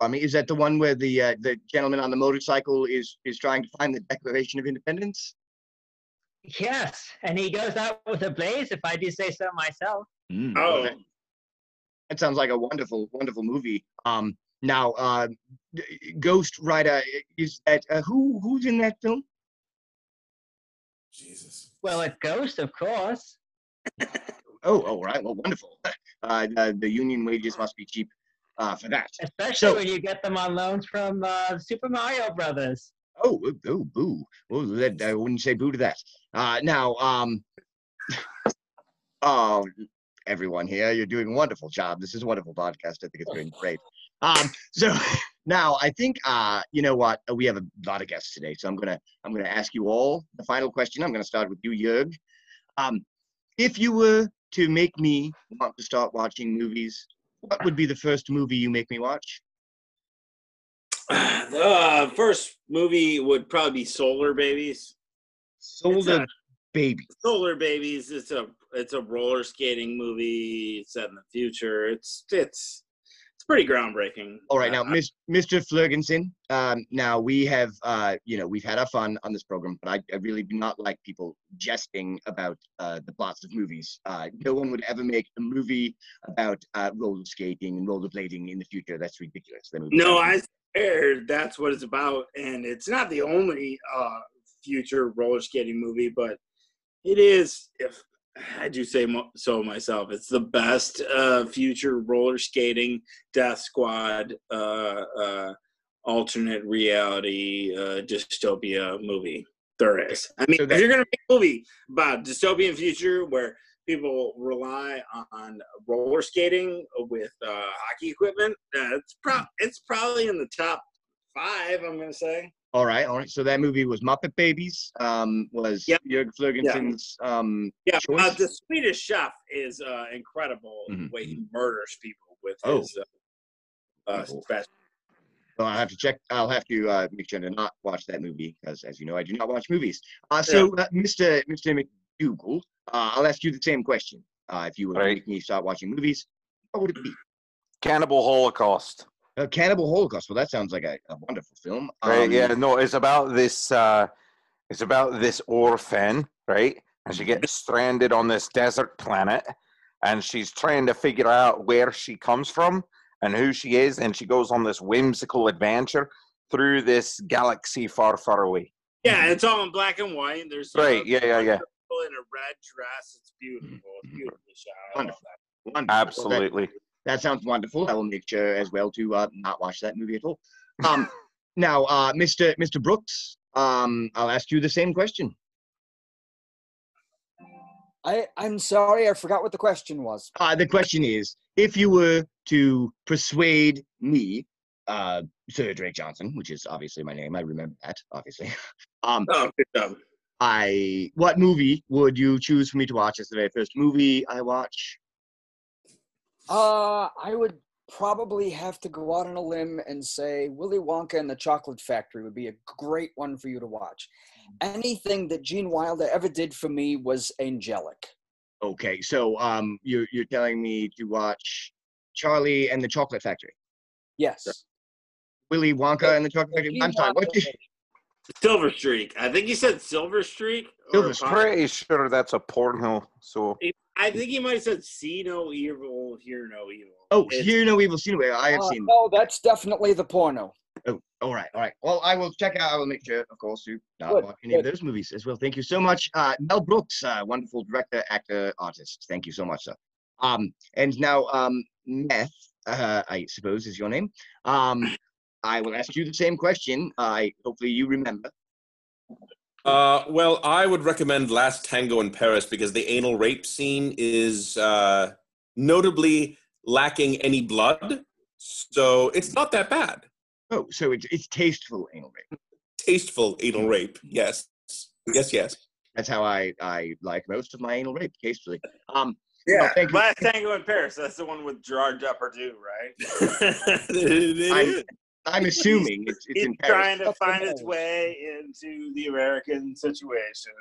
Speaker 2: I mean, is that the one where the uh, the gentleman on the motorcycle is is trying to find the Declaration of Independence?
Speaker 7: Yes, and he goes out with a blaze, if I do say so myself.
Speaker 2: Oh, that, that sounds like a wonderful, wonderful movie. Um, Now, uh, Ghost Rider is that uh, who? Who's in that film?
Speaker 14: Jesus.
Speaker 7: Well, a ghost, of course.
Speaker 2: Oh, all right. Well, wonderful. Uh, the, the union wages must be cheap uh, for that.
Speaker 7: Especially
Speaker 2: So-
Speaker 7: when you get them on loans from uh, Super Mario Brothers.
Speaker 2: Oh, oh, oh, boo! Oh, that, I wouldn't say boo to that. Uh, now, um, oh, everyone here, you're doing a wonderful job. This is a wonderful podcast. I think it's been great. Um, so now I think uh, you know what we have a lot of guests today, so I'm gonna I'm gonna ask you all the final question. I'm gonna start with you, Jörg. Um, if you were to make me want to start watching movies, what would be the first movie you make me watch?
Speaker 4: Uh, first movie would probably be Solar Babies.
Speaker 2: Solar Babies.
Speaker 4: Solar Babies. It's a it's a roller skating movie. It's set in the future. It's it's it's pretty groundbreaking.
Speaker 2: All right,
Speaker 4: Uh-huh.
Speaker 2: now, Miss, Mr. Flergensen, um, now we have, uh, you know, we've had our fun on this program, but I, I really do not like people jesting about uh, the plots of movies. Uh, no one would ever make a movie about uh, roller skating and rollerblading in the future. That's ridiculous. That movie-
Speaker 4: No, I swear that's what it's about, and it's not the only uh, future roller skating movie, but it is. If I do say mo- so myself, it's the best uh, future roller skating Death Squad uh, uh, alternate reality uh, dystopia movie there is. I mean, if you're gonna make a movie about dystopian future where people rely on roller skating with uh, hockey equipment, uh, it's pro- it's probably in the top five. I'm gonna say.
Speaker 2: All right, all right. So that movie was Muppet Babies, um, was yep. Jörg Flergensen's um,
Speaker 4: Yeah,
Speaker 2: choice.
Speaker 4: uh, the Swedish Chef is uh, incredible the way he murders people with
Speaker 2: Oh.
Speaker 4: his uh, uh, fast.
Speaker 2: Well, I'll have to check. I'll have to uh, make sure to not watch that movie because, as you know, I do not watch movies. Uh, so, uh, Mr. Mr. McDougal, uh, I'll ask you the same question. Uh, if you would make me start watching movies, what would it be?
Speaker 12: Cannibal Holocaust.
Speaker 2: Uh, Cannibal Holocaust. Well, that sounds like a, a wonderful film.
Speaker 12: Right?
Speaker 2: Um,
Speaker 12: yeah, no, it's about this. Uh, it's about this orphan, right? And she
Speaker 2: Mm-hmm.
Speaker 12: gets stranded on this desert planet, and she's trying to figure out where she comes from and who she is, and she goes on this whimsical adventure through this galaxy far, far away.
Speaker 4: Yeah, it's all in black and white. There's uh,
Speaker 12: Right? Yeah, yeah, yeah.
Speaker 4: people in a red dress. It's beautiful. It's beautifully shot. I love
Speaker 2: Mm-hmm. Wonderful. wonderful. Well, that-
Speaker 12: Absolutely.
Speaker 2: That sounds wonderful. I will make sure as well to uh, not watch that movie at all. Um, now, uh, Mr. Mr. Brooks, um, I'll ask you the same question.
Speaker 9: I, I'm sorry, I forgot what the question was.
Speaker 2: Uh, the question is, if you were to persuade me, uh, Sir Drake Johnson, which is obviously my name, I remember that, obviously. um,
Speaker 4: oh, good job.
Speaker 2: I, what movie would you choose for me to watch as the very first movie I watch?
Speaker 9: Uh, I would probably have to go out on a limb and say Willy Wonka and the Chocolate Factory would be a great one for you to watch.
Speaker 2: Mm.
Speaker 9: Anything that Gene Wilder ever did for me was angelic.
Speaker 2: Okay, so um, you're you're telling me to watch Charlie and the Chocolate Factory.
Speaker 9: Yes.
Speaker 2: Willy Wonka and the Chocolate Factory. I'm sorry. What did,
Speaker 4: Silver Streak. I think you said Silver Streak.
Speaker 12: I
Speaker 2: Oh,
Speaker 4: or
Speaker 12: was
Speaker 4: Pop-
Speaker 12: pretty sure that's a porno. So
Speaker 4: I think you might have said "See no evil, hear no evil."
Speaker 2: oh, Hear No Evil, See No Evil. I have
Speaker 9: Uh,
Speaker 2: seen.
Speaker 9: No, that's definitely the porno.
Speaker 2: Oh, all right, all right. Well, I will check out. I will make sure, of course, to not
Speaker 9: Good,
Speaker 2: watch any of those movies as well. Thank you so much, uh, Mel Brooks, uh, wonderful director, actor, artist. Thank you so much, sir. Um, and now, um, Meth, uh, I suppose is your name. Um, I will ask you the same question. I hopefully you remember.
Speaker 14: Uh, well, I would recommend Last Tango in Paris because the anal rape scene is uh, notably lacking any blood, so it's not that bad.
Speaker 2: Oh, so it's it's tasteful anal rape.
Speaker 14: Tasteful anal rape, yes, yes, yes.
Speaker 2: That's how I I like most of my anal rape, tastefully. Um,
Speaker 4: Yeah,
Speaker 2: well, thank you.
Speaker 4: Last Tango in Paris. That's the one with Gerard Depardieu, right?
Speaker 2: I'm, I'm assuming it's, it's
Speaker 4: He's
Speaker 2: in Paris.
Speaker 4: trying to find its way into the American situation.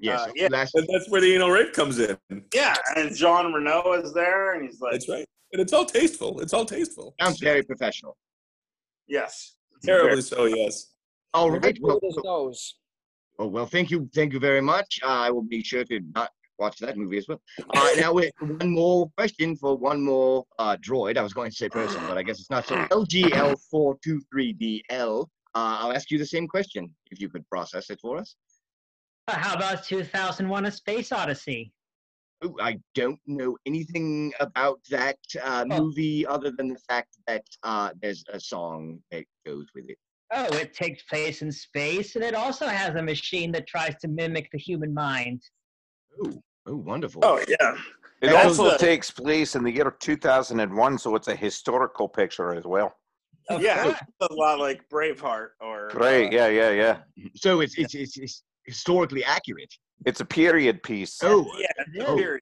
Speaker 2: Yes,
Speaker 4: Uh, yeah.
Speaker 14: And that's where the anal rape comes in.
Speaker 4: Yeah, and Jean Renault is there, and he's like,
Speaker 14: That's right. And it's all tasteful. It's all tasteful.
Speaker 2: Sounds very professional.
Speaker 4: Yes.
Speaker 14: Terribly so, yes.
Speaker 2: All right. Well,
Speaker 9: Those.
Speaker 2: oh, well, thank you, thank you very much. I will Uh, be sure to not watch that movie as well. Uh, now, wait, one more question for one more uh, droid. I was going to say person, but I guess it's not. So, LGL423DL, uh, I'll ask you the same question if you could process it for us.
Speaker 7: How about 2001: A Space Odyssey?
Speaker 2: Ooh, I don't know anything about that uh, movie other than the fact that uh, there's a song that goes with it.
Speaker 7: Oh, it takes place in space, and it also has a machine that tries to mimic the human mind.
Speaker 2: Oh, wonderful.
Speaker 4: Oh, yeah.
Speaker 12: It
Speaker 4: That's
Speaker 12: also
Speaker 4: the-
Speaker 12: takes place in the year 2001, so it's a historical picture as well.
Speaker 4: yeah, it's a lot like Braveheart or uh,
Speaker 12: Great. Yeah, yeah, yeah.
Speaker 2: So it's it's it's, it's historically accurate.
Speaker 12: It's a period piece.
Speaker 2: Oh,
Speaker 4: yeah, it's
Speaker 2: oh.
Speaker 4: period.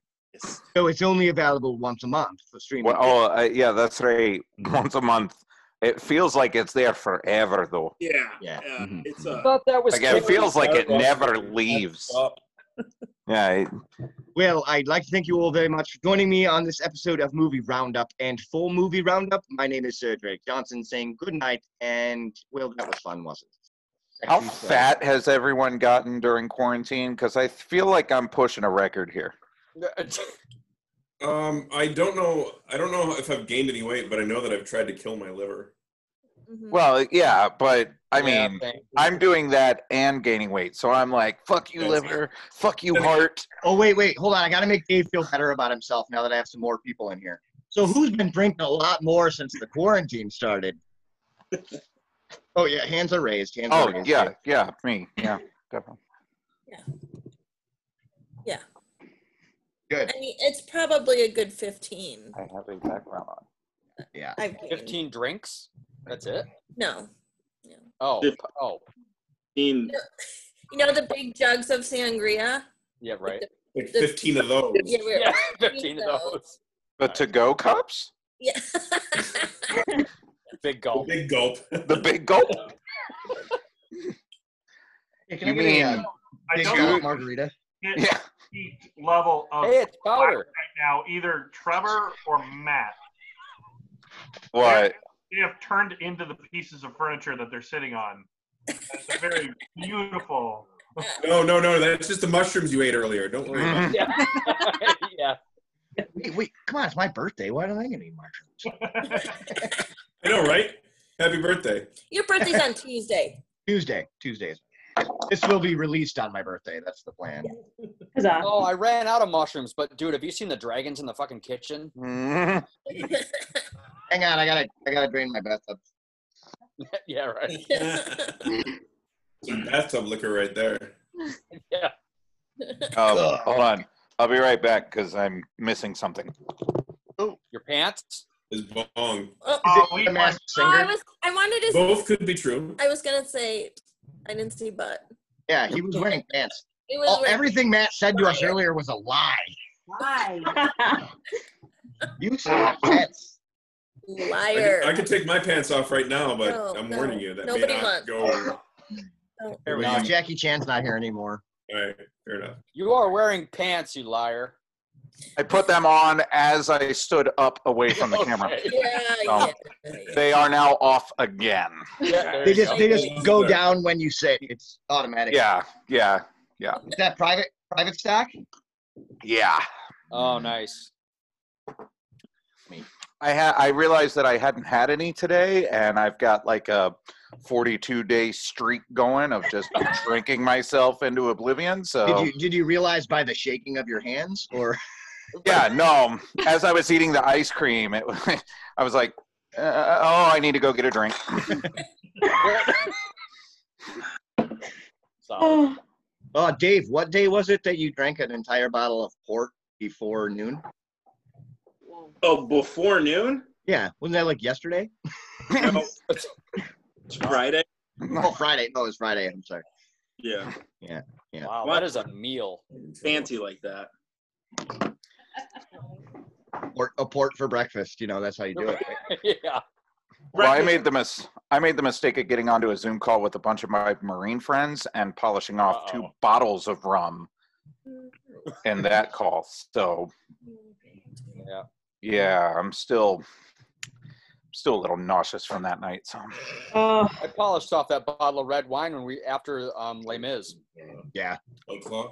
Speaker 2: So it's only available once a month for streaming.
Speaker 12: Well, oh, uh, yeah, that's right. Once a month. It feels like it's there forever, though.
Speaker 4: Yeah,
Speaker 2: yeah.
Speaker 9: Mm-hmm,
Speaker 4: It's uh, a.
Speaker 9: thought that was
Speaker 12: Like it feels like it
Speaker 9: Starbucks.
Speaker 12: never leaves. Yeah. it-
Speaker 2: Well, I'd like to thank you all very much for joining me on this episode of Movie Roundup and Full Movie Roundup. My name is Sir Drake Johnson saying good night, and well, that was fun, wasn't it?
Speaker 12: How
Speaker 2: Sexy Sir.
Speaker 12: fat has everyone gotten during quarantine? Because I feel like I'm pushing a record here.
Speaker 14: Um, I don't know. I don't know if I've gained any weight, but I know that I've tried to kill my liver.
Speaker 12: Well, yeah, but I
Speaker 9: Yeah,
Speaker 12: mean,
Speaker 9: thank you.
Speaker 12: I'm doing that and gaining weight. So I'm like, fuck you,
Speaker 14: That's-
Speaker 12: liver. Fuck you, heart.
Speaker 2: Oh, wait, wait, hold on. I got to make Dave feel better about himself now that I have some more people in here. So, who's been drinking a lot more since the quarantine started? oh, yeah, hands are raised. Hands
Speaker 12: Oh,
Speaker 2: are raised.
Speaker 12: yeah, yeah, me. Yeah, definitely.
Speaker 11: Yeah.
Speaker 2: Good.
Speaker 11: I mean, it's probably a good 15.
Speaker 12: I have a background on.
Speaker 2: Yeah.
Speaker 11: I've gained.
Speaker 9: Fifteen drinks. That's it.
Speaker 11: No.
Speaker 9: Oh,
Speaker 4: Fif-
Speaker 9: oh,
Speaker 4: Fifteen.
Speaker 11: You know the big jugs of sangria?
Speaker 9: yeah, right.
Speaker 14: Like
Speaker 11: The-
Speaker 14: 15 of those.
Speaker 11: Yeah, we're
Speaker 9: Yeah, fifteen of those.
Speaker 14: Uh,
Speaker 12: The to go cups?
Speaker 11: Yeah.
Speaker 9: Big
Speaker 14: The
Speaker 9: gulp.
Speaker 14: big gulp.
Speaker 12: The big gulp?
Speaker 6: Hey, can I
Speaker 12: You
Speaker 6: get a, uh,
Speaker 12: mean,
Speaker 6: I
Speaker 2: Big
Speaker 6: don't
Speaker 2: gulp
Speaker 6: know
Speaker 2: margarita.
Speaker 6: the
Speaker 12: yeah.
Speaker 6: heat level of
Speaker 9: Hey, it's
Speaker 6: black
Speaker 9: powder.
Speaker 6: right now, either Trevor or Matt.
Speaker 12: What?
Speaker 6: They have turned into the pieces of furniture that they're sitting on. It's a very beautiful.
Speaker 14: No, no, no. That's just the mushrooms you ate earlier. Don't worry. About it.
Speaker 9: Yeah. yeah.
Speaker 2: Wait, wait, come on, it's my birthday. Why don't I get any mushrooms?
Speaker 14: I know, right? Happy birthday.
Speaker 11: Your birthday's on Tuesday.
Speaker 2: Tuesday, Tuesdays. This will be released on my birthday. That's the plan.
Speaker 5: Huzzah.
Speaker 9: Oh, I ran out of mushrooms, but dude, have you seen the dragons in the fucking kitchen?
Speaker 12: Mhm.
Speaker 2: Hang on, I gotta, I gotta drain my bathtub.
Speaker 9: yeah, right.
Speaker 14: Some bathtub liquor right there.
Speaker 9: Yeah.
Speaker 12: Um, hold on. I'll be right back because I'm missing something.
Speaker 9: Oh, Your pants?
Speaker 14: Is bong.
Speaker 6: Oh, we
Speaker 2: The masked
Speaker 11: Oh, I
Speaker 2: singer.
Speaker 11: was I wanted to
Speaker 14: Both could be true.
Speaker 11: I was gonna say I didn't see butt.
Speaker 2: Yeah, he was wearing pants.
Speaker 11: It was
Speaker 2: All,
Speaker 11: really-
Speaker 2: everything Matt said to us earlier was a lie.
Speaker 8: Why?
Speaker 2: You saw pants.
Speaker 14: I could,
Speaker 11: liar.
Speaker 14: I could take my pants off right now, but
Speaker 11: No,
Speaker 14: I'm
Speaker 11: no.
Speaker 14: warning you that
Speaker 11: Nobody
Speaker 14: may not
Speaker 11: wants-
Speaker 14: go. All
Speaker 2: There we
Speaker 14: Well,
Speaker 2: go.
Speaker 14: you-
Speaker 2: Jackie Chan's not here anymore.
Speaker 14: right, fair enough.
Speaker 9: You are wearing pants, you liar.
Speaker 12: I put them on as I stood up away from the camera.
Speaker 9: Okay.
Speaker 11: yeah,
Speaker 12: Oh.
Speaker 11: yeah, yeah.
Speaker 12: They are now off again.
Speaker 9: Yeah, there
Speaker 2: They
Speaker 9: you
Speaker 2: just,
Speaker 9: go.
Speaker 2: they just go
Speaker 14: There.
Speaker 2: down when you say it. it's automatic.
Speaker 12: Yeah, yeah,
Speaker 2: Is that private, private stock?
Speaker 12: yeah.
Speaker 9: Oh, nice.
Speaker 12: I ha- I realized that I hadn't had any today, and I've got like a 42 day streak going of just drinking myself into oblivion. So
Speaker 2: Did you, did you realize by the shaking of your hands or?
Speaker 12: yeah, no. As I was eating the ice cream, it I was like, uh, oh, I need to go get a drink.
Speaker 9: Solid.
Speaker 5: Oh,
Speaker 2: Uh, Dave, what day was it that you drank an entire bottle of port before noon?
Speaker 4: Oh, before noon.
Speaker 2: Yeah, wasn't that like yesterday?
Speaker 4: No. It's Friday.
Speaker 2: Oh, Friday. No, it was Friday. I'm sorry.
Speaker 4: Yeah.
Speaker 9: Wow, that is a meal.
Speaker 4: Fancy like that.
Speaker 2: Port, a port for breakfast. You know, that's how you do it.
Speaker 9: yeah.
Speaker 12: Well, I made the mis- I made the mistake of getting onto a Zoom call with a bunch of my Marine friends and polishing off two
Speaker 9: Uh-oh.
Speaker 12: bottles of rum in that call. So
Speaker 9: Yeah.
Speaker 12: yeah, I'm still still a little nauseous from that night. So
Speaker 9: I polished off that bottle of red wine when we after um, Les Mis.
Speaker 2: Yeah.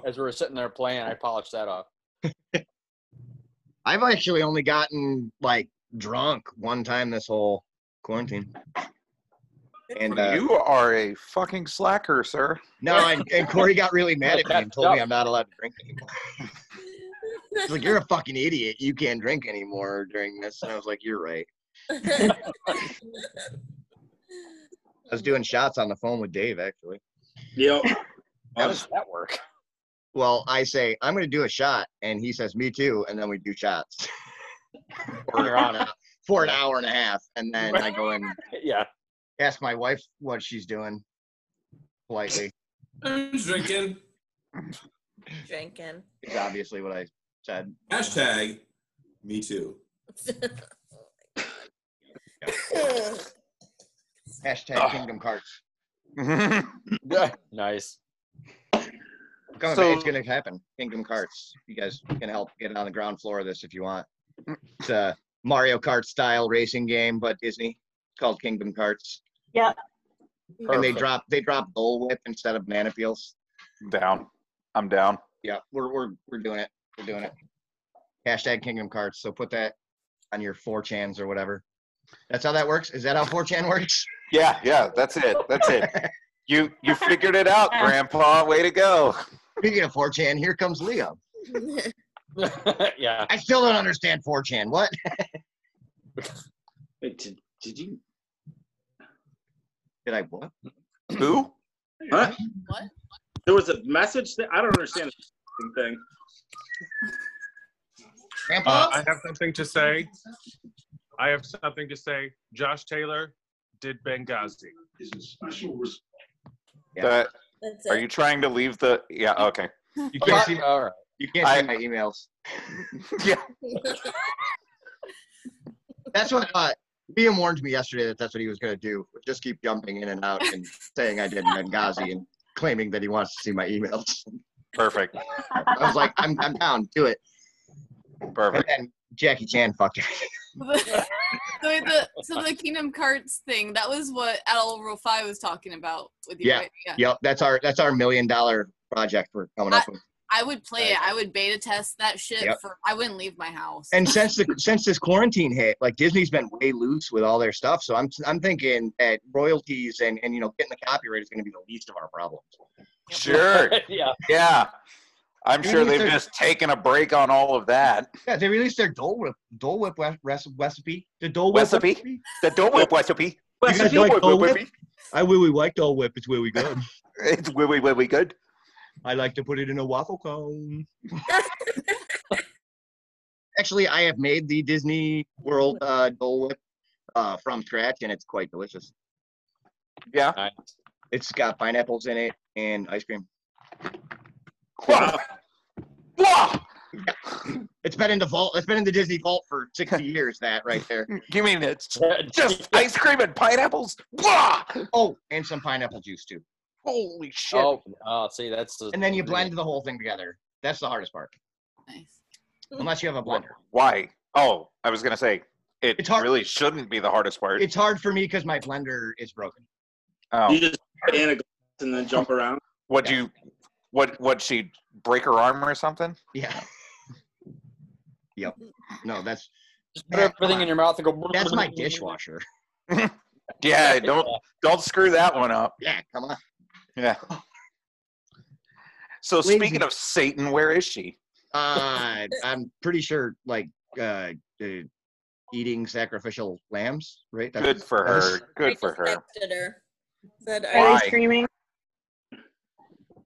Speaker 9: As we were sitting there playing, I polished that off.
Speaker 2: I've actually only gotten like drunk one time this whole quarantine. And uh,
Speaker 12: you are a fucking slacker, sir.
Speaker 2: no, and, and Corey got really mad at me and told me I'm not allowed to drink anymore. He's like, "You're a fucking idiot. You can't drink anymore during this." And I was like, "You're right." I was doing shots on the phone with Dave actually.
Speaker 4: Yep.
Speaker 2: That
Speaker 9: was that work.
Speaker 2: Well, I say I'm going to do a shot, and he says, "Me too," and then we do shots for, an hour- for an hour and a half, and then I go and
Speaker 9: yeah,
Speaker 2: ask my wife what she's doing politely.
Speaker 14: I'm drinking.
Speaker 11: Drinking.
Speaker 2: It's obviously what I said.
Speaker 14: Hashtag me too.
Speaker 2: Hashtag Kingdom Hearts.
Speaker 9: nice.
Speaker 2: Coming
Speaker 9: So-
Speaker 2: it's gonna happen. Kingdom Carts. You guys can help get on the ground floor of this if you want. It's a Mario Kart style racing game, but Disney. It's called Kingdom Carts.
Speaker 5: Yeah.
Speaker 2: And they
Speaker 12: Perfect.
Speaker 2: drop they drop Dole Whip instead of banana peels.
Speaker 12: down. I'm down.
Speaker 2: Yeah, we're we're we're doing it. We're doing it. Hashtag Kingdom Carts. So put that on your 4chans or whatever. That's how that works. Is that how 4chan works?
Speaker 12: Yeah, yeah, that's it. That's it. You you figured it out, Grandpa. Way to go.
Speaker 2: Speaking of 4chan, here comes Leo.
Speaker 9: yeah.
Speaker 2: I still don't understand 4chan. What?
Speaker 4: Wait, did, did you?
Speaker 2: Did I what?
Speaker 12: Who?
Speaker 4: What? There was a message that I don't understand the thing.
Speaker 2: Grandpa?
Speaker 16: Uh, I have something to say. I have something to say. Josh Taylor did Benghazi.
Speaker 12: That-
Speaker 11: That's
Speaker 12: are
Speaker 11: it.
Speaker 12: you trying to leave the? Yeah. Okay.
Speaker 2: You can't see. You can't see
Speaker 12: I-
Speaker 2: my emails.
Speaker 12: yeah.
Speaker 2: That's what uh, Liam warned me yesterday that that's what he was going to do. Just keep jumping in and out and saying I did Benghazi and claiming that he wants to see my emails.
Speaker 12: Perfect.
Speaker 2: I was like, I'm, I'm down. Do it.
Speaker 12: Perfect.
Speaker 2: And then Jackie Chan fucked it.
Speaker 13: so the so the Kingdom Carts thing that was what Al Rofai was talking about with you.
Speaker 2: Yeah.
Speaker 13: right?
Speaker 2: Yep. That's our that's our million dollar project we're coming up with.
Speaker 13: I would play it. I would beta test that shit
Speaker 2: Yep.
Speaker 13: for. I wouldn't leave my house.
Speaker 2: And since the since this quarantine hit, like Disney's been way loose with all their stuff. So I'm I'm thinking that royalties and and you know getting the copyright is going to be the least of our problems.
Speaker 12: Sure.
Speaker 9: yeah.
Speaker 12: Yeah. I'm
Speaker 2: Maybe
Speaker 12: sure they've
Speaker 2: there's-
Speaker 12: just taken a break on all of that.
Speaker 2: Yeah, they released their Dole Whip Dole Whip re- res- recipe. The Dole Whip
Speaker 12: Recipe? The Dole Whip recipe.
Speaker 2: You guys like Dole Whip? I really like Dole Whip. It's really good.
Speaker 12: It's wee wee wee wee good.
Speaker 2: I like to put it in a waffle cone. Actually, I have made the Disney World uh, Dole Whip uh, from scratch, and it's quite delicious.
Speaker 12: Yeah.
Speaker 2: It's got pineapples in it and ice cream. It's been in the vault. It's been in the Disney vault for 60 years. That right there.
Speaker 12: You mean it's just ice cream and pineapples? Wah!
Speaker 2: Oh, and some pineapple juice too.
Speaker 12: Holy shit.
Speaker 9: Oh, oh, see, that's the.
Speaker 2: And then you blend the whole thing together. That's the hardest part.
Speaker 13: Nice.
Speaker 2: Unless you have a blender.
Speaker 12: Why? Oh, I was gonna say it really shouldn't be the hardest part.
Speaker 2: It's hard for me because my blender is broken.
Speaker 12: oh.
Speaker 4: You just put in a glass and then jump around.
Speaker 12: What do you? What? What? She break her arm or something?
Speaker 2: Yeah. yep. No, that's
Speaker 9: Put everything in your mouth and go.
Speaker 2: That's my dishwasher.
Speaker 12: Yeah. Don't don't screw that one up.
Speaker 2: Yeah, come on.
Speaker 12: Yeah. So
Speaker 2: Ladies
Speaker 12: speaking
Speaker 2: and-
Speaker 12: of Satan, where is she?
Speaker 2: Uh, I'm pretty sure like uh, uh, eating sacrificial lambs, right? That's-
Speaker 12: Good for
Speaker 2: that's-
Speaker 12: her. Good for her.
Speaker 11: Texted her. Said,
Speaker 5: Are
Speaker 11: are,
Speaker 5: they
Speaker 11: you,
Speaker 5: screaming?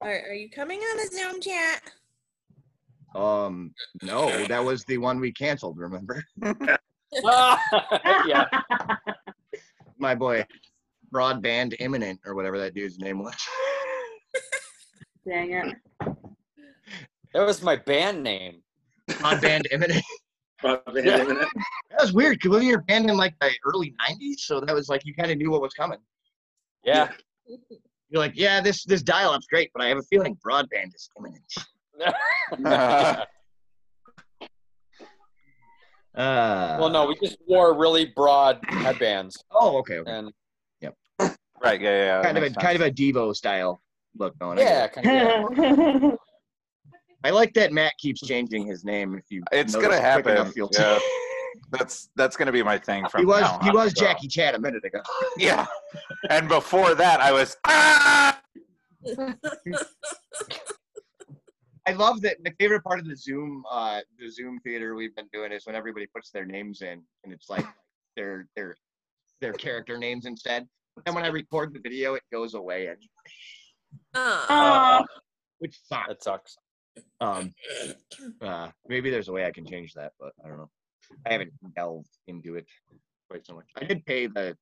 Speaker 11: are, are you coming on the Zoom chat?
Speaker 2: Um, no, that was the one we canceled. Remember,
Speaker 9: yeah.
Speaker 2: my boy, broadband imminent or whatever that dude's name was.
Speaker 5: Dang it.
Speaker 9: That was my band name.
Speaker 2: Broadband imminent.
Speaker 9: Yeah.
Speaker 2: That was weird. Cause wasn't your band in like the early '90s? So that was like you kind of knew what was coming.
Speaker 9: yeah.
Speaker 2: You're like, yeah, this this dial-up's great, but I have a feeling broadband is imminent.
Speaker 9: Uh, well, no, we just wore really broad headbands.
Speaker 2: Oh, okay. okay.
Speaker 9: And
Speaker 2: yep.
Speaker 12: Right. Yeah. Yeah.
Speaker 2: kind of a
Speaker 12: makes sense.
Speaker 2: kind of a Devo style look going. on.
Speaker 9: Yeah, kinda,
Speaker 2: I like that Matt keeps changing his name. If you,
Speaker 12: It's
Speaker 2: notice
Speaker 12: gonna
Speaker 2: quick
Speaker 12: happen.
Speaker 2: enough, you'll-
Speaker 12: yeah. That's that's gonna be my thing from
Speaker 2: He was
Speaker 12: now
Speaker 2: he
Speaker 12: on,
Speaker 2: was
Speaker 12: so.
Speaker 2: Jackie Chan a minute ago.
Speaker 12: Yeah. And before that, I was
Speaker 2: I love that. My favorite part of the Zoom, uh, the Zoom theater we've been doing is when everybody puts their names in, and it's like their their their character names instead. And when I record the video, it goes away, and which sucks.
Speaker 9: That sucks.
Speaker 2: Um, uh, maybe there's a way I can change that, but I don't know. I haven't delved into it quite so much. I did pay the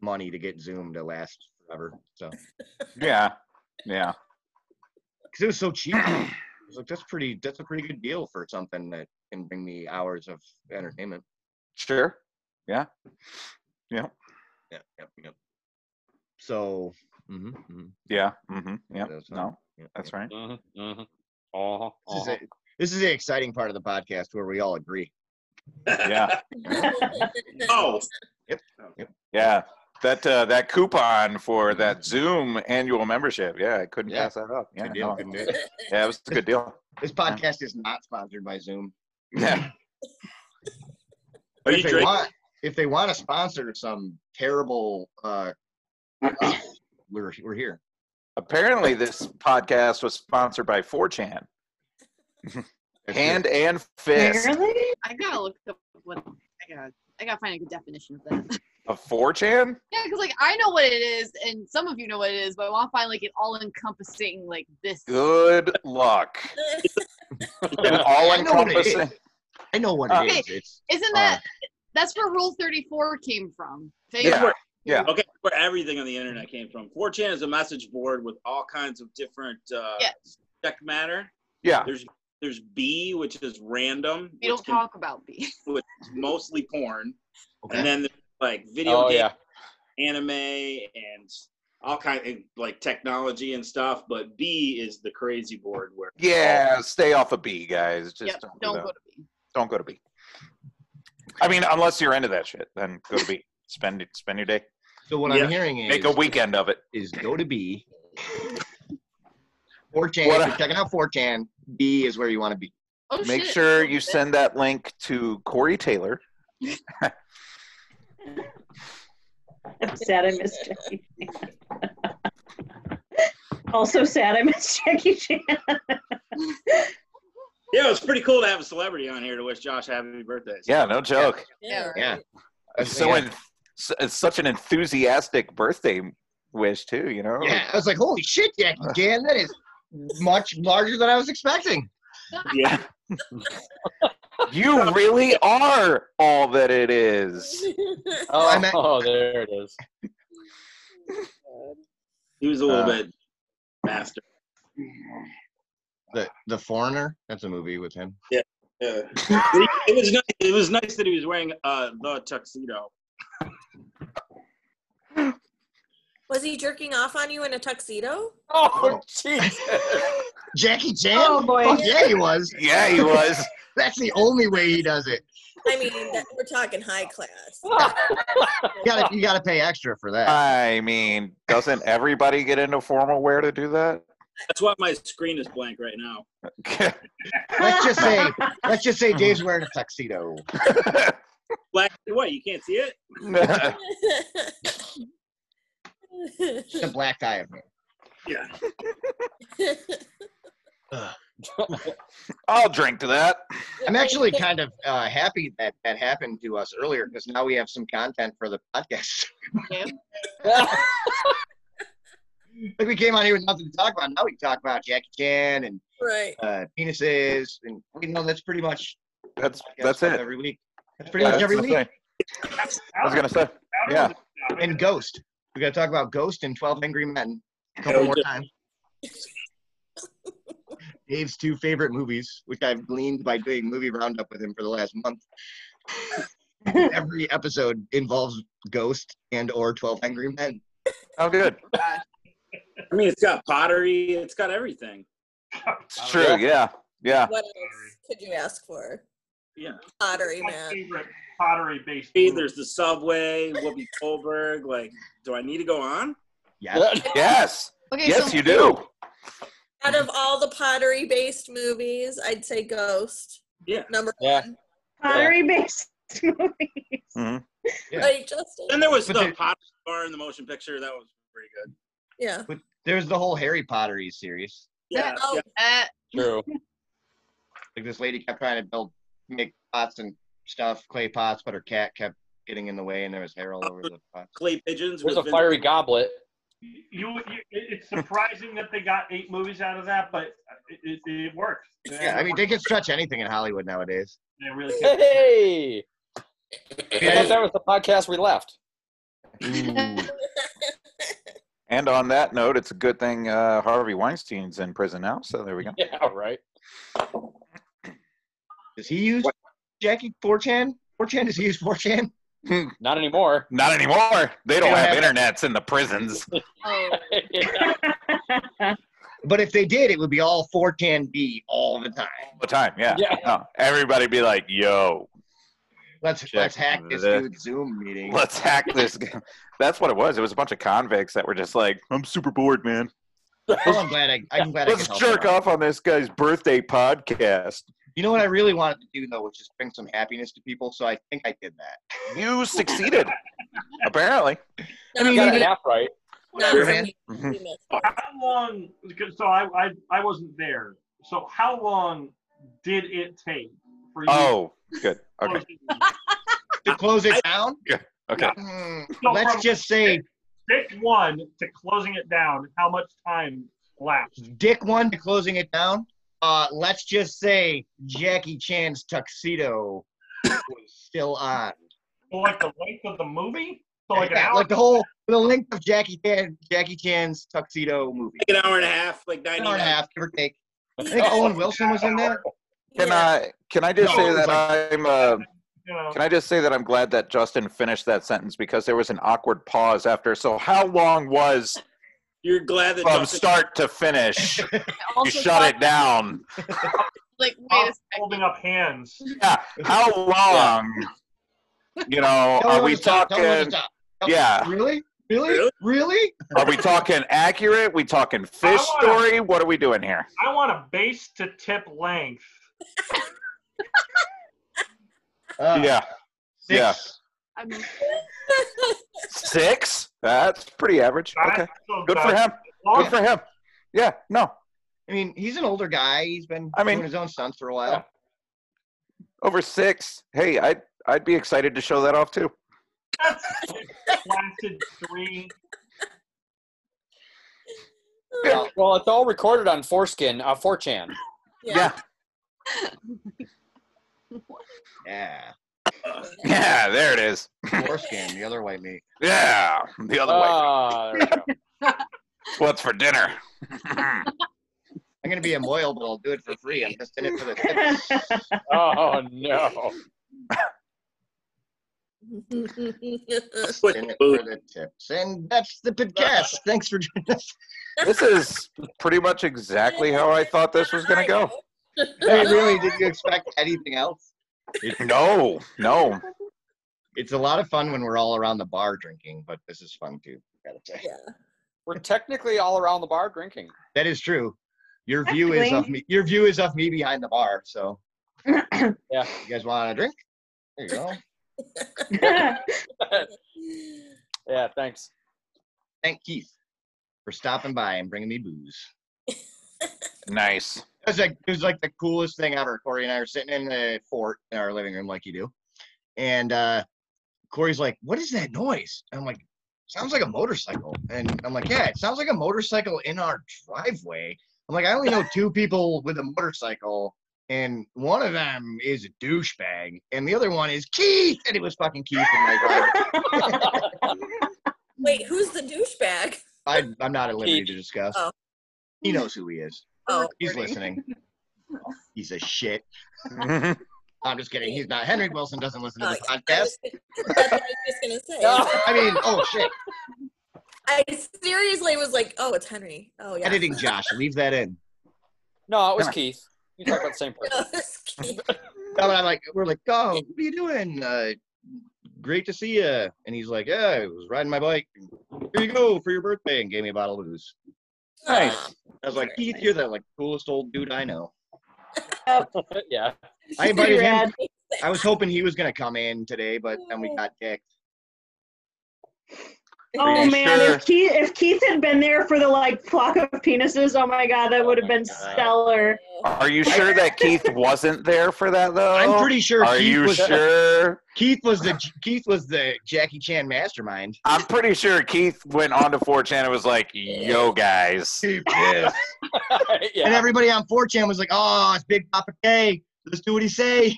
Speaker 2: money to get Zoom to last forever, so
Speaker 12: yeah, yeah.
Speaker 2: because it was so cheap. I was like, that's pretty. That's a pretty good deal for something that can bring me hours of entertainment.
Speaker 12: Sure. Yeah. Yeah.
Speaker 2: Yeah. Yep. Yep. So. Mm-hmm,
Speaker 12: Yeah. Mm-hmm. Yep.
Speaker 2: That's fine.
Speaker 12: No.
Speaker 2: Yep,
Speaker 12: That's
Speaker 2: yep.
Speaker 12: right.
Speaker 9: Mm-hmm. Uh-huh.
Speaker 2: This is
Speaker 9: uh-huh.
Speaker 2: it. This is the exciting part of the podcast where we all agree.
Speaker 12: Yeah.
Speaker 4: Oh,
Speaker 12: Yeah. That uh, that coupon for that Zoom annual membership. Yeah, I couldn't
Speaker 2: Yeah.
Speaker 12: pass that up. Yeah.
Speaker 2: Good deal,
Speaker 12: no.
Speaker 2: good deal.
Speaker 12: Yeah, it was a good deal.
Speaker 2: This podcast is not sponsored by Zoom.
Speaker 12: Yeah.
Speaker 2: But
Speaker 4: you
Speaker 2: if they
Speaker 4: drinking?
Speaker 2: want, if they want to sponsor some terrible, uh, uh, we're we're here.
Speaker 12: Apparently, this podcast was sponsored by 4chan. Hand and fist.
Speaker 13: I gotta look up what I gotta. I gotta find a good definition of that.
Speaker 12: Of 4chan?
Speaker 13: yeah, because like I know what it is, and some of you know what it is, but I want to find like an all-encompassing like this.
Speaker 12: Good luck. An all
Speaker 2: I know what it is.
Speaker 12: encompassing. Uh,
Speaker 2: I know what
Speaker 13: Okay.
Speaker 2: it is. It's uh,
Speaker 13: Isn't that that's where Rule Thirty Four came from? Figure-
Speaker 12: Yeah. Yeah.
Speaker 4: Okay, where everything on the internet came from. 4chan is a message board with all kinds of different uh, subject matter.
Speaker 12: Yeah.
Speaker 4: There's there's B, which is random,
Speaker 13: We don't
Speaker 4: which, can-
Speaker 13: talk about B.
Speaker 4: which is mostly porn,
Speaker 2: Okay.
Speaker 4: and then there's, like video
Speaker 9: Oh,
Speaker 4: game, anime, and all kind of like technology and stuff. But B is the crazy board where
Speaker 12: Yeah, stay off of B, guys. Just
Speaker 13: Yep,
Speaker 12: don't, do
Speaker 13: don't
Speaker 12: that.
Speaker 13: go to B.
Speaker 12: don't go to B. I mean, unless you're into that shit, then go to B. spend it, spend your day.
Speaker 2: so. What
Speaker 4: Yeah.
Speaker 2: I'm hearing is
Speaker 12: Make a weekend of it.
Speaker 2: is go to B. 4chan.
Speaker 12: What
Speaker 2: if
Speaker 12: a-
Speaker 2: you're checking out 4chan. B is where you want to be.
Speaker 13: Oh,
Speaker 12: Make
Speaker 13: shit.
Speaker 12: sure you send that link to Corey Taylor.
Speaker 5: I'm sad I missed Jackie Chan. also sad I missed Jackie Chan.
Speaker 4: yeah, it's pretty cool to have a celebrity on here to wish Josh happy birthday.
Speaker 12: Yeah, no joke.
Speaker 13: Yeah.
Speaker 2: Yeah.
Speaker 12: It's so en- s- it's such an enthusiastic birthday wish too. You know.
Speaker 2: Yeah, I was like, holy shit, Jackie Chan, that is much larger than I was expecting.
Speaker 4: Yeah.
Speaker 12: You really are all that it is.
Speaker 9: Oh,
Speaker 2: I'm at-
Speaker 9: oh, there it is.
Speaker 4: He was a little
Speaker 12: Uh,
Speaker 4: bit master.
Speaker 2: The The Foreigner, that's a movie with him.
Speaker 4: Yeah. it was nice. It was nice that he was wearing uh, the tuxedo.
Speaker 11: Was he jerking off on you in a tuxedo?
Speaker 9: Oh, Jesus.
Speaker 2: Jackie Chan?
Speaker 5: Oh, boy.
Speaker 2: Fuck yeah, he was.
Speaker 12: Yeah, he was.
Speaker 2: That's the only way he does it.
Speaker 11: I mean, that, we're talking high class.
Speaker 2: You gotta, you gotta pay extra for that.
Speaker 12: I mean, doesn't everybody get into formal wear to do that?
Speaker 4: That's why my screen is blank right now.
Speaker 2: let's just say, let's just say
Speaker 12: Mm.
Speaker 2: Dave's wearing a tuxedo.
Speaker 4: Black. What? You can't see it?
Speaker 2: Just a black tie of him.
Speaker 4: Yeah.
Speaker 12: I'll drink to that.
Speaker 2: I'm actually kind of uh, happy that that happened to us earlier because now we have some content for the podcast. like we came on here with nothing to talk about. Now we talk about Jackie Chan and
Speaker 11: right.
Speaker 2: uh, penises, and we know that's pretty much
Speaker 12: That's
Speaker 2: podcast
Speaker 12: that's
Speaker 2: stuff
Speaker 12: it.
Speaker 2: every week. That's pretty much
Speaker 12: That's
Speaker 2: every
Speaker 12: the
Speaker 2: week.
Speaker 12: thing. I was gonna say. Yeah.
Speaker 2: And Ghost, we got to talk about Ghost and Twelve Angry Men a couple
Speaker 4: Hell
Speaker 2: more
Speaker 4: yeah.
Speaker 2: times. Dave's two favorite movies, which I've gleaned by doing movie roundup with him for the last month. every episode involves Ghost and or Twelve Angry Men.
Speaker 12: Oh, good.
Speaker 4: I mean, it's got pottery. It's got everything.
Speaker 12: It's true. Yeah. Yeah.
Speaker 11: What else could you ask for?
Speaker 4: Yeah.
Speaker 11: Pottery
Speaker 6: My
Speaker 11: man.
Speaker 6: favorite pottery based.
Speaker 4: Hey, there's the subway, Whoopi Goldberg. Like, do I need to go on?
Speaker 12: Yes. Yes.
Speaker 11: Okay,
Speaker 12: yes,
Speaker 11: so-
Speaker 12: you do.
Speaker 11: Out of all the pottery based movies, I'd say Ghost.
Speaker 4: Yeah.
Speaker 11: Number
Speaker 9: Yeah.
Speaker 5: Pottery based movie.
Speaker 11: Like, Justin.
Speaker 4: And there was the
Speaker 11: But there-
Speaker 4: pot bar in the motion picture. That was pretty good.
Speaker 11: Yeah.
Speaker 2: There's the whole Harry Pottery series.
Speaker 4: Yeah. yeah.
Speaker 9: True.
Speaker 2: Like this lady kept trying to build, make pots and stuff, clay pots, but her cat kept getting in the way, and there was hair all over the pots.
Speaker 4: Clay pigeons.
Speaker 9: There's a
Speaker 4: with Vin-
Speaker 9: fiery goblet.
Speaker 6: You, you, it- it's surprising that they got eight movies out of that, but it, it, it worked.
Speaker 2: Yeah, I mean they can stretch anything in Hollywood nowadays.
Speaker 6: They really can.
Speaker 9: Hey! I
Speaker 2: Yeah.
Speaker 9: thought that was the podcast we left.
Speaker 12: And on that note, it's a good thing uh, Harvey Weinstein's in prison now. So there we go.
Speaker 9: Yeah, right.
Speaker 2: Does he use Jackie 4chan? 4chan? Does he use 4chan?
Speaker 12: Hmm.
Speaker 9: Not anymore.
Speaker 12: Not anymore. They don't
Speaker 2: They don't
Speaker 12: have
Speaker 2: have-
Speaker 12: internets in the prisons.
Speaker 2: But if they did, it would be all 4chan-B all the time.
Speaker 12: all the time. Yeah.
Speaker 9: Yeah.
Speaker 12: No, everybody be like, yo,
Speaker 2: Let's let's hack this
Speaker 12: the-
Speaker 2: dude's Zoom meeting.
Speaker 12: let's hack this. g- That's what it was. It was a bunch of convicts that were just like, I'm super bored, man.
Speaker 2: Well, Oh, I'm glad I, I'm glad I
Speaker 12: Let's
Speaker 2: can help
Speaker 12: jerk
Speaker 2: out.
Speaker 12: off on this guy's birthday podcast.
Speaker 2: You know what I really wanted to do though, was just bring some happiness to people. So I think I did that.
Speaker 12: You succeeded, apparently.
Speaker 11: I
Speaker 9: You
Speaker 2: mean,
Speaker 9: got
Speaker 2: even-
Speaker 9: it half right.
Speaker 11: Not
Speaker 2: man.
Speaker 11: me.
Speaker 12: Mhm.
Speaker 6: How long? because- So I, I, I wasn't there. So how long did it take for you?
Speaker 12: Oh, good. Okay.
Speaker 2: to close it down.
Speaker 12: Okay.
Speaker 2: Mm,
Speaker 6: So
Speaker 2: let's
Speaker 6: from-
Speaker 2: just say
Speaker 6: Dick one to closing it down. How much time lapsed?
Speaker 2: Dick one to closing it down. Uh, let's just say Jackie Chan's tuxedo was still on.
Speaker 6: So like the length of the movie? So like an
Speaker 2: Yeah,
Speaker 6: hour.
Speaker 2: like the whole the length of Jackie Chan Jackie Chan's tuxedo movie.
Speaker 4: Like an hour and a half, like 90
Speaker 2: An hour and a half, give or take. I think Owen Wilson was in there.
Speaker 12: Can uh, I can I
Speaker 2: No,
Speaker 12: just say
Speaker 2: it was
Speaker 12: that I'm uh,
Speaker 6: you know.
Speaker 12: can I just say that I'm glad that Justin finished that sentence because there was an awkward pause after. So how long was
Speaker 4: You're glad that
Speaker 12: from
Speaker 4: Justin-
Speaker 12: start to finish? You
Speaker 13: Also
Speaker 12: shut it
Speaker 13: thought-
Speaker 12: down.
Speaker 13: Like, wait a
Speaker 6: holding up hands.
Speaker 12: Yeah. How long? You know,
Speaker 2: Tell me
Speaker 12: are
Speaker 2: when
Speaker 12: we
Speaker 2: to stop. Tell me when to
Speaker 12: talking?
Speaker 2: stop. Tell-
Speaker 12: Yeah.
Speaker 2: Really? Really? Really?
Speaker 12: Are we talking accurate? We talking fish
Speaker 6: wanna-
Speaker 12: story? What are we doing here?
Speaker 6: I want a base to tip length.
Speaker 2: Uh,
Speaker 12: Yeah.
Speaker 2: six.
Speaker 12: Yeah.
Speaker 13: second.
Speaker 12: Six? That's pretty average. Okay.
Speaker 9: Oh,
Speaker 6: So
Speaker 12: Good for
Speaker 6: that's-
Speaker 12: him. Good for him. Yeah. No.
Speaker 2: I mean, he's an older guy. He's been
Speaker 12: I mean-
Speaker 2: doing his own stunts for a while.
Speaker 12: Yeah. Over six. Hey, I'd I'd be excited to show that off too.
Speaker 6: That's lasted three.
Speaker 12: Yeah.
Speaker 9: Well, it's all recorded on Foreskin, uh, 4chan.
Speaker 12: Yeah.
Speaker 2: Yeah.
Speaker 12: Yeah, there it is.
Speaker 2: Foreskin, the other white meat.
Speaker 12: Yeah. The other way.
Speaker 9: Ah, there we go.
Speaker 12: What's for dinner?
Speaker 2: I'm gonna be a moil, but I'll do it for free. I'm just in it for the tips.
Speaker 9: Oh, no.
Speaker 2: Just in it for the tips. And that's the podcast. Thanks for joining us.
Speaker 12: this is pretty much exactly how I thought this was going to go.
Speaker 2: I mean, really, did you expect anything else?
Speaker 12: No, no.
Speaker 2: It's a lot of fun when we're all around the bar drinking, but this is fun too. Gotta say
Speaker 11: Yeah.
Speaker 9: We're technically all around the bar drinking.
Speaker 2: that is true. Your view is of me. Your view is of me behind the bar. So
Speaker 9: Yeah.
Speaker 2: you guys want a drink? There you go.
Speaker 9: Yeah, thanks.
Speaker 2: Thank Keith for stopping by and bringing me booze.
Speaker 12: Nice.
Speaker 2: It was like it was like the coolest thing ever. Corey and I are sitting in the fort in our living room, like you do, and uh, Corey's like, "What is that noise?" And I'm like, "Sounds like a motorcycle." And I'm like, "Yeah, it sounds like a motorcycle in our driveway." I'm like, "I only know two people with a motorcycle, and one of them is a douchebag, and the other one is Keith." And it was fucking Keith. And like,
Speaker 11: Wait, who's the douchebag?
Speaker 2: I, I'm not at liberty to discuss.
Speaker 11: Oh.
Speaker 2: He knows who he is.
Speaker 11: Oh,
Speaker 2: He's listening. He's a shit.
Speaker 12: Mhm.
Speaker 2: I'm just kidding. He's not. Henry Wilson doesn't listen to
Speaker 11: Oh,
Speaker 2: the
Speaker 11: yeah. I
Speaker 2: podcast.
Speaker 11: was- That's what I was just gonna say.
Speaker 2: I mean, oh shit.
Speaker 11: I seriously was like, oh, it's Henry. Oh yeah.
Speaker 2: Editing Josh, leave that in.
Speaker 9: Oh, No, it was Keith. You talk about the same person.
Speaker 11: No, it's Keith.
Speaker 2: And I'm like, we're like, oh, what are you doing? Uh, great to see you. And he's like, yeah, I was riding my bike. Here you go for your birthday, and gave me a bottle of booze.
Speaker 9: Nice.
Speaker 2: I was like, Keith, you're the like coolest old dude I know.
Speaker 9: yeah.
Speaker 2: I invited him. I was hoping he was gonna come in today, but then we got dicked.
Speaker 5: Oh
Speaker 2: you
Speaker 5: man,
Speaker 2: sure?
Speaker 5: if Keith if Keith had been there for the like flock of penises, oh my god, that would have been stellar.
Speaker 12: Are you sure that Keith wasn't there for that though?
Speaker 2: I'm pretty sure.
Speaker 12: Are
Speaker 2: Keith
Speaker 12: you
Speaker 2: was
Speaker 12: sure?
Speaker 2: Keith was the Keith was the Jackie Chan mastermind.
Speaker 12: I'm pretty sure Keith went on to 4chan and was like, "Yo, guys."
Speaker 2: And everybody on 4chan was like, "Oh, it's Big Papa K. Let's do what he say."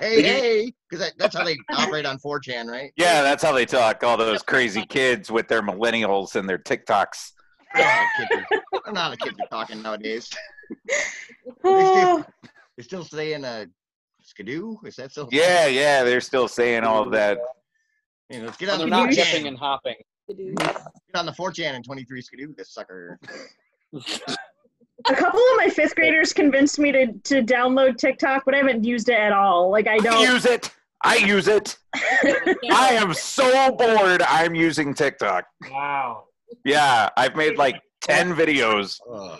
Speaker 2: hey, hey, because that's how they operate on 4chan, right?
Speaker 12: Yeah, that's how they talk. All those crazy kids with their millennials and their TikToks.
Speaker 2: I'm not a kid they're talking nowadays. they, still, they still stay in a skidoo. Is that still?
Speaker 12: Yeah, yeah, they're still saying all that.
Speaker 2: You know, let's get
Speaker 9: When
Speaker 2: on
Speaker 9: they're
Speaker 2: the
Speaker 9: not
Speaker 2: 4chan.
Speaker 9: dipping and hopping.
Speaker 2: Get on the 4chan and 23 skidoo, this sucker.
Speaker 5: A couple of my fifth graders convinced me to to download TikTok, but I haven't used it at all. Like I don't
Speaker 12: I use it. I use it. I am so bored. I'm using TikTok.
Speaker 6: Wow.
Speaker 12: Yeah, I've made like ten videos
Speaker 2: Oh.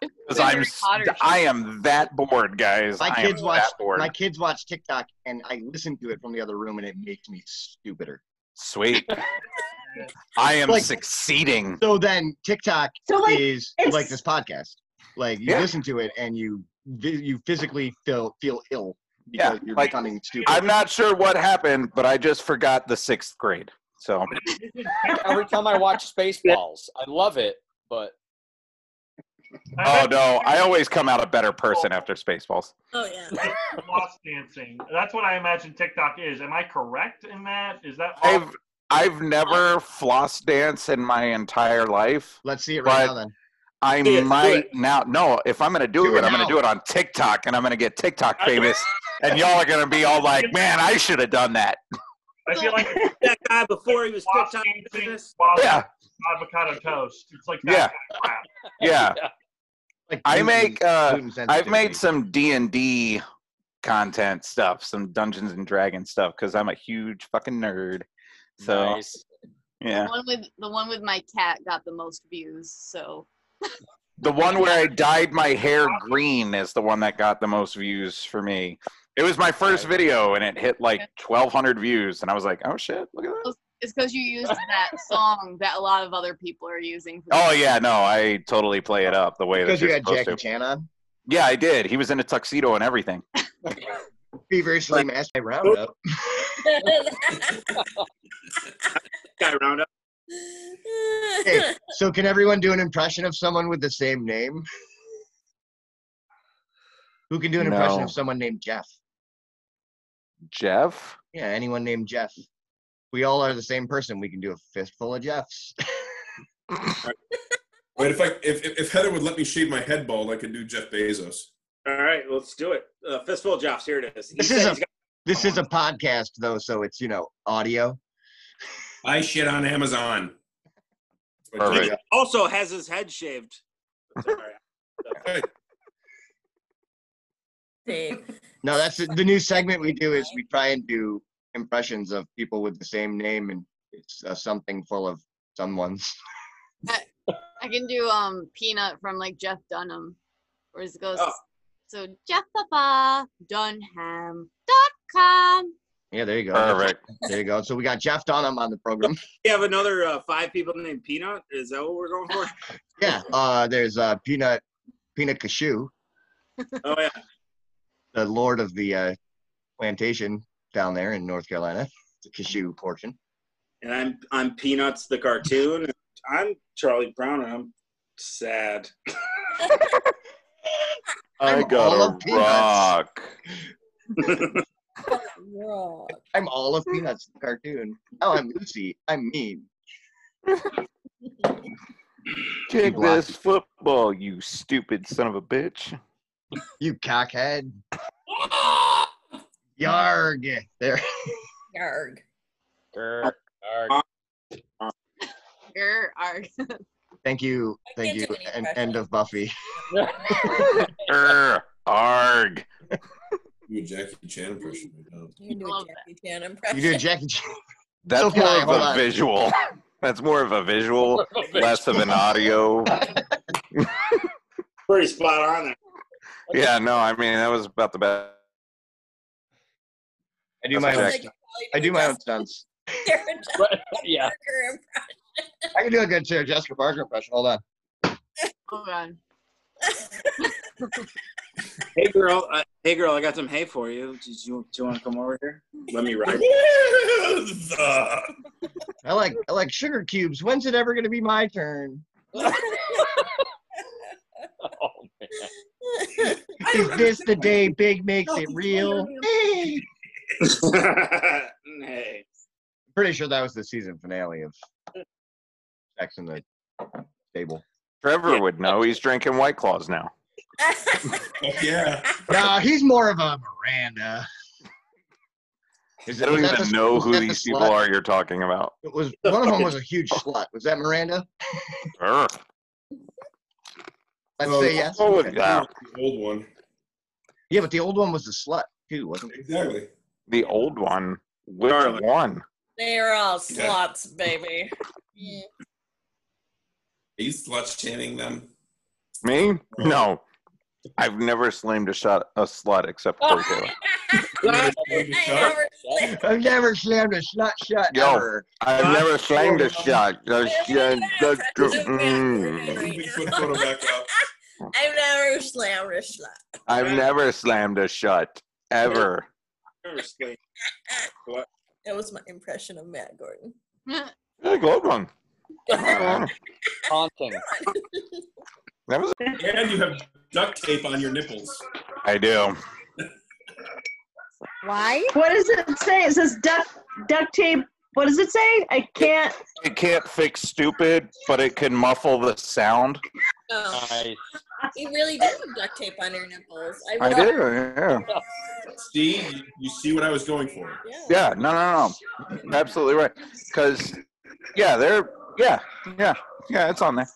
Speaker 12: because I'm
Speaker 6: Harry
Speaker 12: s-
Speaker 6: Potter shit.
Speaker 12: I am that bored, guys.
Speaker 2: My
Speaker 12: I
Speaker 2: kids
Speaker 12: am
Speaker 2: watch
Speaker 12: that bored.
Speaker 2: my kids watch TikTok, and I listen to it from the other room, and it makes me stupider.
Speaker 12: Sweet. I am
Speaker 2: Like-
Speaker 12: succeeding.
Speaker 2: So then TikTok
Speaker 5: So, like,
Speaker 2: is
Speaker 5: it's-
Speaker 2: like this podcast. Like you
Speaker 12: Yeah.
Speaker 2: listen to it, and you vi- you physically feel feel ill
Speaker 12: Yeah,
Speaker 2: because you're
Speaker 12: like
Speaker 2: becoming stupid.
Speaker 12: I'm not sure what happened, but I just forgot the sixth grade. So
Speaker 9: Every time I watch Spaceballs, I love it, but
Speaker 12: oh no, I always come out a better person after Spaceballs.
Speaker 11: Oh yeah.
Speaker 6: Lost dancing. That's what I imagine TikTok is. Am I correct in that? Is that
Speaker 12: I've I've never floss danced in my entire life.
Speaker 2: Let's see it right now
Speaker 12: but
Speaker 2: then.
Speaker 12: I
Speaker 2: Do it, do
Speaker 12: might
Speaker 2: it.
Speaker 12: now. No, if I'm gonna do,
Speaker 2: Do
Speaker 12: it,
Speaker 2: it
Speaker 12: I'm gonna
Speaker 2: now.
Speaker 12: do it on TikTok, and I'm gonna get TikTok famous, and y'all are gonna be all like, "Man, I should have done that."
Speaker 6: I feel like
Speaker 4: that guy before he was
Speaker 6: TikTok famous. While
Speaker 12: Yeah.
Speaker 6: Avocado toast. It's like
Speaker 12: Yeah,
Speaker 6: that. Yeah.
Speaker 12: yeah. I
Speaker 2: gluten-
Speaker 12: make. Uh,
Speaker 2: gluten
Speaker 12: I've
Speaker 2: sensitivity.
Speaker 12: made some D and D content stuff, some Dungeons and Dragons stuff, because I'm a huge fucking nerd. So, yeah,
Speaker 13: The one with the one with my cat got the most views. So
Speaker 12: the one where I dyed my hair green is the one that got the most views for me. It was my first video, and it hit like 1,200 views, and I was like, "Oh shit, look at that."
Speaker 13: it's because you used that song that a lot of other people are using. For
Speaker 12: Oh yeah, no, I totally play it up the way that
Speaker 2: Because you
Speaker 12: you're
Speaker 2: had
Speaker 12: supposed
Speaker 2: Jackie
Speaker 12: to.
Speaker 2: Chan on.
Speaker 12: Yeah, I did. He was in a tuxedo and everything.
Speaker 2: Feverishly mashed by Roundup.
Speaker 4: guy Roundup.
Speaker 2: Hey, so can everyone do an impression of someone with the same name? Who can do an impression
Speaker 12: No.
Speaker 2: of someone named Jeff?
Speaker 12: Jeff?
Speaker 2: Yeah, anyone named Jeff. We all are the same person. We can do a fistful of Jeffs.
Speaker 14: Wait, if I if if if Heather would let me shave my head bald, I could do Jeff Bezos.
Speaker 4: All right, let's do it. Uh, fistful of Jobs. Here it is. He
Speaker 2: This
Speaker 4: said
Speaker 2: is a
Speaker 4: he's got-
Speaker 2: this is a podcast though, so it's you know audio.
Speaker 14: I shit on Amazon.
Speaker 4: he also has his head shaved. It's all right.
Speaker 2: No, that's the, the new segment we do is we try and do impressions of people with the same name, and it's uh, something full of someone's.
Speaker 13: I can do um peanut from like Jeff Dunham, where it goes.
Speaker 2: Oh.
Speaker 13: So Jeff Papa Dunham dot com.
Speaker 2: Yeah, there you go.
Speaker 12: Perfect.
Speaker 2: There you go. So we got Jeff Dunham on the program.
Speaker 4: We have another uh, five people named Peanut. Is that what we're going for?
Speaker 2: Yeah, uh, there's uh, Peanut Peanut Cashew,
Speaker 4: oh yeah.
Speaker 2: the lord of the uh, plantation down there in North Carolina, the cashew portion.
Speaker 4: And I'm I'm Peanuts the cartoon. And I'm Charlie Brown, and I'm sad.
Speaker 12: I
Speaker 4: I'm all
Speaker 12: got
Speaker 4: of
Speaker 12: a
Speaker 4: peanuts.
Speaker 12: rock.
Speaker 2: I'm all of Peanuts the cartoon. Now I'm Lucy. I'm mean.
Speaker 12: Take
Speaker 2: Blocked.
Speaker 12: this football, you stupid son of a bitch.
Speaker 2: You cockhead. Yarg. There.
Speaker 11: Yarg.
Speaker 13: Grr, arg. Oh,
Speaker 2: Thank you. Thank you. And end of Buffy.
Speaker 12: Err. Arg.
Speaker 14: You a Jackie Chan impression right now.
Speaker 11: You do a Jackie Chan impression.
Speaker 2: do a Jackie Chan.
Speaker 12: That's
Speaker 2: Okay,
Speaker 12: more of
Speaker 2: hold
Speaker 12: a
Speaker 2: on.
Speaker 12: visual. That's more of a visual, less of an audio.
Speaker 4: Pretty spot on there.
Speaker 12: Yeah, no, I mean that was about the best.
Speaker 2: I do my own. I do my own stunts.
Speaker 9: yeah.
Speaker 2: I can do a good Sarah Jessica Parker impression. Hold on.
Speaker 13: Oh god.
Speaker 4: Hey girl, uh, hey girl, I got some hay for you. Do you, do you want to come over here? Let me ride.
Speaker 14: Oh,
Speaker 2: I like I like sugar cubes. When's it ever gonna be my turn?
Speaker 9: Oh man.
Speaker 2: Is this the day Big makes it real?
Speaker 4: hey.
Speaker 2: Pretty sure that was the season finale of Sex in the Stable.
Speaker 12: Trevor would know. He's drinking White Claws now.
Speaker 14: yeah.
Speaker 2: Nah, he's more of a Miranda. Is
Speaker 12: I
Speaker 2: was
Speaker 12: don't
Speaker 2: that
Speaker 12: even
Speaker 2: the-
Speaker 12: know
Speaker 2: was
Speaker 12: who
Speaker 2: that the
Speaker 12: these people
Speaker 2: slut?
Speaker 12: are you're talking about.
Speaker 2: It was one of them was a huge slut. Was that Miranda?
Speaker 12: Urgh.
Speaker 2: Let's
Speaker 14: Oh,
Speaker 2: say yes.
Speaker 12: oh,
Speaker 2: Okay.
Speaker 12: yeah.
Speaker 14: The old one.
Speaker 2: Yeah, but the old one was the slut too, wasn't it?
Speaker 14: Exactly.
Speaker 12: The old one. Which
Speaker 4: Darling.
Speaker 12: one?
Speaker 11: They are all sluts, baby. Mm.
Speaker 14: Are you slut shaming them?
Speaker 12: Me? No. I've never slammed a shot a slut except for Taylor.
Speaker 11: I never-
Speaker 2: I've never slammed a slut shot
Speaker 12: Yo,
Speaker 2: ever.
Speaker 12: I've never slammed a shot. The shit- the- mm.
Speaker 14: Big foot photo back up.
Speaker 11: I've never slammed a slut.
Speaker 12: I've never slammed a shot ever.
Speaker 4: Seriously. What?
Speaker 11: That was my impression of Matt Gordon.
Speaker 12: That's a good one.
Speaker 9: Haunting.
Speaker 12: That was.
Speaker 14: And you have duct tape on your nipples.
Speaker 12: I do.
Speaker 15: Why?
Speaker 5: What does it say? It says duct duct tape. What does it say? I can't.
Speaker 12: It can't fix stupid, but it can muffle the sound.
Speaker 11: Oh,
Speaker 9: Nice.
Speaker 11: you really did have duct tape on your nipples.
Speaker 12: I
Speaker 11: I, will-
Speaker 12: do. Yeah.
Speaker 14: See, you, you see what I was going for.
Speaker 12: Yeah. No. No. No. Absolutely right. Because, yeah, they're. Yeah. Yeah. Yeah. It's on there.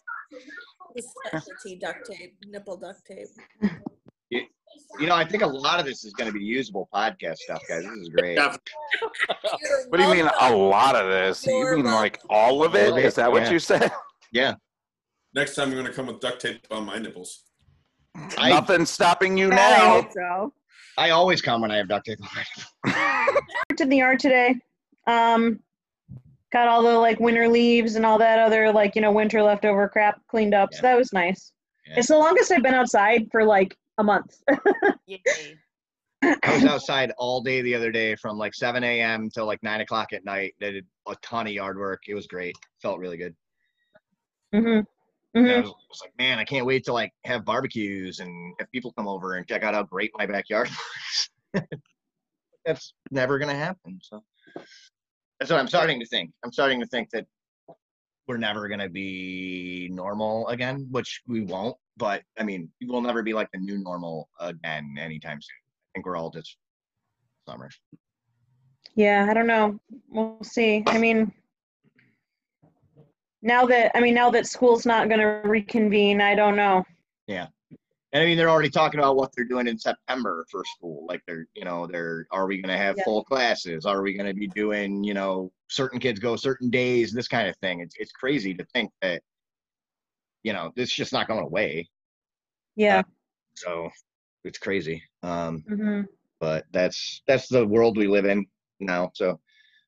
Speaker 11: His specialty duct tape, nipple duct tape.
Speaker 12: oh.
Speaker 2: You know, I think a lot of this is going to be usable podcast stuff, guys. This is great.
Speaker 4: Stuff.
Speaker 11: You're
Speaker 12: What do you mean a
Speaker 11: welcome.
Speaker 12: lot of this? You mean like all of it? Is that what you said?
Speaker 2: Yeah,
Speaker 14: Next time I'm going to come with duct tape on my nipples.
Speaker 2: I-
Speaker 12: Nothing's stopping you
Speaker 15: I
Speaker 2: Oh.
Speaker 12: now.
Speaker 15: hope so.
Speaker 5: uh,
Speaker 2: I always come when I have duct tape. on.
Speaker 5: worked in the yard today. Um, got all the like winter leaves and all that other like you know winter leftover crap cleaned up. So that was nice.
Speaker 2: Yeah.
Speaker 5: It's the longest I've been outside for like a month.
Speaker 15: Yay.
Speaker 2: I was outside all day the other day from like 7 a.m. till like 9 o'clock at night. I did a ton of yard work. It was great. Felt really good.
Speaker 5: hmm
Speaker 8: Mm-hmm.
Speaker 2: And I
Speaker 5: hmm
Speaker 2: was, I was like, man, I can't wait to like have barbecues and have people come over and check out how great my backyard looks. That's never gonna happen. So that's what I'm starting to think. I'm starting to think that we're never gonna be normal again, which we won't. But I mean, we'll never be like the new normal again anytime soon. I think we're all just summer.
Speaker 5: Yeah, I don't know. We'll see. I mean, now that I mean now that school's not going to reconvene, I don't know.
Speaker 2: And I mean, they're already talking about what they're doing in September for school. Like they're, you know, they're, are we going to have
Speaker 5: Yeah.
Speaker 2: full classes? Are we going to be doing, you know, certain kids go certain days, this kind of thing. It's, it's crazy to think that, you know, this is just not going away.
Speaker 5: Yeah.
Speaker 2: So it's crazy. Um,
Speaker 8: Mm-hmm.
Speaker 5: hmm
Speaker 2: but that's, that's the world we live in now. So,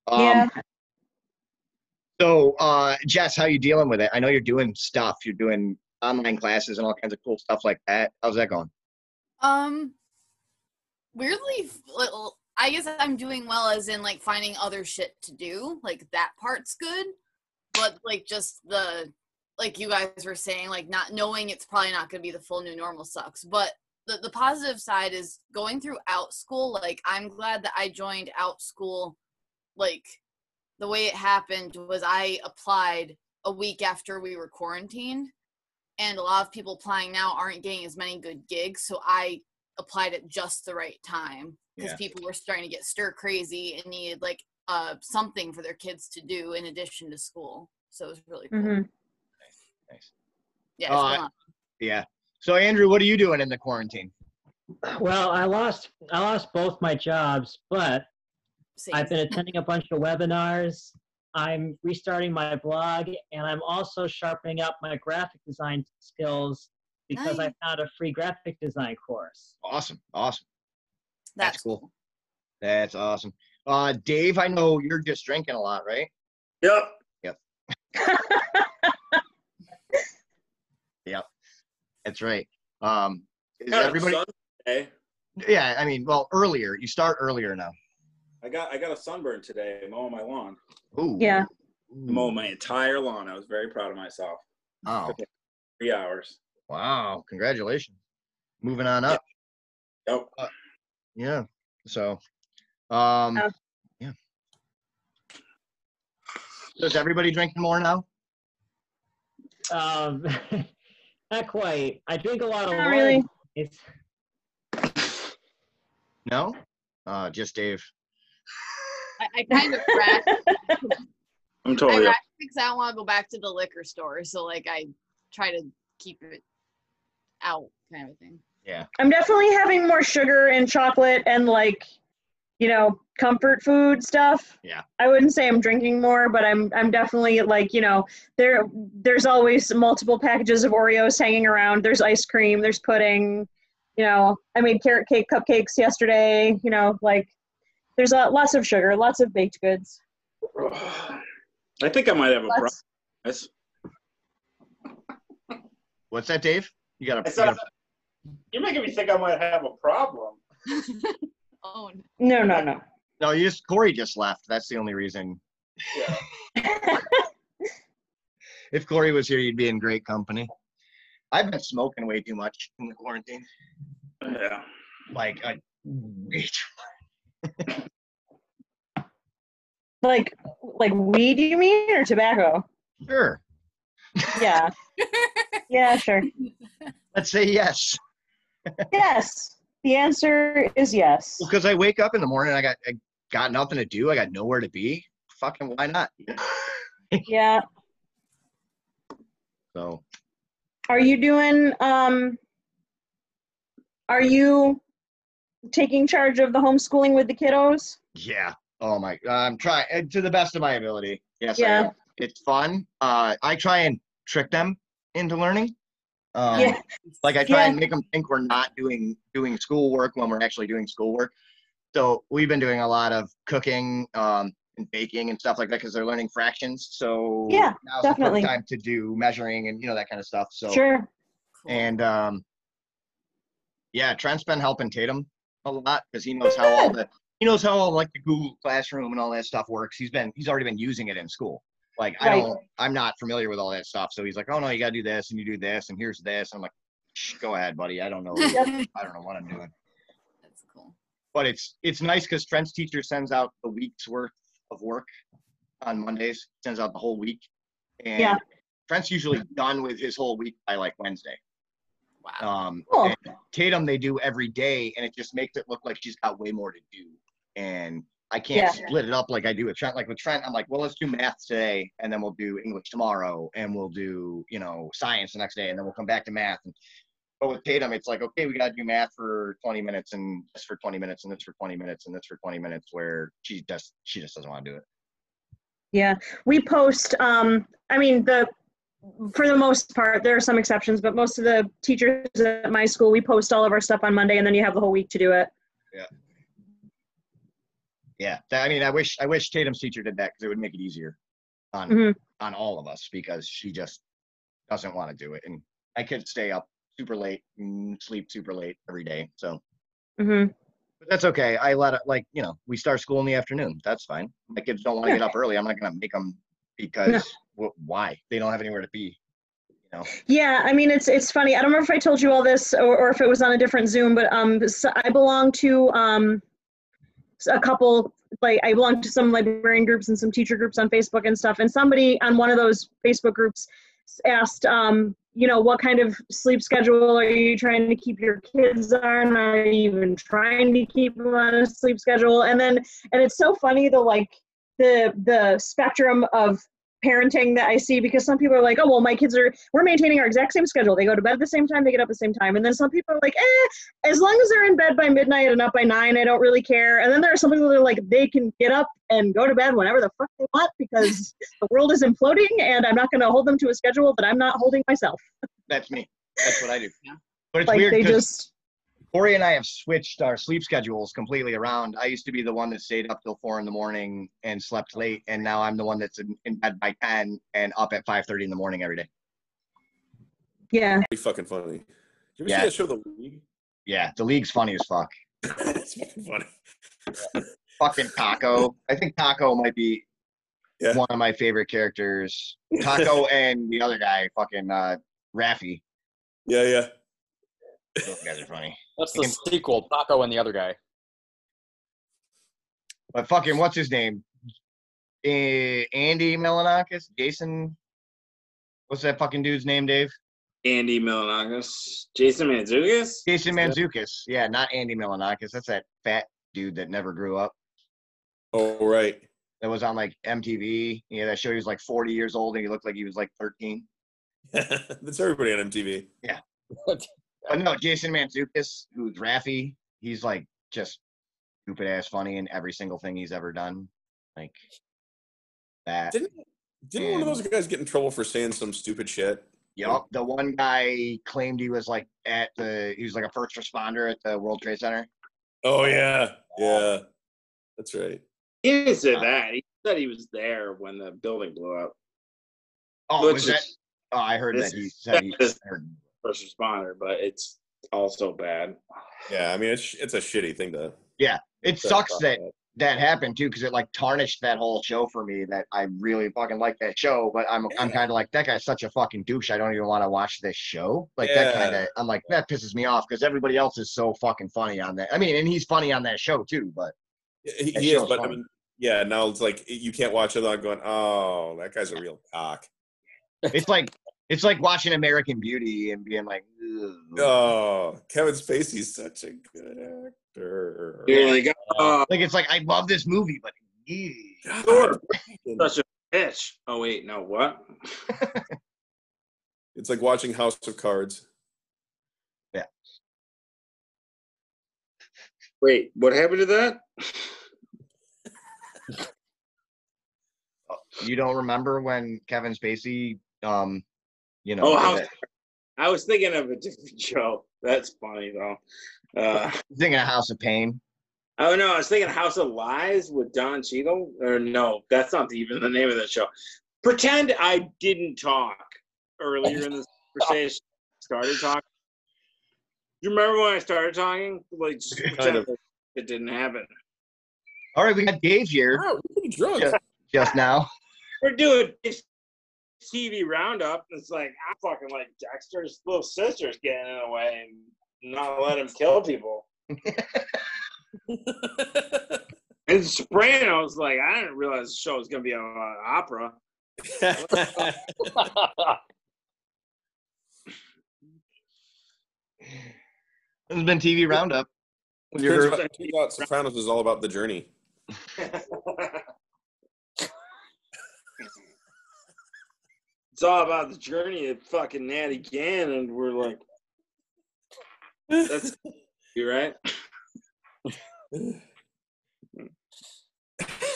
Speaker 2: um,
Speaker 5: Yeah.
Speaker 2: so, uh, Jess, how you dealing with it? I know you're doing stuff. You're doing online classes and all kinds of cool stuff like that. How's that going?
Speaker 13: Um, weirdly, f- l- I guess I'm doing well as in like finding other shit to do. Like that part's good, but like just the like you guys were saying, like not knowing it's probably not going to be the full new normal sucks. But the the positive side is going through out school. Like I'm glad that I joined out school. Like the way it happened was I applied a week after we were quarantined and a lot of people applying now aren't getting as many good gigs so i applied at just the right time because
Speaker 2: Yeah.
Speaker 13: people were starting to get stir crazy and needed like uh, something for their kids to do in addition to school so it was really
Speaker 2: Mm.
Speaker 13: cool
Speaker 5: hmm
Speaker 2: Nice.
Speaker 13: yeah it's
Speaker 2: Uh,
Speaker 13: fun.
Speaker 2: Yeah. So, Andrew, what are you doing in the quarantine?
Speaker 7: Well, I lost I lost both my jobs, but I've been attending a bunch of webinars. I'm restarting my blog, and I'm also sharpening up my graphic design skills because I
Speaker 13: Nice.
Speaker 7: found a free graphic design course.
Speaker 2: Awesome. Awesome.
Speaker 13: That's,
Speaker 2: cool. That's awesome. Uh, Dave, I know you're just drinking a lot, right?
Speaker 4: Yep.
Speaker 2: Yep. yep. That's right. Um, is
Speaker 4: Got a
Speaker 2: everybody?
Speaker 4: sun today.
Speaker 2: Yeah, I mean, well, earlier you start earlier now.
Speaker 4: I got I got a sunburn today mowing my lawn.
Speaker 2: Ooh.
Speaker 5: Yeah.
Speaker 4: Mowed my entire lawn. I was very proud of myself.
Speaker 2: Oh.
Speaker 4: Three hours.
Speaker 2: Wow. Oh, Congratulations. Moving on up. Uh,
Speaker 4: Yep.
Speaker 2: yeah. So, um,
Speaker 5: Uh,
Speaker 2: yeah. So is everybody drinking more now?
Speaker 7: Um, not quite. I drink a lot of
Speaker 5: Not
Speaker 7: wine.
Speaker 5: really.
Speaker 7: It's
Speaker 2: No. Uh, just Dave.
Speaker 13: I, I kind of rat.
Speaker 2: I'm
Speaker 13: I rat because I don't want to go back to the liquor store, so like I try to keep it out, kind of a thing.
Speaker 2: Yeah.
Speaker 5: I'm definitely having more sugar and chocolate and like, you know, comfort food stuff.
Speaker 2: Yeah.
Speaker 5: I wouldn't say I'm drinking more, but I'm I'm definitely like, you know, there there's always multiple packages of Oreos hanging around. There's ice cream, there's pudding, you know, I made carrot cake cupcakes yesterday, you know, like there's a, lots of sugar, lots of baked goods.
Speaker 4: I think I might have a problem.
Speaker 5: Lots-
Speaker 4: That's-
Speaker 2: What's that, Dave? You got
Speaker 4: I
Speaker 2: a.
Speaker 4: said
Speaker 2: you got
Speaker 16: You're making me think I might have a problem.
Speaker 13: Oh,
Speaker 5: No, no, no.
Speaker 2: a- No, you just Corey just left. That's the only reason.
Speaker 16: Yeah.
Speaker 2: If Corey was here, you'd be in great company. I've been smoking way too much in the quarantine.
Speaker 4: Yeah.
Speaker 2: Like I, way too-
Speaker 5: Like like weed you mean or tobacco?
Speaker 2: sure.
Speaker 5: Yeah. yeah, sure.
Speaker 2: Let's say yes.
Speaker 5: Yes. The answer is yes.
Speaker 2: Because I wake up in the morning, I got I got nothing to do. I got nowhere to be. Fucking why not?
Speaker 5: Yeah.
Speaker 2: So
Speaker 5: Are you doing um are you taking charge of the homeschooling with the kiddos?
Speaker 2: yeah. Oh my. I'm trying to the best of my ability. Yes. I
Speaker 5: Yeah.
Speaker 2: am. It's fun. Uh, I try and trick them into learning. Um,
Speaker 5: Yeah.
Speaker 2: Like I try
Speaker 5: Yeah.
Speaker 2: and make them think we're not doing doing schoolwork when we're actually doing schoolwork. So we've been doing a lot of cooking um, and baking and stuff like that because they're learning fractions. So
Speaker 5: Yeah,
Speaker 2: now's the perfect
Speaker 5: definitely.
Speaker 2: time to do measuring and you know that kind of stuff. So
Speaker 5: Sure.
Speaker 2: And um, yeah, Trent's been helping Tatum a lot because he knows how all the he knows how all like the Google Classroom and all that stuff works. He's been he's already been using it in school. Like I
Speaker 5: Right.
Speaker 2: don't I'm not familiar with all that stuff. So he's like, oh no, you gotta do this and you do this and here's this. I'm like, Shh, go ahead, buddy. I don't know.
Speaker 13: Yep.
Speaker 2: I don't know what I'm doing.
Speaker 13: that's cool.
Speaker 2: But it's it's nice because Trent's teacher sends out the week's worth of work on Mondays. Sends out the whole week. And
Speaker 5: Yeah.
Speaker 2: Trent's usually done with his whole week by like Wednesday. Um,
Speaker 5: Cool.
Speaker 2: and Tatum, they do every day, and it just makes it look like she's got way more to do. And I can't
Speaker 5: Yeah.
Speaker 2: split it up like I do with Trent. Like with Trent, I'm like, well, let's do math today, and then we'll do English tomorrow, and we'll do you know science the next day, and then we'll come back to math. And, but with Tatum, it's like, okay, we got to do math for 20 minutes, and this for 20 minutes, and this for 20 minutes, and this for 20 minutes, where she just she just doesn't want to do it.
Speaker 5: Yeah, we post. Um, I mean, the for the most part, there are some exceptions, but most of the teachers at my school, we post all of our stuff on Monday, and then you have the whole week to do it.
Speaker 2: Yeah. Yeah. That, I mean, I wish I wish Tatum's teacher did that because it would make it easier on
Speaker 5: Mhm.
Speaker 2: on all of us because she just doesn't want to do it, and I could stay up super late, and sleep super late every day. So,
Speaker 5: Mm-hmm.
Speaker 2: but that's okay. I let it like you know we start school in the afternoon. That's fine. My kids don't want to get up early. I'm not gonna make them because wh- why? They don't have anywhere to be. You know.
Speaker 5: Yeah, I mean, it's it's funny. I don't remember if I told you all this or, or if it was on a different Zoom, but um, s I belong to um, s- a couple like I belong to some librarian groups and some teacher groups on Facebook and stuff. And somebody on one of those Facebook groups s- asked, um, you know, what kind of sleep schedule are you trying to keep your kids on? Are you even trying to keep them on a sleep schedule? And then, and it's so funny the like the the spectrum of parenting that I see because some people are like, oh, well, my kids are, we're maintaining our exact same schedule. They go to bed at the same time, they get up at the same time. And then some people are like, eh, as long as they're in bed by midnight and up by nine, I don't really care. And then there are some people that are like, they can get up and go to bed whenever the fuck they want because the world is imploding and I'm not going to hold them to a schedule that I'm not holding myself.
Speaker 2: That's me. That's what I do. But it's
Speaker 5: Like,
Speaker 2: weird
Speaker 5: they
Speaker 2: because Corey and I have switched our sleep schedules completely around. I used to be the one that stayed up till four in the morning and slept late, and now I'm the one that's in, in bed by ten and up at five thirty in the morning every day.
Speaker 5: Yeah.
Speaker 14: Pretty fucking funny. Did you ever
Speaker 2: Yeah.
Speaker 14: see that show The League?
Speaker 2: Yeah, the league's funny as fuck.
Speaker 14: it's fucking funny.
Speaker 2: Fucking Taco. I think Taco might be one of my favorite characters. Taco and the other guy, fucking uh, Raffy.
Speaker 14: Yeah, yeah.
Speaker 2: Those guys are funny.
Speaker 9: That's the sequel, Taco and the other guy.
Speaker 2: But fucking what's his name? Eh, Andy Melanakis? Jason? What's that fucking dude's name, Dave?
Speaker 4: Andy Milanakis. Jason Manzukis?
Speaker 2: Jason Manzukis. Yeah, not Andy Melanakis. That's that fat dude that never grew up.
Speaker 14: Oh right.
Speaker 2: That was on like MTV. Yeah, that show he was like 40 years old and he looked like he was like 13.
Speaker 14: That's everybody on MTV.
Speaker 2: Yeah. but Oh, no, Jason Mantzoukas, who's Raffy, he's like just stupid ass funny in every single thing he's ever done. Like that.
Speaker 14: Didn't Didn't one of those guys get in trouble for saying some stupid shit?
Speaker 2: Yup. The one guy claimed he was like at the he was like a first responder at the World Trade Center.
Speaker 14: Oh yeah, yeah. That's right.
Speaker 4: He didn't say
Speaker 2: Uh,
Speaker 4: that. He said he was there when the building blew up.
Speaker 2: Oh,
Speaker 4: Which
Speaker 2: was
Speaker 4: is-
Speaker 2: that? Oh, I heard that he
Speaker 4: is-
Speaker 2: said he.
Speaker 4: that is first responder, but it's also bad.
Speaker 14: Yeah, I mean it's it's a shitty thing to.
Speaker 2: Yeah, it
Speaker 14: Sorry
Speaker 2: sucks
Speaker 14: about
Speaker 2: that
Speaker 14: that.
Speaker 2: that happened too because it like tarnished that whole show for me. That I really fucking like that show, but I'm I'm kind of like that guy's such a fucking douche. I don't even want to watch this show. Like that
Speaker 14: Yeah.
Speaker 2: kind of I'm like that pisses me off because everybody else is so fucking funny on that. I mean, and he's funny on that show too, but
Speaker 14: He,
Speaker 2: That
Speaker 14: he is,
Speaker 2: show's
Speaker 14: but I
Speaker 2: funny.
Speaker 14: mean, yeah. Now it's like you can't watch it without going, "Oh, that guy's a real cock."
Speaker 2: it's like it's like watching American Beauty and being like, "Ugh."
Speaker 14: Oh, Kevin Spacey's such a good actor.
Speaker 2: You're like, "Oh." Like, it's like I love this movie, but
Speaker 4: Sure. Such a bitch. Oh wait, no, what?
Speaker 14: It's like watching House of Cards.
Speaker 4: Wait, what happened to that?
Speaker 2: you don't remember when Kevin Spacey, um, you know,
Speaker 4: oh,
Speaker 2: did
Speaker 4: I was,
Speaker 2: that-
Speaker 4: I was thinking of a different show. That's funny though. Uh,
Speaker 2: thinking of House of Pain.
Speaker 4: oh no, I was thinking House of Lies with Don Cheadle. Or no, that's not even the name of the show. Pretend I didn't talk earlier in this conversation. Started talking. You remember when I started talking? Like, just pretend
Speaker 2: of.
Speaker 4: it didn't happen.
Speaker 2: All right, we got Dave here.
Speaker 4: Oh,
Speaker 14: Wow, we're pretty drunk.
Speaker 2: Just, just now.
Speaker 4: we're doing this TV roundup. and It's like I'm fucking like Dexter's little sister's getting in the way and not let him kill people. and Sopranos, like I didn't realize the show was gonna be an opera.
Speaker 2: This has been TV Roundup.
Speaker 14: Turns out, turns out Sopranos is all about the journey.
Speaker 4: it's all about the journey of fucking Natty Gann, and we're like, that's you right.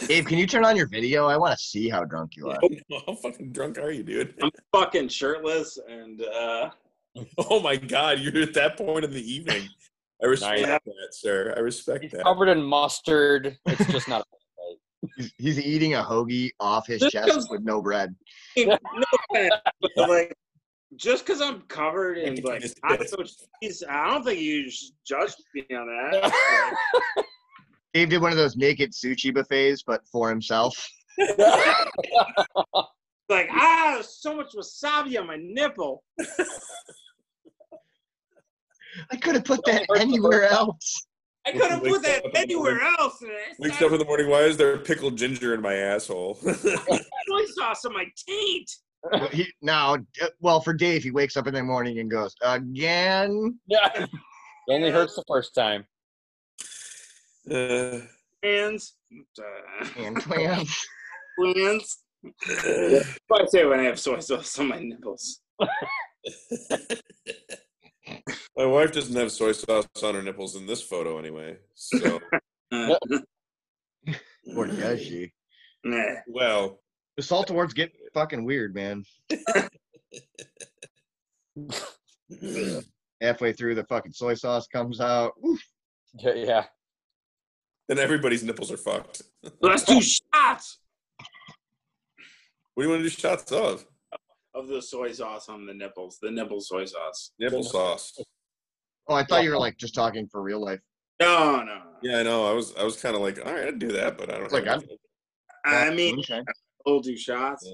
Speaker 2: Dave, can you turn on your video? I want to see how drunk you are.
Speaker 14: How fucking drunk are you, dude?
Speaker 4: I'm fucking shirtless and uh
Speaker 14: Oh my god, you're at that point in the evening. I respect
Speaker 9: Nice.
Speaker 14: that, sir. I respect that.
Speaker 9: Covered in mustard. It's just not.
Speaker 2: He's, he's eating a hoagie off his
Speaker 9: This
Speaker 2: chest
Speaker 9: goes-
Speaker 2: with no bread.
Speaker 4: no offense, but like just because I'm covered in like nacho cheese, I don't think you should judge me on that.
Speaker 2: Dave did one of those naked sushi buffets, but for himself.
Speaker 4: like ah, there's so much wasabi on my nipple.
Speaker 2: I could have put that anywhere else.
Speaker 4: I could have put that
Speaker 14: Wakes up in the
Speaker 4: anywhere
Speaker 14: morning-
Speaker 4: else. And it's
Speaker 14: Wakes
Speaker 4: not
Speaker 14: up in the morning. Why is there pickled ginger in my asshole?
Speaker 4: soy sauce on my taint.
Speaker 2: Well, He, now, uh, well, for Dave, he wakes up in the morning and goes, again?
Speaker 9: Yeah. It only hurts the first time.
Speaker 14: Uh,
Speaker 12: Uh,
Speaker 4: Hands. Uh,
Speaker 2: And clams.
Speaker 4: Hands. That's what I say when I have soy sauce on my nipples.
Speaker 14: My wife doesn't have soy sauce on her nipples in this photo, anyway. So,
Speaker 2: Or does she?
Speaker 14: Well,
Speaker 2: the salt awards get fucking weird, man. Halfway through, the fucking soy sauce comes out.
Speaker 9: Yeah, yeah.
Speaker 14: And everybody's nipples are fucked.
Speaker 4: Let's do shots
Speaker 14: What do you want to do shots of?
Speaker 4: of the soy sauce on the nipples. The nipple soy sauce.
Speaker 14: Nipple sauce.
Speaker 2: Oh, I thought you were like just talking for real life.
Speaker 4: No, Oh, no.
Speaker 14: Yeah, I know. I was, I was kind of like, all right, I'd do that, but I don't.
Speaker 2: Like,
Speaker 14: have
Speaker 2: I'm-
Speaker 14: it.
Speaker 4: I mean, we'll do shots.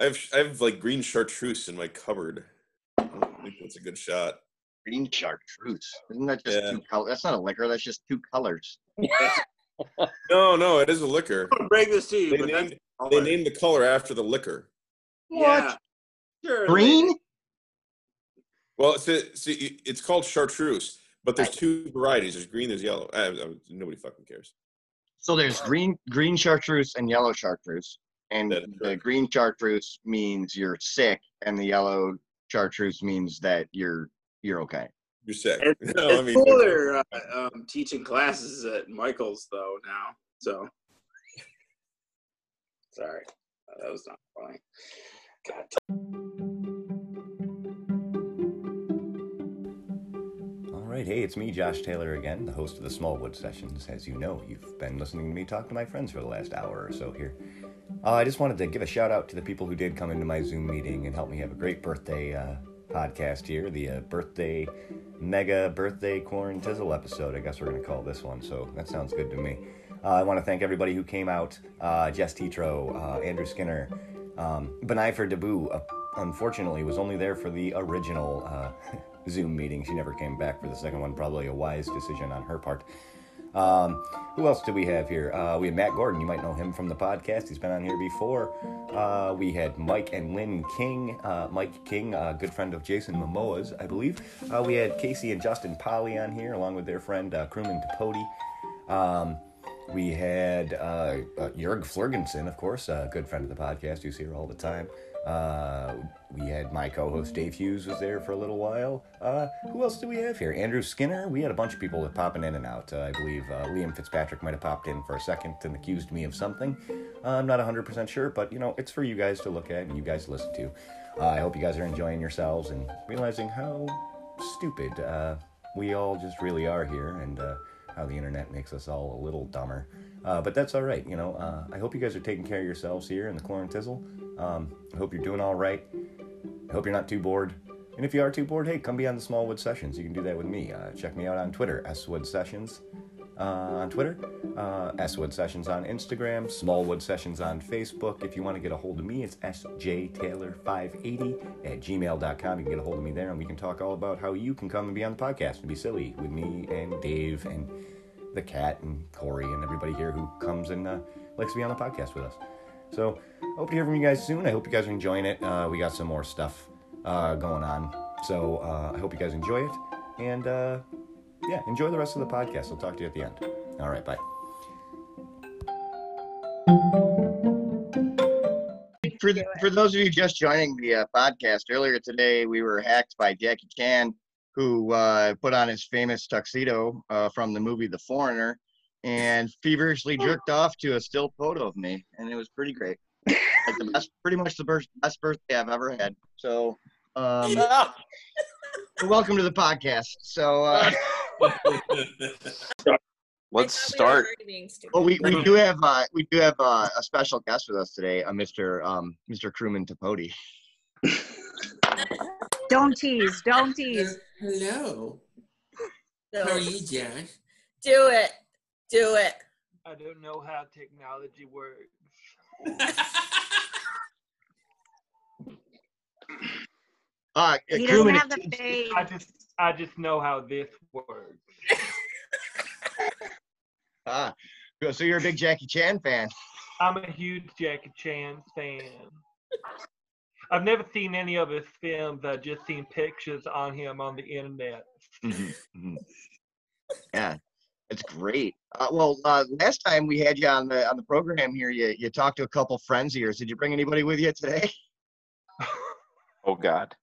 Speaker 14: I have, I have like green chartreuse in my cupboard. I don't think that's a good shot.
Speaker 2: Green chartreuse. Isn't that just two colors? That's not a liquor. That's just two colors.
Speaker 14: No, no, it is a liquor.
Speaker 4: break this to you,
Speaker 14: They named, they named the color after the liquor.
Speaker 4: What? Sure,
Speaker 2: Green?
Speaker 14: Well, it's a, see, it- it's called chartreuse, but there's two varieties. There's green, there's yellow. I, I- nobody fucking cares.
Speaker 2: So there's green green chartreuse and yellow chartreuse, and the green chartreuse means you're sick, and the yellow chartreuse means that you're you're okay.
Speaker 14: You're sick.
Speaker 4: It's, it's cool they're uh, um, teaching classes at Michael's though now. So sorry, Uh, that was not funny. God
Speaker 1: All right, hey, it's me, Josh Taylor, again, the host of the Smallwood Sessions. As you know, you've been listening to me talk to my friends for the last hour or so here. Uh, I just wanted to give a shout out to the people who did come into my Zoom meeting and help me have a great birthday uh, podcast here, the uh, birthday mega birthday corn tizzle episode. I guess we're going to call this one. So that sounds good to me. Uh, I want to thank everybody who came out: uh, Jess Tetro, uh, Andrew Skinner, um, Benifer Debu. Uh, unfortunately, was only there for the original uh, Zoom meeting. She never came back for the second one. Probably a wise decision on her part. Um, who else do we have here? Uh, we have Matt Gordon. You might know him from the podcast. He's been on here before. Uh, we had Mike and Lynn King. Uh, Mike King, a good friend of Jason Momoa's, I believe. Uh, we had Casey and Justin Polly on here, along with their friend uh, Crewman Tapodi. Um, we had uh, uh, Jörg Flergensen, of course, a good friend of the podcast who's here all the time. Uh, we had my co-host Dave Hughes was there for a little while. Uh, who else do we have here? Andrew Skinner. We had a bunch of people that popping in and out. Uh, I believe uh, Liam Fitzpatrick might have popped in for a second and accused me of something. Uh, I'm not 100% sure, but you know, it's for you guys to look at and you guys to listen to. Uh, I hope you guys are enjoying yourselves and realizing how stupid uh, we all just really are here and uh, how the internet makes us all a little dumber. Uh, but that's all right, you know. Uh, I hope you guys are taking care of yourselves here in the Chlorine Tizzle. Um, I hope you're doing all right. I hope you're not too bored. And if you are too bored, hey, come be on the Smallwood Sessions. You can do that with me. Uh, check me out on Twitter, Swood Sessions uh, on Twitter, uh, Swood Sessions on Instagram, Smallwood Sessions on Facebook. If you want to get a hold of me, it's sjtaylor580 at gmail.com. You can get a hold of me there, and we can talk all about how you can come and be on the podcast and be silly with me and Dave and the cat and Corey and everybody here who comes and uh, likes to be on the podcast with us. So, hope to hear from you guys soon. I hope you guys are enjoying it. Uh, we got some more stuff uh, going on. So, uh, I hope you guys enjoy it. And uh, yeah, enjoy the rest of the podcast. I'll talk to you at the end. All right, bye.
Speaker 2: For, th- for those of you just joining the uh, podcast, earlier today we were hacked by Jackie Chan, who uh, put on his famous tuxedo uh, from the movie The Foreigner and feverishly jerked off to a still photo of me, and it was pretty great. Like the best, pretty much the best, best birthday I've ever had. So, um, welcome to the podcast. So, uh,
Speaker 12: Let's start.
Speaker 2: Well, we, we do have uh, we do have uh, a special guest with us today, uh, Mr. Um, Mr. Crewman Tapodi.
Speaker 15: Don't tease. Don't tease.
Speaker 17: Hello.
Speaker 11: So,
Speaker 17: How are you, Jack?
Speaker 11: Do it. Do it.
Speaker 18: I don't know how technology works.
Speaker 2: Uh,
Speaker 18: He doesn't
Speaker 2: Crewman,
Speaker 18: have
Speaker 2: if-
Speaker 18: I just I just know how this works.
Speaker 2: ah, so you're a big Jackie Chan fan.
Speaker 18: I'm a huge Jackie Chan fan. I've never seen any of his films. I've just seen pictures on him on the internet.
Speaker 2: Mhm, mhm. yeah, That's great. Uh, well, uh, last time we had you on the on the program here, you you talked to a couple friends of yours. Did you bring anybody with you today?
Speaker 12: Oh God.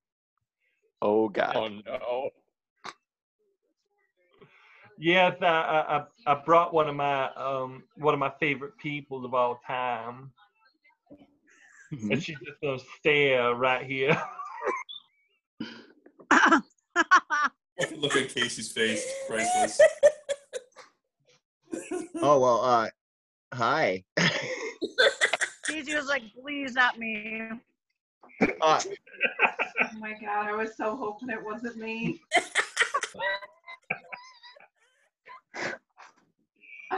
Speaker 12: Oh God.
Speaker 18: Oh, no. Yes, I, I I- I brought one of my um one of my favorite people of all time, and she's just gonna stare right here.
Speaker 14: Look at Casey's face. It's priceless.
Speaker 2: Oh well. Uh, hi.
Speaker 8: Casey was like, please, not me.
Speaker 2: Uh,
Speaker 10: Oh my god, I was so hoping it wasn't me.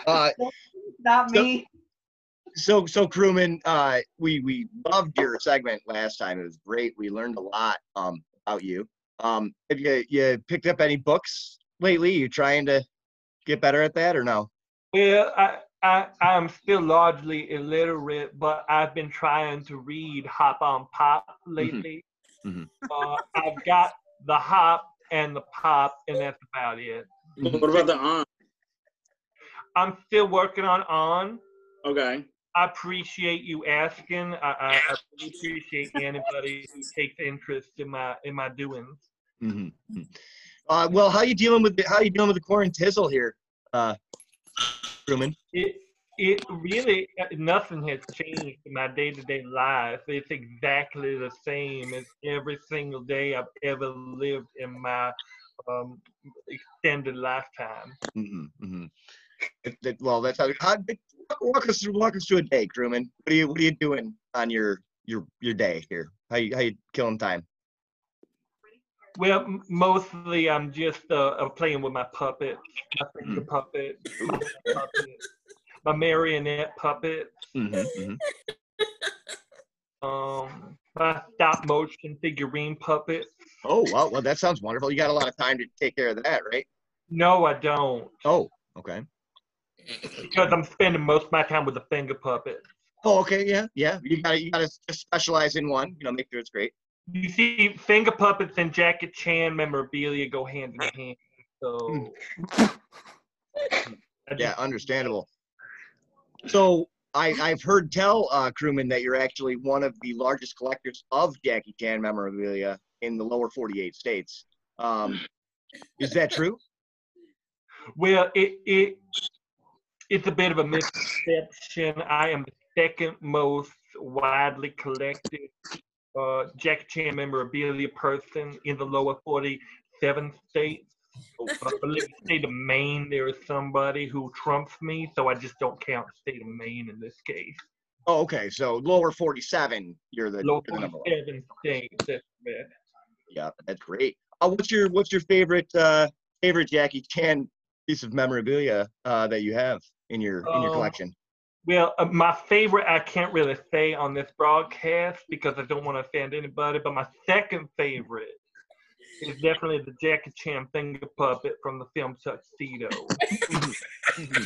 Speaker 2: uh,
Speaker 10: Not me.
Speaker 2: so so crewman uh we we loved your segment last time it was great we learned a lot um about you um have you you picked up any books lately you trying to get better at that or no
Speaker 18: Well, I, I I'm still largely illiterate, but I've been trying to read Hop on Pop lately. Uh, I've got the hop and the pop, and that's about it.
Speaker 4: What about the on?
Speaker 18: I'm still working on on.
Speaker 4: Okay.
Speaker 18: I appreciate you asking. I, I, I really appreciate anybody who takes interest in my in my doings.
Speaker 2: Mm-hmm. uh well how you dealing with the, how you dealing with the quarantizzle here uh crewman
Speaker 18: It it really nothing has changed in my day to day life. It's exactly the same as every single day I've ever lived in my um, extended lifetime.
Speaker 2: mm-hmm, mm-hmm. well that's how, how walk us through walk us through a day crewman what are you what are you doing on your your your day here how you how you killing time
Speaker 18: Well, m- mostly I'm just uh, uh, playing with my puppet, my finger puppet, my, puppet, my marionette puppet,
Speaker 2: Mm-hmm,
Speaker 18: um, my stop motion figurine puppet.
Speaker 2: Oh well, well that sounds wonderful. You got a lot of time to take care of that, right?
Speaker 18: No, I don't.
Speaker 2: Oh, okay.
Speaker 18: Because I'm spending most of my time with a finger puppet.
Speaker 2: Oh, okay, yeah, yeah. You got to you got to specialize in one. You know, make sure it's great.
Speaker 18: You see, finger puppets and Jackie Chan memorabilia go hand in hand.
Speaker 2: Hmm.
Speaker 18: So
Speaker 2: Yeah, understandable. So I I've heard tell uh, crewman that you're actually one of the largest collectors of Jackie Chan memorabilia in the lower 48 states. Um, is that true?
Speaker 18: Well, it it it's a bit of a misconception. I am the second most widely collected uh, Jackie Chan memorabilia person in the lower 47 states. Uh, But I believe the state of Maine, there is somebody who trumps me, so I just don't count the state of Maine in this case.
Speaker 2: Oh, okay. So lower 47, you're the,
Speaker 18: Lower
Speaker 2: you're the number one.
Speaker 18: 47 states, that's it.
Speaker 2: Yeah, that's great. Uh, what's your what's your favorite uh, favorite Jackie Chan piece of memorabilia uh, that you have in your in your
Speaker 18: Um,
Speaker 2: collection?
Speaker 18: Well, uh, my favorite I can't really say on this broadcast because I don't want to offend anybody, but my second favorite is definitely the Jackie Chan finger puppet from the film Tuxedo.
Speaker 2: Mm-hmm.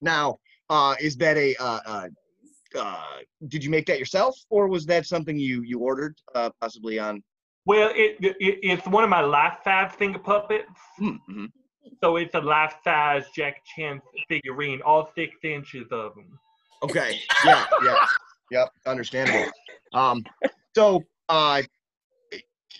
Speaker 2: Now, uh, is that a uh, uh, uh, did you make that yourself, or was that something you you ordered uh, possibly on?
Speaker 18: Well, it, it it's one of my life-size finger puppets.
Speaker 2: hmm, mm-hmm.
Speaker 18: So it's a life-size Jackie Chan figurine, all six inches of them.
Speaker 2: Okay. Yeah. Yeah. yep. Understandable. Um, so, uh,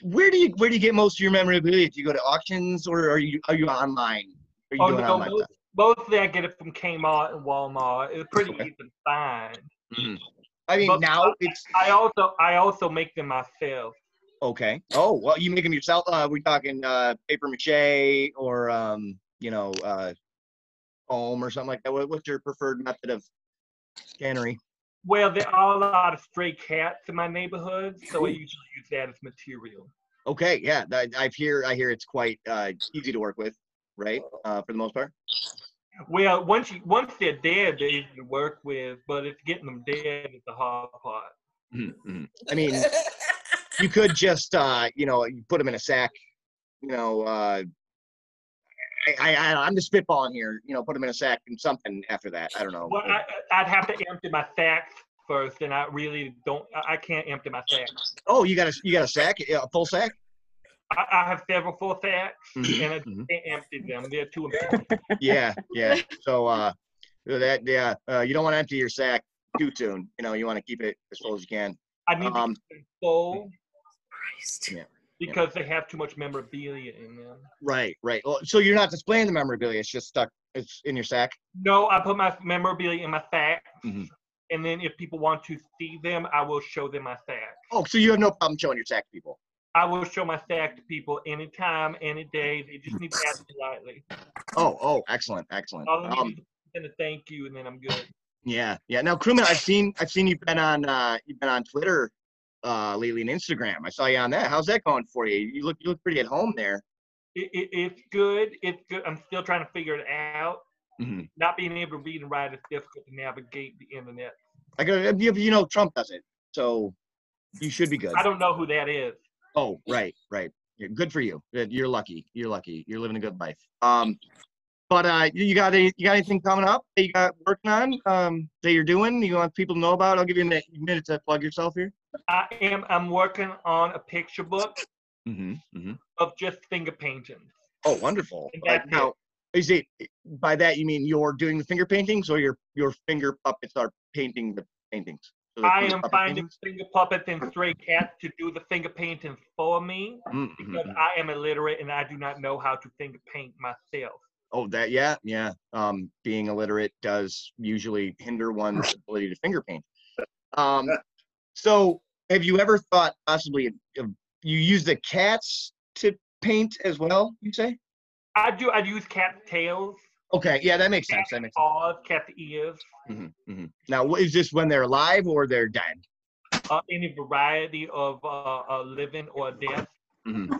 Speaker 2: where do you where do you get most of your memorabilia? Do you go to auctions, or are you are you online? Are you
Speaker 18: Oh,
Speaker 2: doing
Speaker 18: no,
Speaker 2: online?
Speaker 18: most, mostly I get it from Kmart and Walmart. It's pretty easy to find.
Speaker 2: Mm-hmm. I mean,
Speaker 18: But
Speaker 2: now
Speaker 18: I-
Speaker 2: it's
Speaker 18: I also I also make them myself.
Speaker 2: Okay. Oh well, you make them yourself. Uh, we're talking uh, paper mache or um, you know, uh, foam or something like that. What, what's your preferred method of cannery?
Speaker 18: Well, there are a lot of stray cats in my neighborhood, so I usually use that as material.
Speaker 2: Okay, yeah, I, I hear I hear it's quite uh, easy to work with, right? Uh, for the most part.
Speaker 18: Well, once you once they're dead, they're easy to work with, but it's getting them dead is the hard part.
Speaker 2: I mean, you could just uh, you know you put them in a sack. You know, uh, I, I I- I'm just spitballing here. You know, put them in a sack and something after that. I don't know.
Speaker 18: Well, I, I'd have to empty my sacks first, and I really don't. I I can't empty my sacks.
Speaker 2: oh, you got a you got a sack? Yeah, A full sack?
Speaker 18: I, I have several full sacks, and I can't empty them. They're too important.
Speaker 2: yeah, yeah. So uh, that yeah, uh, you don't want to empty your sack too soon. You know, you want to keep it as full as you can.
Speaker 18: I need
Speaker 2: Um,
Speaker 18: to go
Speaker 2: yeah,
Speaker 18: because they have too much memorabilia in them.
Speaker 2: right, right. Well, So you're not displaying the memorabilia; it's just stuck. It's in your sack.
Speaker 18: No, I put my memorabilia in my sack, and then if people want to see them, I will show them my sack.
Speaker 2: Oh, so you have no problem showing your sack to people.
Speaker 18: I will show my sack to people anytime, any day. They just need to ask me lightly.
Speaker 2: Oh, oh, excellent, excellent.
Speaker 18: All I
Speaker 2: Um,
Speaker 18: need is to thank you, and then I'm good.
Speaker 2: yeah, yeah. Now, crewman, I've seen I've seen you've been on uh, you've been on Twitter uh, lately and Instagram. I saw you on that. How's that going for you? You look you look pretty at home there.
Speaker 18: It, it, it's good. It's good. I'm still trying to figure it out.
Speaker 2: Mhm.
Speaker 18: Not being able to read and write is difficult to navigate the internet.
Speaker 2: I got you, you know Trump does it, so you should be good.
Speaker 18: I don't know who that is.
Speaker 2: Oh, right, right. Yeah, Good for you. Good. You're lucky. You're lucky. You're living a good life. Um, but uh, you you got any, you got anything coming up that you got working on um, that you're doing? You want people to know about? I'll give you a minute, minute to plug yourself here.
Speaker 18: I am. I'm working on a picture book
Speaker 2: Mm-hmm. mm-hmm.
Speaker 18: of just finger paintings.
Speaker 2: Oh, wonderful.
Speaker 18: And
Speaker 2: Like,
Speaker 18: that's it.
Speaker 2: now, is it by that you mean you're doing the finger paintings, or your your finger puppets are painting the paintings? So the
Speaker 18: I
Speaker 2: finger
Speaker 18: am
Speaker 2: puppet
Speaker 18: finding
Speaker 2: paintings?
Speaker 18: finger puppets and stray cats to do the finger painting for me
Speaker 2: Mm, mhm,
Speaker 18: because
Speaker 2: mhm.
Speaker 18: I am illiterate and I do not know how to finger paint myself.
Speaker 2: Oh, that yeah, yeah. Um, being illiterate does usually hinder one's ability to finger paint. Um, so have you ever thought possibly of, of- you use the cats to paint as well? You say?
Speaker 18: I do. I use cat tails,
Speaker 2: Okay, yeah, that makes sense. That makes
Speaker 18: paws, cat ears,
Speaker 2: sense. hmm hmm Now, wh- is this when they're alive or they're dead?
Speaker 18: uh, any variety of uh, uh, living or death.
Speaker 2: hmm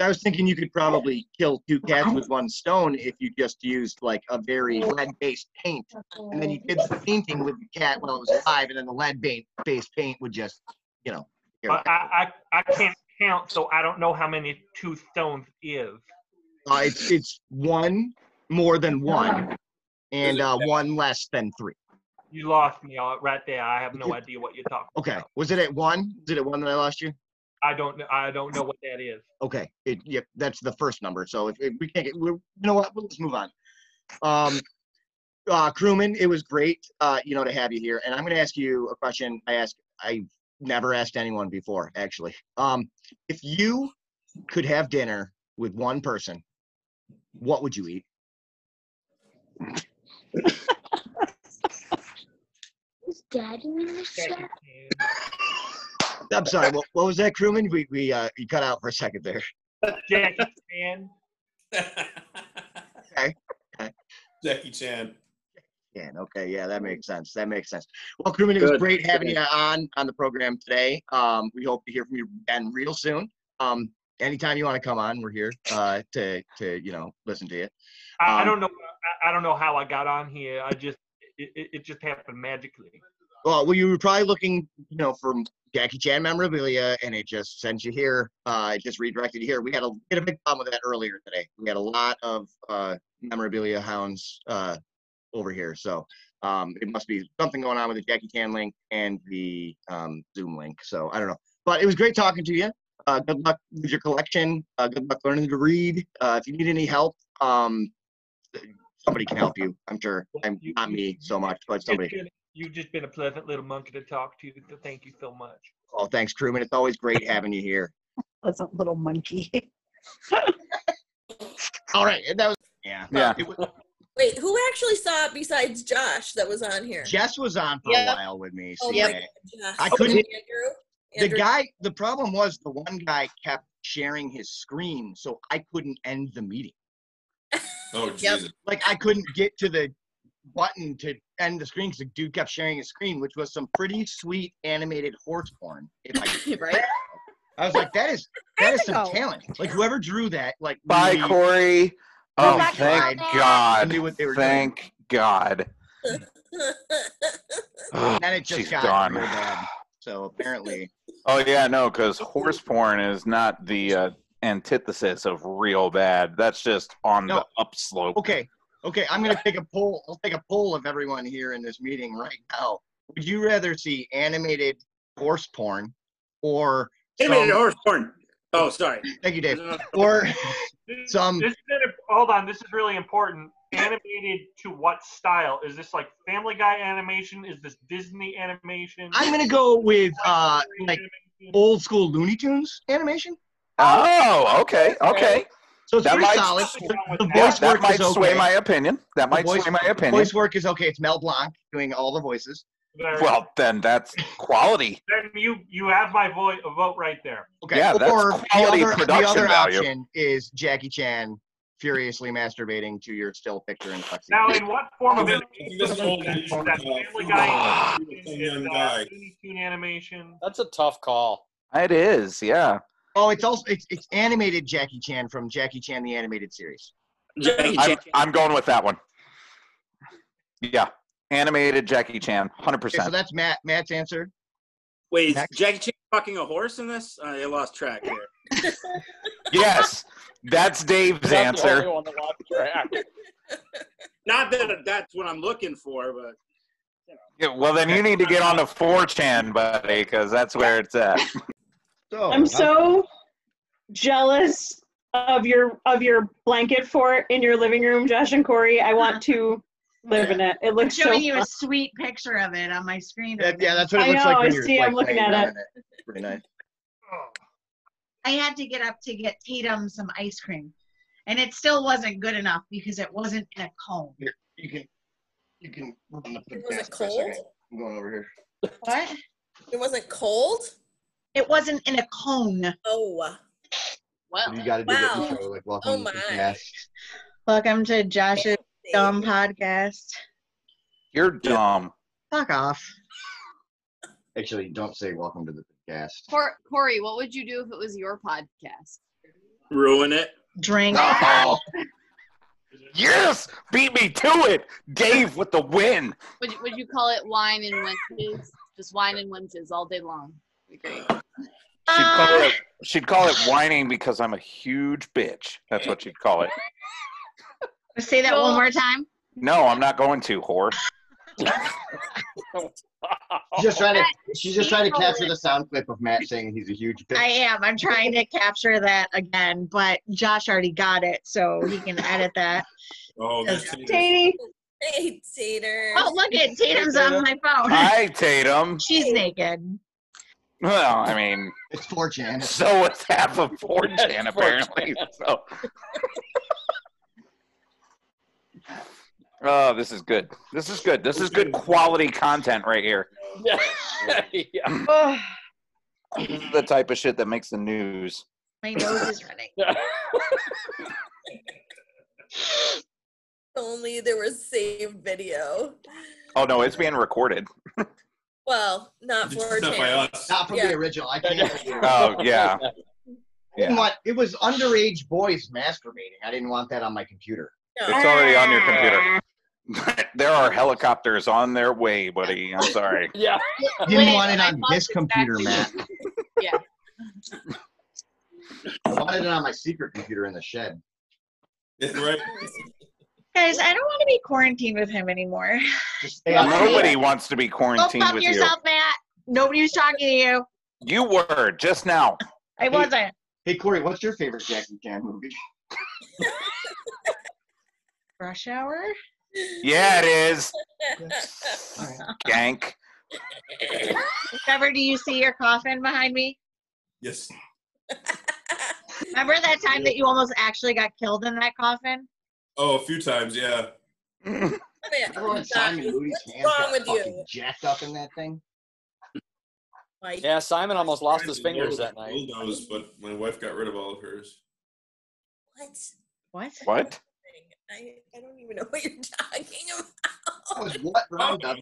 Speaker 2: I was thinking you could probably kill two cats with one stone if you just used like a very lead-based paint, and then you did the painting with the cat while it was alive, and then the lead-based paint would just, you know. tear
Speaker 18: But
Speaker 2: it.
Speaker 18: I, I, I can't count, so I don't know how many two stones is.
Speaker 2: Uh, it's it's one more than one, and uh, one less than three.
Speaker 18: You lost me all right there. I have no idea what you're talking.
Speaker 2: Okay, was it at one? Is it at one that I lost you?
Speaker 18: I don't. kn- I don't know what that is.
Speaker 2: Okay, it, yep, that's the first number. So if, if we can't get, we're, you know what, let's move on. Um, uh, crewman, it was great, uh, you know, to have you here. And I'm going to ask you a question. I ask, I've never asked anyone before, actually. Um, if you could have dinner with one person, what would you eat?
Speaker 19: Is Daddy in the chat?
Speaker 2: I'm sorry, what, what was that, crewman? We we uh, you cut out for a second there.
Speaker 18: Jackie Chan.
Speaker 2: Okay.
Speaker 14: Jackie Chan.
Speaker 2: Yeah. Okay. Yeah, that makes sense. That makes sense. Well, crewman, it was
Speaker 14: Good.
Speaker 2: great having
Speaker 14: Good.
Speaker 2: you on on the program today. Um, we hope to hear from you again real soon. Um, anytime you want to come on, we're here uh, to to you know listen to you.
Speaker 18: I, I
Speaker 2: Um,
Speaker 18: don't know. I, I don't know how I got on here. I just. It, it, it just happened magically.
Speaker 2: Well, well, you were probably looking, you know, for Jackie Chan memorabilia, and it just sent you here. Uh, it just redirected you here. We had a, we had a big problem with that earlier today. We had a lot of uh, memorabilia hounds uh, over here, so um, it must be something going on with the Jackie Chan link and the um, Zoom link. So I don't know, but it was great talking to you. Uh, good luck with your collection. Uh, good luck learning to read. Uh, if you need any help, um, somebody can help you. I'm sure. I'm not me so much, but somebody.
Speaker 18: You've just been a pleasant little monkey to talk to. So thank you so much.
Speaker 2: Oh, thanks, crewman. It's always great having you here.
Speaker 20: Pleasant little monkey.
Speaker 2: All right, and that was yeah. Yeah. It was,
Speaker 11: Wait, who actually saw it besides Josh that was on here?
Speaker 2: Jess was on for
Speaker 11: Yeah.
Speaker 2: a while with me.
Speaker 11: Oh,
Speaker 2: CA.
Speaker 11: my God, Josh.
Speaker 2: I couldn't.
Speaker 11: Andrew?
Speaker 2: The
Speaker 11: Andrew?
Speaker 2: guy. The problem was the one guy kept sharing his screen, so I couldn't end the meeting.
Speaker 14: Oh Jesus.
Speaker 2: Like I couldn't get to the button to end the screen because the dude kept sharing his screen, which was some pretty sweet animated horse porn. If I,
Speaker 3: right?
Speaker 2: I was like, that is that is some
Speaker 3: Ago.
Speaker 2: talent. Like whoever drew that, like
Speaker 12: Bye,
Speaker 2: really-
Speaker 12: Corey.
Speaker 2: Oh,
Speaker 12: Oh,
Speaker 2: my
Speaker 12: thank
Speaker 2: God.
Speaker 12: God.
Speaker 2: Knew what they were doing.
Speaker 12: thank God.
Speaker 2: And then it just
Speaker 12: She's
Speaker 2: got
Speaker 12: gone.
Speaker 2: real bad. So apparently,
Speaker 12: Oh yeah, no, because horse porn is not the uh, antithesis of real bad. That's just on the upslope.
Speaker 2: okay, okay, I'm gonna take a poll. I'll take a poll of everyone here in this meeting right now. Would you rather see animated horse porn or
Speaker 4: Animated
Speaker 2: some-
Speaker 4: horse porn. Oh, sorry.
Speaker 2: Thank you, Dave. Or some.
Speaker 6: This is an, hold on, this is really important. Animated to what style? Is this like Family Guy animation? Is this Disney animation?
Speaker 2: I'm gonna go with uh like old school Looney Tunes animation.
Speaker 12: Oh, okay, okay.
Speaker 2: So it's
Speaker 12: That
Speaker 2: pretty
Speaker 12: might-
Speaker 2: solid. The
Speaker 12: Yeah,
Speaker 2: voice
Speaker 12: that
Speaker 2: work
Speaker 12: might
Speaker 2: is okay.
Speaker 12: sway my opinion. That
Speaker 2: The
Speaker 12: might
Speaker 2: voice-
Speaker 12: sway my
Speaker 2: the
Speaker 12: opinion.
Speaker 2: Voice work is okay. It's Mel Blanc doing all the voices.
Speaker 12: Well, then that's quality.
Speaker 6: Then you you have my voice vote right there.
Speaker 2: Okay.
Speaker 12: Yeah, that's
Speaker 2: or
Speaker 12: quality
Speaker 2: the other,
Speaker 12: production
Speaker 2: the other
Speaker 12: value.
Speaker 2: option is Jackie Chan furiously masturbating to your still picture in a tuxedo.
Speaker 6: Now, in what form of
Speaker 2: Is
Speaker 6: animation is that? That Family
Speaker 14: uh,
Speaker 6: Guy
Speaker 18: uh,
Speaker 6: animation? Is that Looney Tune animation?
Speaker 9: That's a tough call.
Speaker 12: It is, yeah.
Speaker 2: Oh, it's also it's it's animated Jackie Chan from Jackie Chan the animated series.
Speaker 12: I'm, I'm going with that one. Yeah, animated Jackie Chan, hundred
Speaker 2: Okay, so
Speaker 12: percent.
Speaker 2: that's Matt Matt's answer.
Speaker 4: Wait, is Jackie Chan fucking a horse in this? I lost track there.
Speaker 12: Yes, that's Dave's
Speaker 4: Not the
Speaker 12: answer.
Speaker 4: only one that lost track. Not that that's what I'm looking for, but
Speaker 12: Yeah, well, then you need to get on to 4chan, buddy, because that's where it's at.
Speaker 2: So uh,
Speaker 5: I'm so jealous of your of your blanket fort in your living room, Josh and Corey.
Speaker 6: Uh-huh.
Speaker 5: I want to live in it. It
Speaker 8: I'm
Speaker 5: looks so.
Speaker 8: showing you a
Speaker 5: fun.
Speaker 8: sweet picture of it on my screen.
Speaker 2: That,
Speaker 8: right
Speaker 2: yeah,
Speaker 8: now.
Speaker 2: that's what it
Speaker 5: I
Speaker 2: looks
Speaker 5: know,
Speaker 2: like when
Speaker 5: Oh, I
Speaker 2: you're
Speaker 5: see,
Speaker 2: like
Speaker 5: I'm looking
Speaker 2: laying
Speaker 5: at
Speaker 2: down
Speaker 5: it.
Speaker 2: in it. Pretty nice.
Speaker 8: I had to get up to get Tatum some ice cream, and it still wasn't good enough because it wasn't in a cone.
Speaker 2: Here, you can, you can. I'm gonna put
Speaker 8: Was it
Speaker 2: this for a
Speaker 8: cold?
Speaker 2: second. I'm going over here.
Speaker 8: What?
Speaker 11: It wasn't cold.
Speaker 8: It wasn't in a cone.
Speaker 11: Oh.
Speaker 2: You got to do
Speaker 8: Wow.
Speaker 2: wow. show like welcome.
Speaker 11: Oh my.
Speaker 2: Yeah.
Speaker 8: Welcome to Josh's dumb podcast.
Speaker 12: You're dumb.
Speaker 2: Fuck off. Actually, don't say welcome to the podcast.
Speaker 13: Cor- Corey, what would you do if it was your podcast?
Speaker 4: ruin it.
Speaker 8: Drink.
Speaker 12: Yes, beat me to it, Dave with the win.
Speaker 13: Would you, would you call it wine and wenches? Just wine and wenches all day long. Be great.
Speaker 12: She'd call it, she'd call it whining because I'm a huge bitch. That's what she'd call it.
Speaker 8: Say that one more time.
Speaker 12: No, I'm not going to whore.
Speaker 2: She's just trying to. She's just trying to capture the sound clip of Matt saying he's a huge bitch.
Speaker 8: I am. I'm trying to capture that again, but Josh already got it, so he can edit that.
Speaker 14: Oh, that's
Speaker 8: Tatum.
Speaker 11: Hey, Tater.
Speaker 8: Oh, look at Tatum's on my phone.
Speaker 12: Hi, Tatum.
Speaker 8: She's naked.
Speaker 12: Well, I mean,
Speaker 2: it's 4chan.
Speaker 12: So it's half of 4chan,
Speaker 8: Yeah, it's 4chan.
Speaker 12: apparently. So. oh, this is good. This is good. This is good quality content right here.
Speaker 9: Yeah.
Speaker 12: This is the type of shit that makes the news.
Speaker 8: My nose is running.
Speaker 11: If Only there was saved video.
Speaker 12: Oh no, it's being recorded.
Speaker 11: Well, not for
Speaker 2: Not from
Speaker 11: Yeah.
Speaker 2: the original. I can't.
Speaker 12: Oh yeah.
Speaker 2: I didn't want- it was underage boys masturbating. I didn't want that on my computer.
Speaker 12: It's already on your computer. there are helicopters on their way, buddy. I'm sorry.
Speaker 9: Yeah.
Speaker 2: Didn't
Speaker 13: Wait,
Speaker 2: want it
Speaker 13: I
Speaker 2: on
Speaker 13: thought
Speaker 2: this computer, Matt.
Speaker 13: Yeah.
Speaker 2: I wanted it on my secret computer in the shed.
Speaker 14: Right.
Speaker 8: Guys, I don't want to be quarantined with him anymore.
Speaker 12: Nobody wants to be
Speaker 8: Go
Speaker 12: quarantined
Speaker 8: fuck
Speaker 12: with
Speaker 8: yourself, Matt. Nobody was talking to you.
Speaker 12: you. You were just now.
Speaker 8: I wasn't.
Speaker 2: Hey Corey, what's your favorite Jackie Chan movie?
Speaker 8: Rush hour?
Speaker 12: Yeah, it is. Gank.
Speaker 8: Trevor, do you see your coffin behind me?
Speaker 14: Yes.
Speaker 8: Remember that time that you almost actually got killed in that coffin?
Speaker 14: Oh, a few times, yeah.
Speaker 8: Oh,
Speaker 2: Everyone, Simon Moody's hands
Speaker 8: wrong
Speaker 2: got
Speaker 8: with you?
Speaker 2: fucking jacked up in that thing.
Speaker 9: Yeah, Simon almost lost his fingers that night.
Speaker 14: Bulldoze, but my wife got rid of all of hers.
Speaker 11: What?
Speaker 8: What?
Speaker 12: What?
Speaker 11: I, I don't even know what you're talking about.
Speaker 2: What roundup?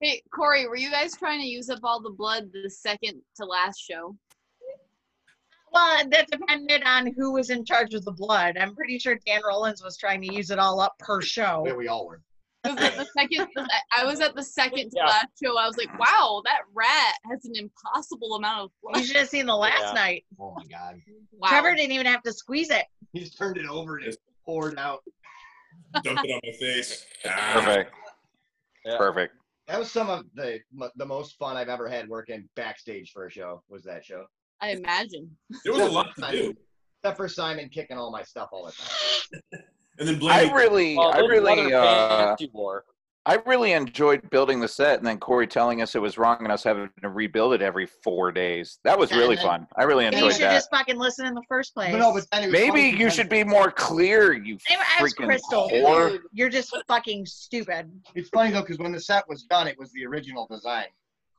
Speaker 13: Hey, Corey, were you guys trying to use up all the blood the second to last show?
Speaker 8: Well, that depended on who was in charge of the blood. I'm pretty sure Dan Rollins was trying to use it all up per show.
Speaker 2: Yeah, we all were.
Speaker 13: 'Cause The, the second, I- I was at the second to last show. I was like, wow, that rat has an impossible amount of blood.
Speaker 8: You should have seen the last
Speaker 13: Yeah.
Speaker 8: night.
Speaker 2: Oh my god.
Speaker 13: Wow.
Speaker 8: Trevor didn't even have to squeeze it.
Speaker 2: He just turned it over and just poured out.
Speaker 14: Dumped it on my face. Ah.
Speaker 12: Perfect. Perfect.
Speaker 2: That was some of the the most fun I've ever had working backstage for a show. Was that show?
Speaker 13: I imagine.
Speaker 14: There was a lot to do.
Speaker 2: Except for Simon kicking all my stuff all the time.
Speaker 14: And then
Speaker 12: I really,
Speaker 8: Oh,
Speaker 2: Well,
Speaker 12: I
Speaker 2: those
Speaker 12: really,
Speaker 2: leather
Speaker 12: uh,
Speaker 2: pants
Speaker 12: I really enjoyed building the set, and then Corey telling us it was wrong, and us having to rebuild it every four days. That was really fun. I really
Speaker 8: And you
Speaker 12: enjoyed
Speaker 8: should
Speaker 12: that.
Speaker 8: just fucking listen in the first place.
Speaker 12: Maybe you should be more clear. You
Speaker 8: Anyway, I was
Speaker 12: freaking
Speaker 8: Crystal.
Speaker 12: whore.
Speaker 8: You're just fucking stupid.
Speaker 2: It's funny though, because when the set was done, it was the original design.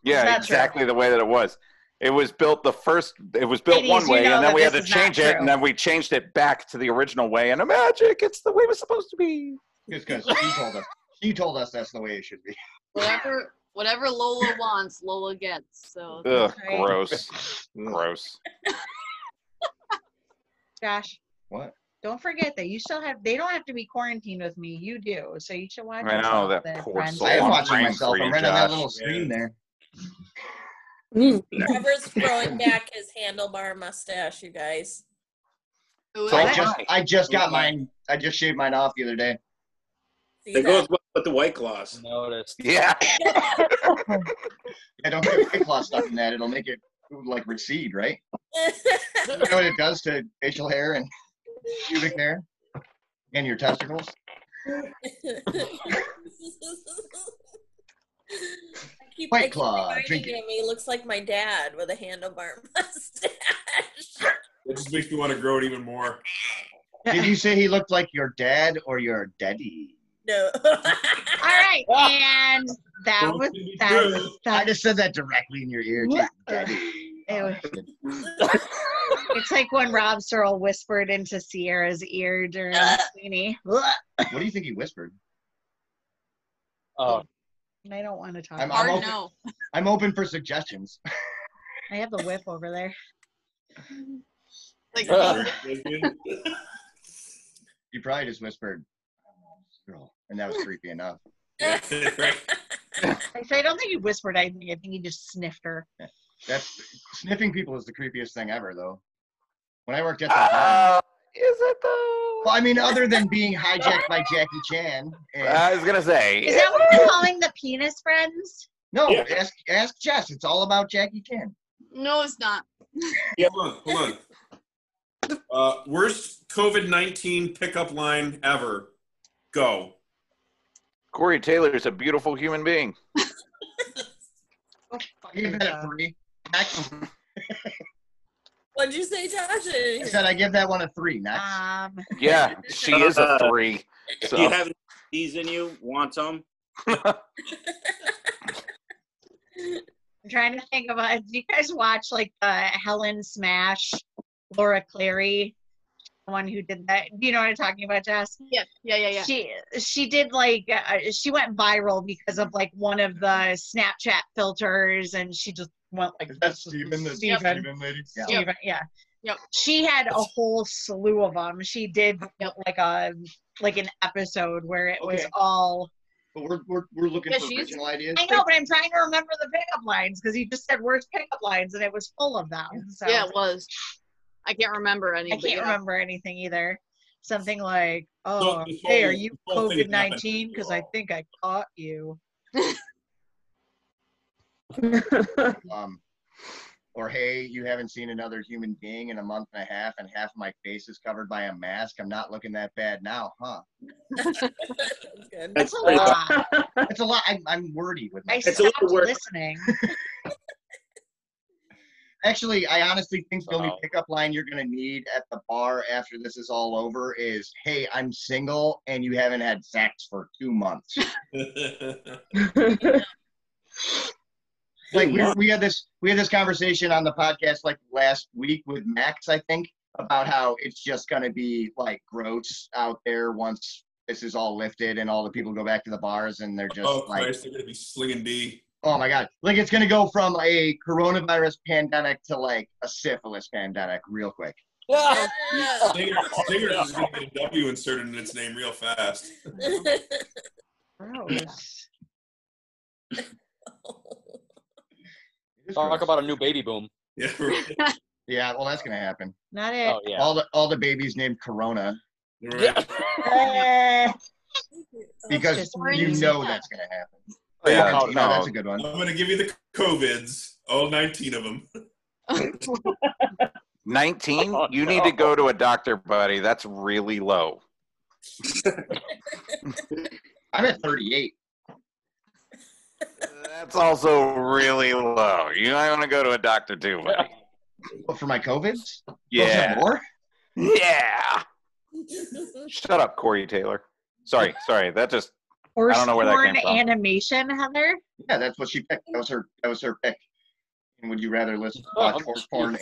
Speaker 12: Yeah,
Speaker 2: That's true.
Speaker 12: exactly the way that it was. It was built the first. It was built
Speaker 2: Ladies,
Speaker 12: one
Speaker 2: you
Speaker 12: way,
Speaker 2: know
Speaker 12: and then
Speaker 2: that
Speaker 12: we had to
Speaker 2: this is not
Speaker 12: change it,
Speaker 2: true.
Speaker 12: and then we changed it back to the original way. And magic, it's the way it was supposed to be.
Speaker 2: Just because she told us, she told us that's the way it should be.
Speaker 13: Whatever whatever Lola wants, Lola gets. So
Speaker 12: Ugh, gross, gross.
Speaker 8: Josh,
Speaker 2: What?
Speaker 8: don't forget that you still have. They don't have to be quarantined with me. You do. So you should watch.
Speaker 12: I know
Speaker 8: yourself
Speaker 12: that
Speaker 8: there,
Speaker 12: poor
Speaker 8: friends.
Speaker 12: soul.
Speaker 2: I am
Speaker 12: I'm
Speaker 2: watching
Speaker 12: praying
Speaker 2: myself.
Speaker 12: for
Speaker 2: I'm
Speaker 12: you,
Speaker 2: running that
Speaker 12: Josh.
Speaker 2: little stream there.
Speaker 11: Trevor's throwing back his handlebar mustache, you guys.
Speaker 2: I just, I just got mine. I just shaved mine off the other day.
Speaker 11: They go
Speaker 2: with the white claws.
Speaker 9: Noticed.
Speaker 12: Yeah.
Speaker 2: I don't get white claw stuff in that. It'll make it like recede, right? you know what it does to facial hair and pubic hair and your testicles.
Speaker 11: I keep,
Speaker 2: White
Speaker 11: I keep
Speaker 2: Claw,
Speaker 11: reminding
Speaker 2: drink
Speaker 11: him he looks like my dad with a handlebar mustache.
Speaker 14: It just makes me want to grow it even more.
Speaker 2: Did you say he looked like your dad or your daddy?
Speaker 11: No.
Speaker 8: All right, and that was that.
Speaker 2: I just said that directly in your ear. Jake.
Speaker 8: It was- it's like when Rob Searle whispered into Sierra's ear during Sweeney.
Speaker 2: What do you think he whispered?
Speaker 9: Oh,
Speaker 8: And I don't want to talk.
Speaker 2: I'm,
Speaker 8: about
Speaker 2: I'm
Speaker 8: it.
Speaker 2: open, I'm open for suggestions.
Speaker 8: I have the whip over there.
Speaker 13: Like,
Speaker 8: oh.
Speaker 2: You probably just whispered, girl, and that was creepy enough.
Speaker 8: So I don't think he whispered anything. I think he just sniffed her.
Speaker 2: That's sniffing people is the creepiest thing ever, though. When I worked at the
Speaker 12: Uh, is it though?
Speaker 2: Well, I mean, other than being hijacked by Jackie Chan. and-
Speaker 12: I was gonna say.
Speaker 8: Is that what we're calling the penis friends?
Speaker 2: No, ask ask Jess. It's all about Jackie Chan.
Speaker 13: no, it's not.
Speaker 14: Yeah, hold on, hold on. Uh, worst COVID nineteen pickup line ever. Go.
Speaker 12: Corey Taylor is a beautiful human being.
Speaker 2: Give that a three. Next.
Speaker 11: What'd you say, Josh? I
Speaker 2: I
Speaker 11: didn't hear
Speaker 2: said I
Speaker 11: you.
Speaker 2: give that one a three. Next.
Speaker 8: Um,
Speaker 12: Yeah, she is a three.
Speaker 4: If
Speaker 12: So.
Speaker 4: you have these in you, want some?
Speaker 8: I'm trying to think about. Do you guys watch like the Helen Smash, Laura Clary, the one who did that? Do you know what I'm talking about, Jess?
Speaker 13: Yeah, yeah, yeah, yeah.
Speaker 8: She she did like uh, she went viral because of like one of the Snapchat filters, and she just went like
Speaker 2: That's Steven, the
Speaker 8: Steven.
Speaker 2: lady.
Speaker 8: Steven, yeah.
Speaker 13: Yep.
Speaker 8: She had a whole slew of them. She did like a like an episode where it was
Speaker 2: Okay.
Speaker 8: all.
Speaker 2: But we're, we're, we're looking
Speaker 8: Yeah,
Speaker 2: for
Speaker 8: she's-
Speaker 2: original ideas.
Speaker 8: I know, but I'm trying to remember the pickup lines because you just said worst pickup lines, and it was full of them. So
Speaker 13: Yeah, it was. I can't remember any.
Speaker 8: I
Speaker 13: but
Speaker 8: can't
Speaker 13: yeah.
Speaker 8: remember anything either. Something like, "Oh,
Speaker 13: this
Speaker 8: hey,
Speaker 13: whole-
Speaker 8: are you
Speaker 13: this whole thing is
Speaker 8: COVID
Speaker 13: not
Speaker 8: nineteen? Because I think I caught you."
Speaker 2: Um, or hey, you haven't seen another human being in a month and a half, and half of my face is covered by a mask. I'm not looking that bad now, huh?
Speaker 8: That's a lot.
Speaker 2: That's a lot. I'm, I'm wordy with
Speaker 8: I
Speaker 2: my.
Speaker 8: stopped listening.
Speaker 2: Actually, I honestly think the only pickup line you're gonna need at the bar after this is all over is, "Hey, I'm single and you haven't had sex for two months." like we, we had this we had this conversation on the podcast like last week with Max, I think, about how it's just gonna be like gross out there once this is all lifted and all the people go back to the bars and they're just
Speaker 14: Oh
Speaker 2: like,
Speaker 14: Christ, they're gonna be slinging D.
Speaker 2: oh my god, like it's gonna go from a coronavirus pandemic to like a syphilis pandemic real quick.
Speaker 14: Yeah. Stingers, Stingers is gonna get a W inserted in its name real fast.
Speaker 8: Oh, Gross.
Speaker 9: Talk about a new baby boom.
Speaker 14: Yeah.
Speaker 2: Yeah, well, that's gonna happen.
Speaker 8: Not it.
Speaker 9: Oh, yeah.
Speaker 2: All the all the babies named Corona.
Speaker 8: Uh,
Speaker 2: Because you know that's gonna happen.
Speaker 12: Yeah,
Speaker 2: Argentina,
Speaker 12: no.
Speaker 2: that's a good one.
Speaker 14: I'm gonna give you the COVIDs, all 19 of them.
Speaker 12: 19?
Speaker 14: Oh,
Speaker 12: you
Speaker 14: no.
Speaker 12: need to go to a doctor, buddy. That's really low.
Speaker 2: I'm at 38.
Speaker 12: That's also really low. You might want to go to a doctor too, buddy.
Speaker 2: What, for my COVIDs?
Speaker 12: Yeah.
Speaker 2: More?
Speaker 12: Yeah. Shut up, Corey Taylor. Sorry, sorry. That just
Speaker 8: Or
Speaker 12: I don't know where that came
Speaker 8: porn
Speaker 12: from.
Speaker 8: animation, Heather.
Speaker 2: Yeah, that's what she picked. That was her. That was her pick. And would you rather listen to watch horse
Speaker 12: Oh,
Speaker 2: porn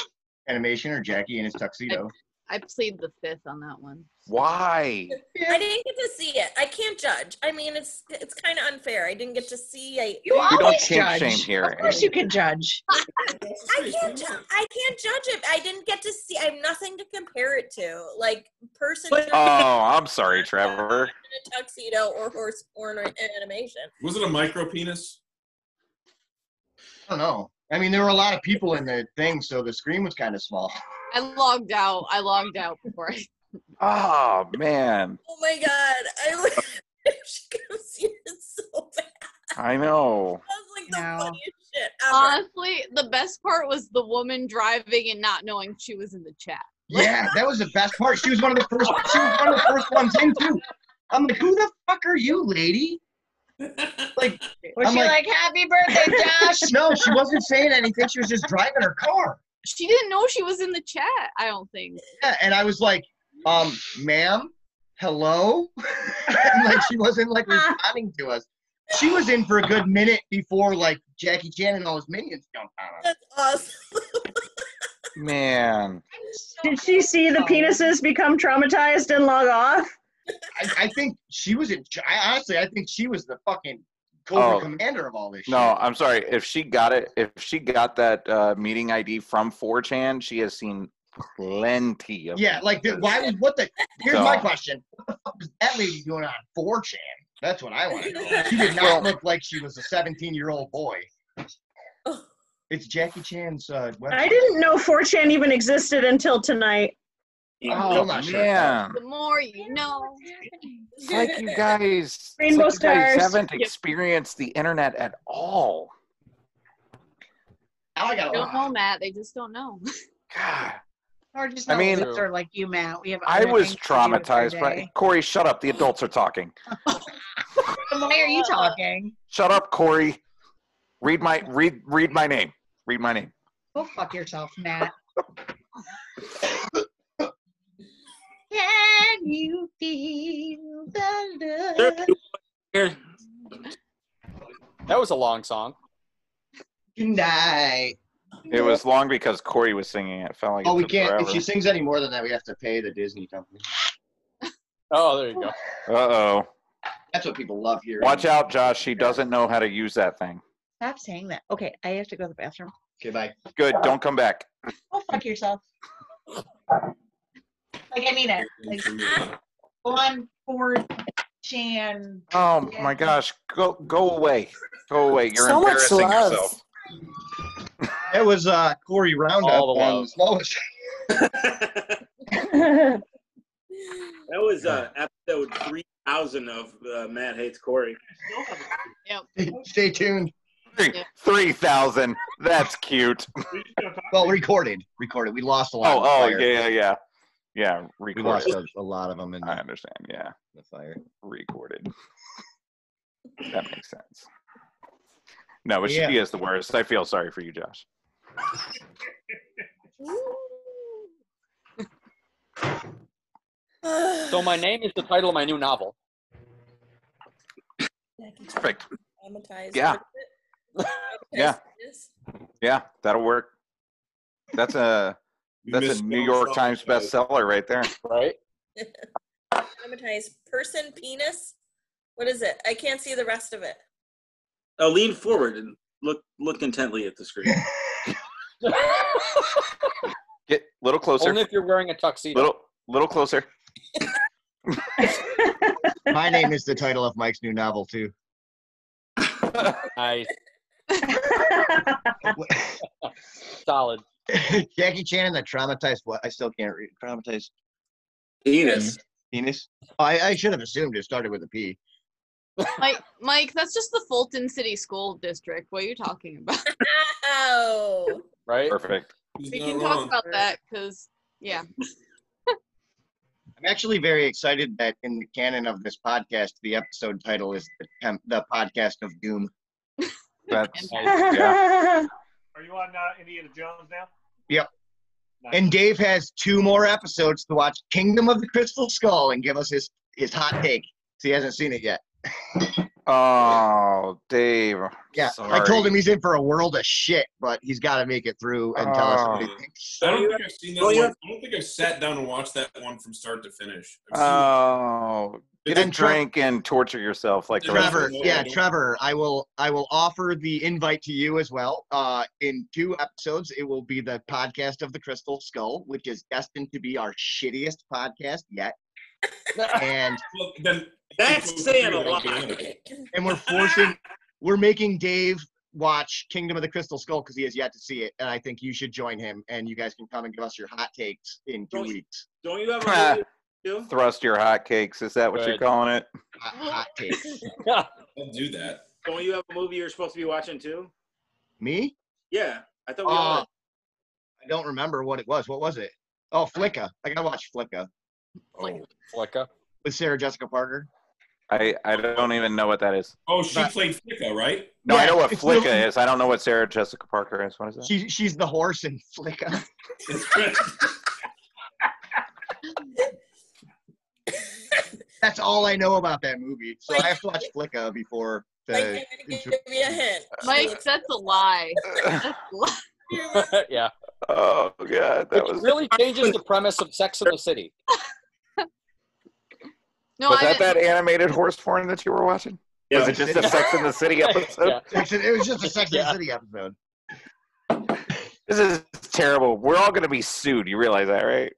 Speaker 2: animation or Jackie in his tuxedo?
Speaker 13: I plead the fifth on that one.
Speaker 12: Why?
Speaker 11: I didn't get to see it. I can't judge. I mean, it's it's kind of unfair. I didn't get to see. I
Speaker 8: You
Speaker 12: We don't
Speaker 8: always
Speaker 12: kink
Speaker 8: judge.
Speaker 12: shame here.
Speaker 8: Of course, you can judge.
Speaker 11: I can't. ju- I can't judge it. I didn't get to see. I have nothing to compare it to. Like person in
Speaker 12: Oh, I'm sorry, Trevor.
Speaker 11: a tuxedo or horse porn or animation.
Speaker 14: Was it a micro penis?
Speaker 2: I don't know. I mean, there were a lot of people in the thing, so the screen was kind of small.
Speaker 13: I logged out. I logged out before I.
Speaker 12: Oh man,
Speaker 11: Oh my god! I wish she could have seen it so bad.
Speaker 12: I know.
Speaker 11: Like the funniest shit ever.
Speaker 13: Honestly, the best part was the woman driving and not knowing she was in the chat.
Speaker 2: Yeah, that was the best part. She was one of the first. She was one of the first ones in too. I'm like, who the fuck are you, lady? Like,
Speaker 8: Was
Speaker 2: I'm
Speaker 8: she like, "Happy birthday, Josh"?
Speaker 2: no, she wasn't saying anything. She was just driving her car.
Speaker 13: She didn't know she was in the chat. I don't think.
Speaker 2: Yeah, and I was like, um, ma'am, hello? and like she wasn't like
Speaker 5: Uh-huh.
Speaker 2: responding to us. She was in for a good minute before like Jackie Chan and all his minions jumped on us.
Speaker 11: That's awesome.
Speaker 12: Man.
Speaker 5: Did she see the penises become traumatized and log off?
Speaker 2: I, I think she was in I honestly I think she was the fucking Cobra
Speaker 12: Oh.
Speaker 2: commander of all this
Speaker 12: No, I'm sorry. If she got it, if she got that uh, meeting ID from 4chan, she has seen plenty
Speaker 2: shit.
Speaker 12: of.
Speaker 2: Yeah, like the, why was what the here's
Speaker 12: So-
Speaker 2: my question. What the fuck was that lady doing on 4chan? That's what I want to know. She did not look like she was a 17 year old boy. It's Jackie Chan's uh, website.
Speaker 5: I didn't know 4chan even existed until tonight.
Speaker 2: Oh, I'm not sure.
Speaker 12: man.
Speaker 13: The more you know.
Speaker 12: It's like you guys, it's
Speaker 5: Rainbow
Speaker 12: like you guys
Speaker 5: stars.
Speaker 12: haven't
Speaker 5: Yep.
Speaker 12: experienced the internet at all.
Speaker 2: I
Speaker 13: They don't know, Matt. They just don't know.
Speaker 8: Or just
Speaker 12: I
Speaker 8: I
Speaker 12: mean-
Speaker 8: mean, or like you, Matt. We have.
Speaker 12: I
Speaker 8: other
Speaker 12: was
Speaker 8: things to do with our
Speaker 12: traumatized by
Speaker 8: day.
Speaker 12: Corey. Shut up. The adults are talking.
Speaker 8: Then Why are you talking?
Speaker 12: Shut up, Corey. Read my read read my name. Read my name.
Speaker 8: Go fuck yourself, Matt. Can you feel the love?
Speaker 9: That was a long song.
Speaker 2: Good night.
Speaker 12: It was long because Corey was singing it. It felt like it
Speaker 2: Oh, we
Speaker 12: took
Speaker 2: can't. If
Speaker 12: Forever.
Speaker 2: she sings any more than that, we have to pay the Disney company.
Speaker 9: Oh, there you go.
Speaker 12: Uh oh.
Speaker 2: That's what people love here.
Speaker 12: Watch out, Josh. She doesn't know how to use that thing.
Speaker 8: Stop saying that. Okay, I have to go to the bathroom.
Speaker 2: Okay, bye.
Speaker 12: Good. Don't come back.
Speaker 8: Go fuck yourself. Like I mean it. Like on board, Chan.
Speaker 12: Oh my gosh. Go go away. Go away. You're
Speaker 8: So much
Speaker 12: embarrassing
Speaker 8: love.
Speaker 12: yourself.
Speaker 2: That was uh, Corey Roundup
Speaker 9: All the
Speaker 2: on
Speaker 9: love.
Speaker 2: the slowest.
Speaker 5: that
Speaker 4: was uh, episode 3000 of uh, Matt Hates Corey.
Speaker 2: Stay tuned.
Speaker 12: Three three thousand. That's cute.
Speaker 2: Well, recorded. Recorded. We lost a lot.
Speaker 12: Oh
Speaker 2: in the
Speaker 12: oh
Speaker 2: fire.
Speaker 12: yeah yeah yeah yeah.
Speaker 2: We lost
Speaker 12: Recorded.
Speaker 2: a, a lot of them in
Speaker 12: I
Speaker 2: the,
Speaker 12: understand. Yeah.
Speaker 2: the fire.
Speaker 12: Recorded. That makes sense. No, but
Speaker 2: Yeah.
Speaker 12: she is the worst. I feel sorry for you, Josh.
Speaker 9: So my name is the title of my new novel.
Speaker 12: Perfect.
Speaker 11: Traumatized.
Speaker 12: Yeah.
Speaker 11: Traumatized
Speaker 12: Yeah.
Speaker 11: penis.
Speaker 12: Yeah, that'll work. That's a that's a New York Times bestseller right there.
Speaker 9: Right?
Speaker 11: Traumatized person penis. What is it? I can't see the rest of it.
Speaker 4: Oh, lean forward and look look intently at the screen.
Speaker 12: Get a little closer.
Speaker 9: Only if you're wearing a tuxedo.
Speaker 12: little little closer.
Speaker 2: My name is the title of Mike's new novel too.
Speaker 9: Nice. Solid.
Speaker 2: Jackie Chan and the traumatized. What? I still can't read. Traumatized
Speaker 4: Penis.
Speaker 2: penis. Oh, I, I should have assumed it started with a P.
Speaker 13: Mike, Mike, that's just the Fulton City School District. What are you talking about?
Speaker 11: Oh.
Speaker 9: Right?
Speaker 12: Perfect.
Speaker 13: We can talk about that because, yeah.
Speaker 2: I'm actually very excited that in the canon of this podcast, the episode title is the, temp- the podcast of doom.
Speaker 12: That's
Speaker 6: Are you on uh, Indiana Jones now?
Speaker 2: Yep. And Dave has two more episodes to watch Kingdom of the Crystal Skull and give us his, his hot take. So he hasn't seen it yet.
Speaker 12: Oh, Dave. I'm
Speaker 2: Yeah. I
Speaker 12: sorry.
Speaker 2: told him he's in for a world of shit, but he's got to make it through and tell us what he
Speaker 12: Oh.
Speaker 2: thinks.
Speaker 14: I don't think I've seen that
Speaker 2: Oh,
Speaker 14: one.
Speaker 2: yeah.
Speaker 14: I don't think I've sat down and watched that one from start to finish.
Speaker 2: Uh,
Speaker 12: Oh, get a
Speaker 2: And Trev-
Speaker 12: drink and torture yourself like the rest
Speaker 2: Trevor,
Speaker 12: of us.
Speaker 2: yeah, Trevor, I will I will offer the invite to you as well. Uh, in two episodes, it will be the podcast of the Crystal Skull, which is destined to be our shittiest podcast yet. And
Speaker 14: then
Speaker 4: that's saying a lot.
Speaker 2: and we're forcing we're making Dave watch Kingdom of the Crystal Skull because he has yet to see it, and I think you should join him, and you guys can come and give us your hot takes in two weeks.
Speaker 4: Don't you have
Speaker 12: Ah,
Speaker 4: do?
Speaker 12: Thrust your hotcakes. Is that what you're
Speaker 4: Good.
Speaker 12: calling it?
Speaker 2: Hot takes.
Speaker 14: I'll do that.
Speaker 4: Don't you have a movie you're supposed to be watching too?
Speaker 2: Me?
Speaker 4: Yeah, I thought we all
Speaker 2: Uh, I don't remember what it was. What was it? Oh, Flicka. I gotta watch Flicka
Speaker 9: Flicka.
Speaker 2: with Sarah Jessica Parker.
Speaker 12: I, I don't even know what that is.
Speaker 14: Oh, she played Flicka, right?
Speaker 12: No, I
Speaker 2: Yeah,
Speaker 12: know what
Speaker 2: it's
Speaker 12: Flicka
Speaker 2: really-
Speaker 12: is. I don't know what Sarah Jessica Parker is. What is that?
Speaker 2: She, she's the horse in Flicka. That's all I know about that movie. So I have to watch Flicka before the.
Speaker 11: me a hint.
Speaker 13: Mike, that's a lie. That's a lie.
Speaker 9: yeah.
Speaker 12: Oh god, that was
Speaker 9: really changes the premise of Sex in the City.
Speaker 13: No,
Speaker 12: was
Speaker 13: I
Speaker 12: that that
Speaker 13: meant-
Speaker 12: animated horse porn that you were watching? Was it just a Sex in the City episode?
Speaker 2: Sex and- It was just a Sex and the City episode.
Speaker 12: This is terrible. We're all going to be sued. You realize that, right?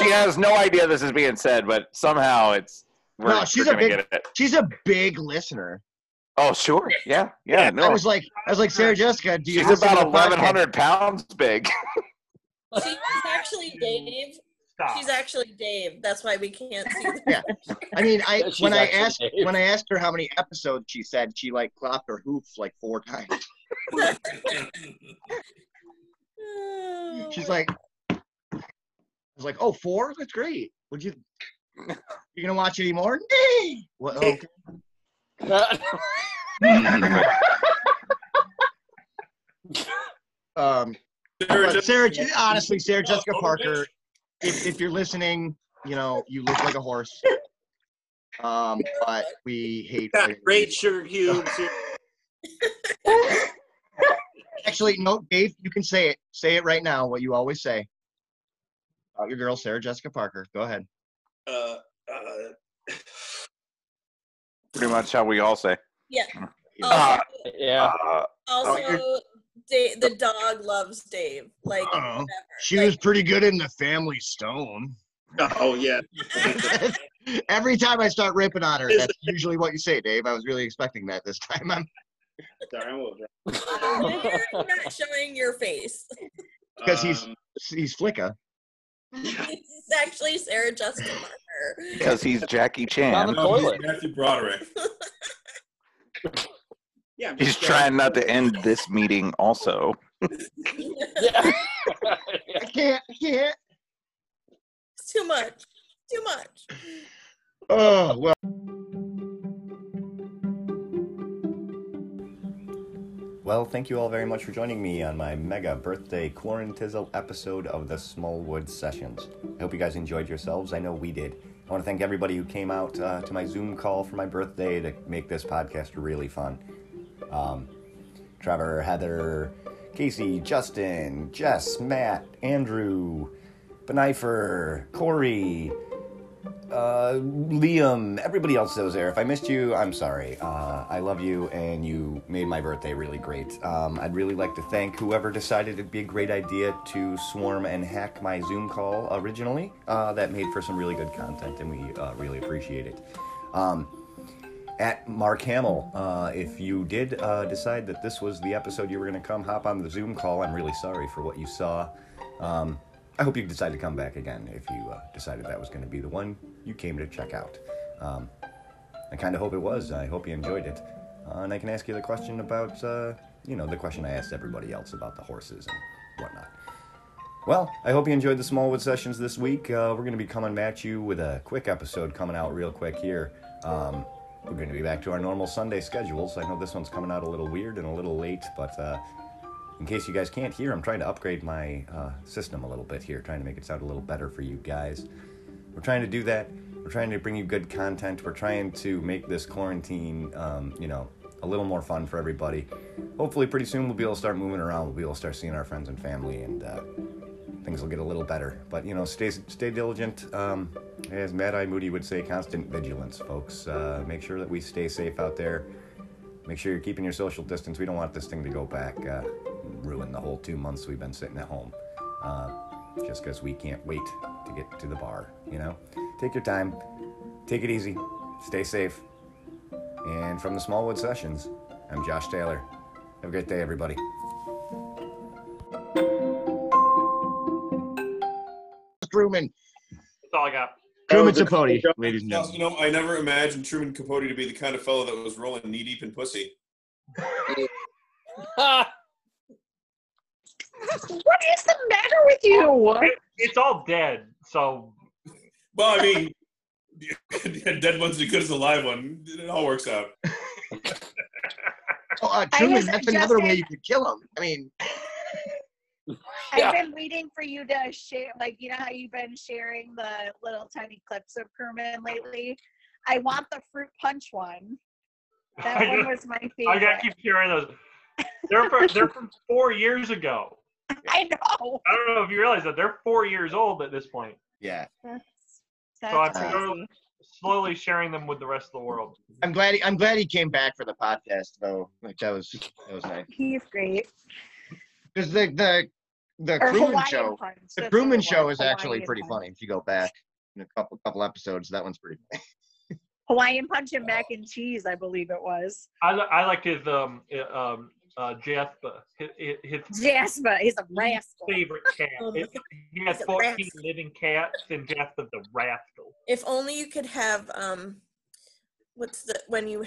Speaker 12: she has no idea this is being said, but somehow it's. We're,
Speaker 2: no, she's a
Speaker 12: we're gonna
Speaker 2: big.
Speaker 12: get it.
Speaker 2: She's a big listener.
Speaker 12: Oh, sure. Yeah. Yeah. no.
Speaker 2: I was like, I was like Sarah Jessica. Do you
Speaker 12: she's
Speaker 2: listen
Speaker 12: about
Speaker 2: to the podcast?
Speaker 12: 1,100 pounds big.
Speaker 11: She's actually Dave. She's actually Dave. That's why we can't see the
Speaker 2: Yeah. I mean, I
Speaker 11: She's
Speaker 2: when I
Speaker 11: actually
Speaker 2: asked
Speaker 11: Dave.
Speaker 2: when I asked her how many episodes, she said she like clapped her hoof like four times. She's like, I was like, oh, four? That's great. Would you? You gonna watch any more? Nay. What? Okay. Um,
Speaker 14: Sarah,
Speaker 2: but Sarah, honestly, Sarah
Speaker 4: Oh,
Speaker 2: Jessica Parker, if, if you're listening, you know you look like a horse. Um, but we hate.
Speaker 4: got great sugar cubes. here.
Speaker 2: Actually, no, Dave, you can say it. Say it right now. What you always say about your girl, Sarah Jessica Parker. Go ahead.
Speaker 4: Uh, uh,
Speaker 12: Pretty much how we all say.
Speaker 11: Yeah.
Speaker 12: Uh,
Speaker 11: Also,
Speaker 9: yeah.
Speaker 12: Oh,
Speaker 11: also Dave, the dog loves Dave. Like
Speaker 2: Oh, she was pretty good in the Family Stone.
Speaker 4: Oh yeah.
Speaker 2: Every time I start ripping on her, that's usually what you say, Dave. I was really expecting that this time. I'm
Speaker 4: Sorry, I'm over.
Speaker 11: you're not showing your face.
Speaker 2: because he's he's Flicka.
Speaker 11: it's actually Sarah Jessica Parker.
Speaker 12: Because he's Jackie Chan.
Speaker 14: on the No, he's toilet. Matthew Broderick.
Speaker 4: Yeah.
Speaker 12: He's trying not to end this meeting, also.
Speaker 9: Yeah.
Speaker 2: I can't. I can't.
Speaker 11: It's too much. Too much.
Speaker 2: Oh well.
Speaker 1: Well, thank you all very much for joining me on my mega birthday quarantizzle episode of the Smallwood Sessions. I hope you guys enjoyed yourselves. I know we did. I want to thank everybody who came out uh, to my Zoom call for my birthday to make this podcast really fun. Um, Trevor, Heather, Casey, Justin, Jess, Matt, Andrew, Benifer, Corey, uh, Liam, everybody else that was there. If I missed you, I'm sorry. Uh, I love you, and you made my birthday really great. Um, I'd really like to thank whoever decided it'd be a great idea to swarm and hack my Zoom call originally. Uh, that made for some really good content, and we uh, really appreciate it. Um, at Mark Hamill. Uh, if you did uh, decide that this was the episode you were going to come, hop on the Zoom call. I'm really sorry for what you saw. Um, I hope you decide to come back again if you uh, decided that was going to be the one you came to check out. Um, I kind of hope it was. I hope you enjoyed it. Uh, and I can ask you the question about, uh, you know, the question I asked everybody else about the horses and whatnot. Well, I hope you enjoyed the Smallwood sessions this week. Uh, we're going to be coming at you with a quick episode coming out real quick here. Um, we're going to be back to our normal Sunday schedules. I know this one's coming out a little weird and a little late, but uh, in case you guys can't hear, I'm trying to upgrade my uh, system a little bit here, trying to make it sound a little better for you guys. We're trying to do that. We're trying to bring you good content. We're trying to make this quarantine, um, you know, a little more fun for everybody. Hopefully, pretty soon we'll be able to start moving around. We'll be able to start seeing our friends and family, and uh, things will get a little better. But you know, stay stay diligent. Um, as Mad Eye Moody would say, constant vigilance, folks. Uh, make sure that we stay safe out there. Make sure you're keeping your social distance. We don't want this thing to go back, uh, ruin the whole two months we've been sitting at home, uh, just because we can't wait to get to the bar. You know, take your time, take it easy, stay safe. And from the Smallwood Sessions, I'm Josh Taylor. Have a great day, everybody.
Speaker 2: Truman.
Speaker 18: That's all I got.
Speaker 2: Truman Capote, ladies and
Speaker 14: You
Speaker 2: gentlemen.
Speaker 14: know, I never imagined Truman Capote to be the kind of fellow that was rolling knee deep in pussy.
Speaker 6: What is the matter with you?
Speaker 18: It's all dead, so.
Speaker 14: Well, I mean, a dead one's as good as a live one. It all works out.
Speaker 2: Oh, uh,
Speaker 8: I
Speaker 2: Truman,
Speaker 8: was
Speaker 2: that's another way
Speaker 8: adjusting-
Speaker 2: you could kill him. I mean,
Speaker 8: I've been waiting for you to share, like, you know how you've been sharing the little tiny clips of Kerman lately? I want the fruit punch one. That one was my
Speaker 18: I gotta
Speaker 8: favorite.
Speaker 18: keep hearing those. They're from, they're from four years ago.
Speaker 8: I know.
Speaker 18: I don't know if you realize that they're four years old at this point.
Speaker 2: yeah.
Speaker 18: So I'm
Speaker 2: That's
Speaker 18: slowly- slowly sharing them with the rest of the world.
Speaker 2: I'm glad. He, I'm glad he came back for the podcast, though. Like that was that was nice.
Speaker 8: He's great.
Speaker 2: Because the the the
Speaker 8: Or
Speaker 2: Crewman
Speaker 8: Hawaiian
Speaker 2: show,
Speaker 8: Punch,
Speaker 2: the
Speaker 8: that's
Speaker 2: Crewman
Speaker 8: what it
Speaker 2: show
Speaker 8: was,
Speaker 2: is actually
Speaker 8: Hawaiian
Speaker 2: pretty
Speaker 8: Punch.
Speaker 2: funny. If you go back in a couple couple episodes, that one's pretty. funny.
Speaker 8: Hawaiian punch and mac and cheese, I believe it was.
Speaker 18: I, li- I like his um uh, um uh Jasper. His, his
Speaker 8: Jasper, he's a rascal.
Speaker 18: favorite cat.
Speaker 11: Oh my
Speaker 18: It-
Speaker 11: God.
Speaker 18: he has
Speaker 11: He's a
Speaker 18: 14
Speaker 11: rascal.
Speaker 18: living cats, and Jasper's a rascal.
Speaker 11: If only you could have um, what's the when you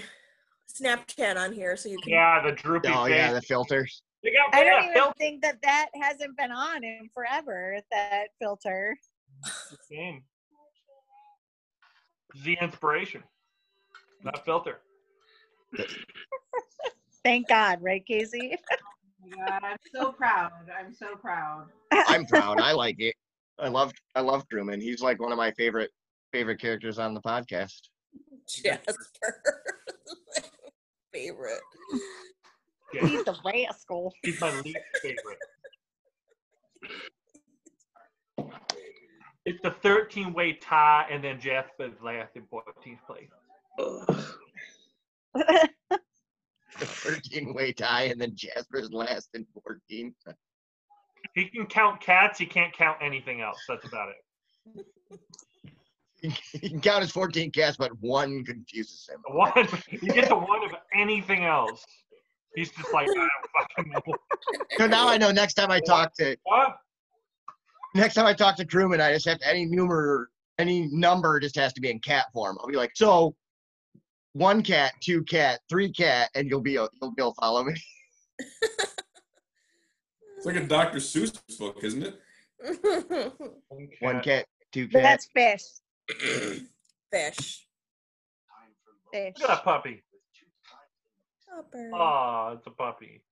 Speaker 11: Snapchat on here so you can.
Speaker 18: Yeah, the droopy
Speaker 2: Oh yeah, the filters.
Speaker 18: They got
Speaker 8: I
Speaker 18: rid
Speaker 8: don't
Speaker 18: of
Speaker 8: even
Speaker 18: Phil.
Speaker 8: think that that hasn't been on in forever. That filter.
Speaker 18: Game. The inspiration, not filter.
Speaker 8: Thank God, right, Casey?
Speaker 6: God, I'm so proud. I'm so proud.
Speaker 2: I'm proud. I like it. I love I love Truman. He's like one of my favorite favorite characters on the podcast.
Speaker 11: Jasper. Favorite.
Speaker 8: He's a rascal.
Speaker 18: He's my least favorite. It's a 13 way tie, and then Jasper's last in 14th place.
Speaker 2: The 13 way tie, and then Jasper's last in 14.
Speaker 18: He can count cats, he can't count anything else. That's about it.
Speaker 2: He can count his 14 cats, but one confuses him.
Speaker 18: One, he gets a one of anything else. He's just like, "Uh, I don't fucking know.
Speaker 2: So now I know. Next time I talk to next time I talk to Truman, I just have to, any number any number just has to be in cat form. I'll be like, so one cat, two cat, three cat, and you'll be you'll you'll follow me.
Speaker 14: It's like a Dr. Seuss book, isn't it?
Speaker 2: One cat, two cat.
Speaker 8: That's fish.
Speaker 11: Fish.
Speaker 8: Fish.
Speaker 18: Look at that puppy.
Speaker 11: Copper.
Speaker 18: Oh, it's a puppy.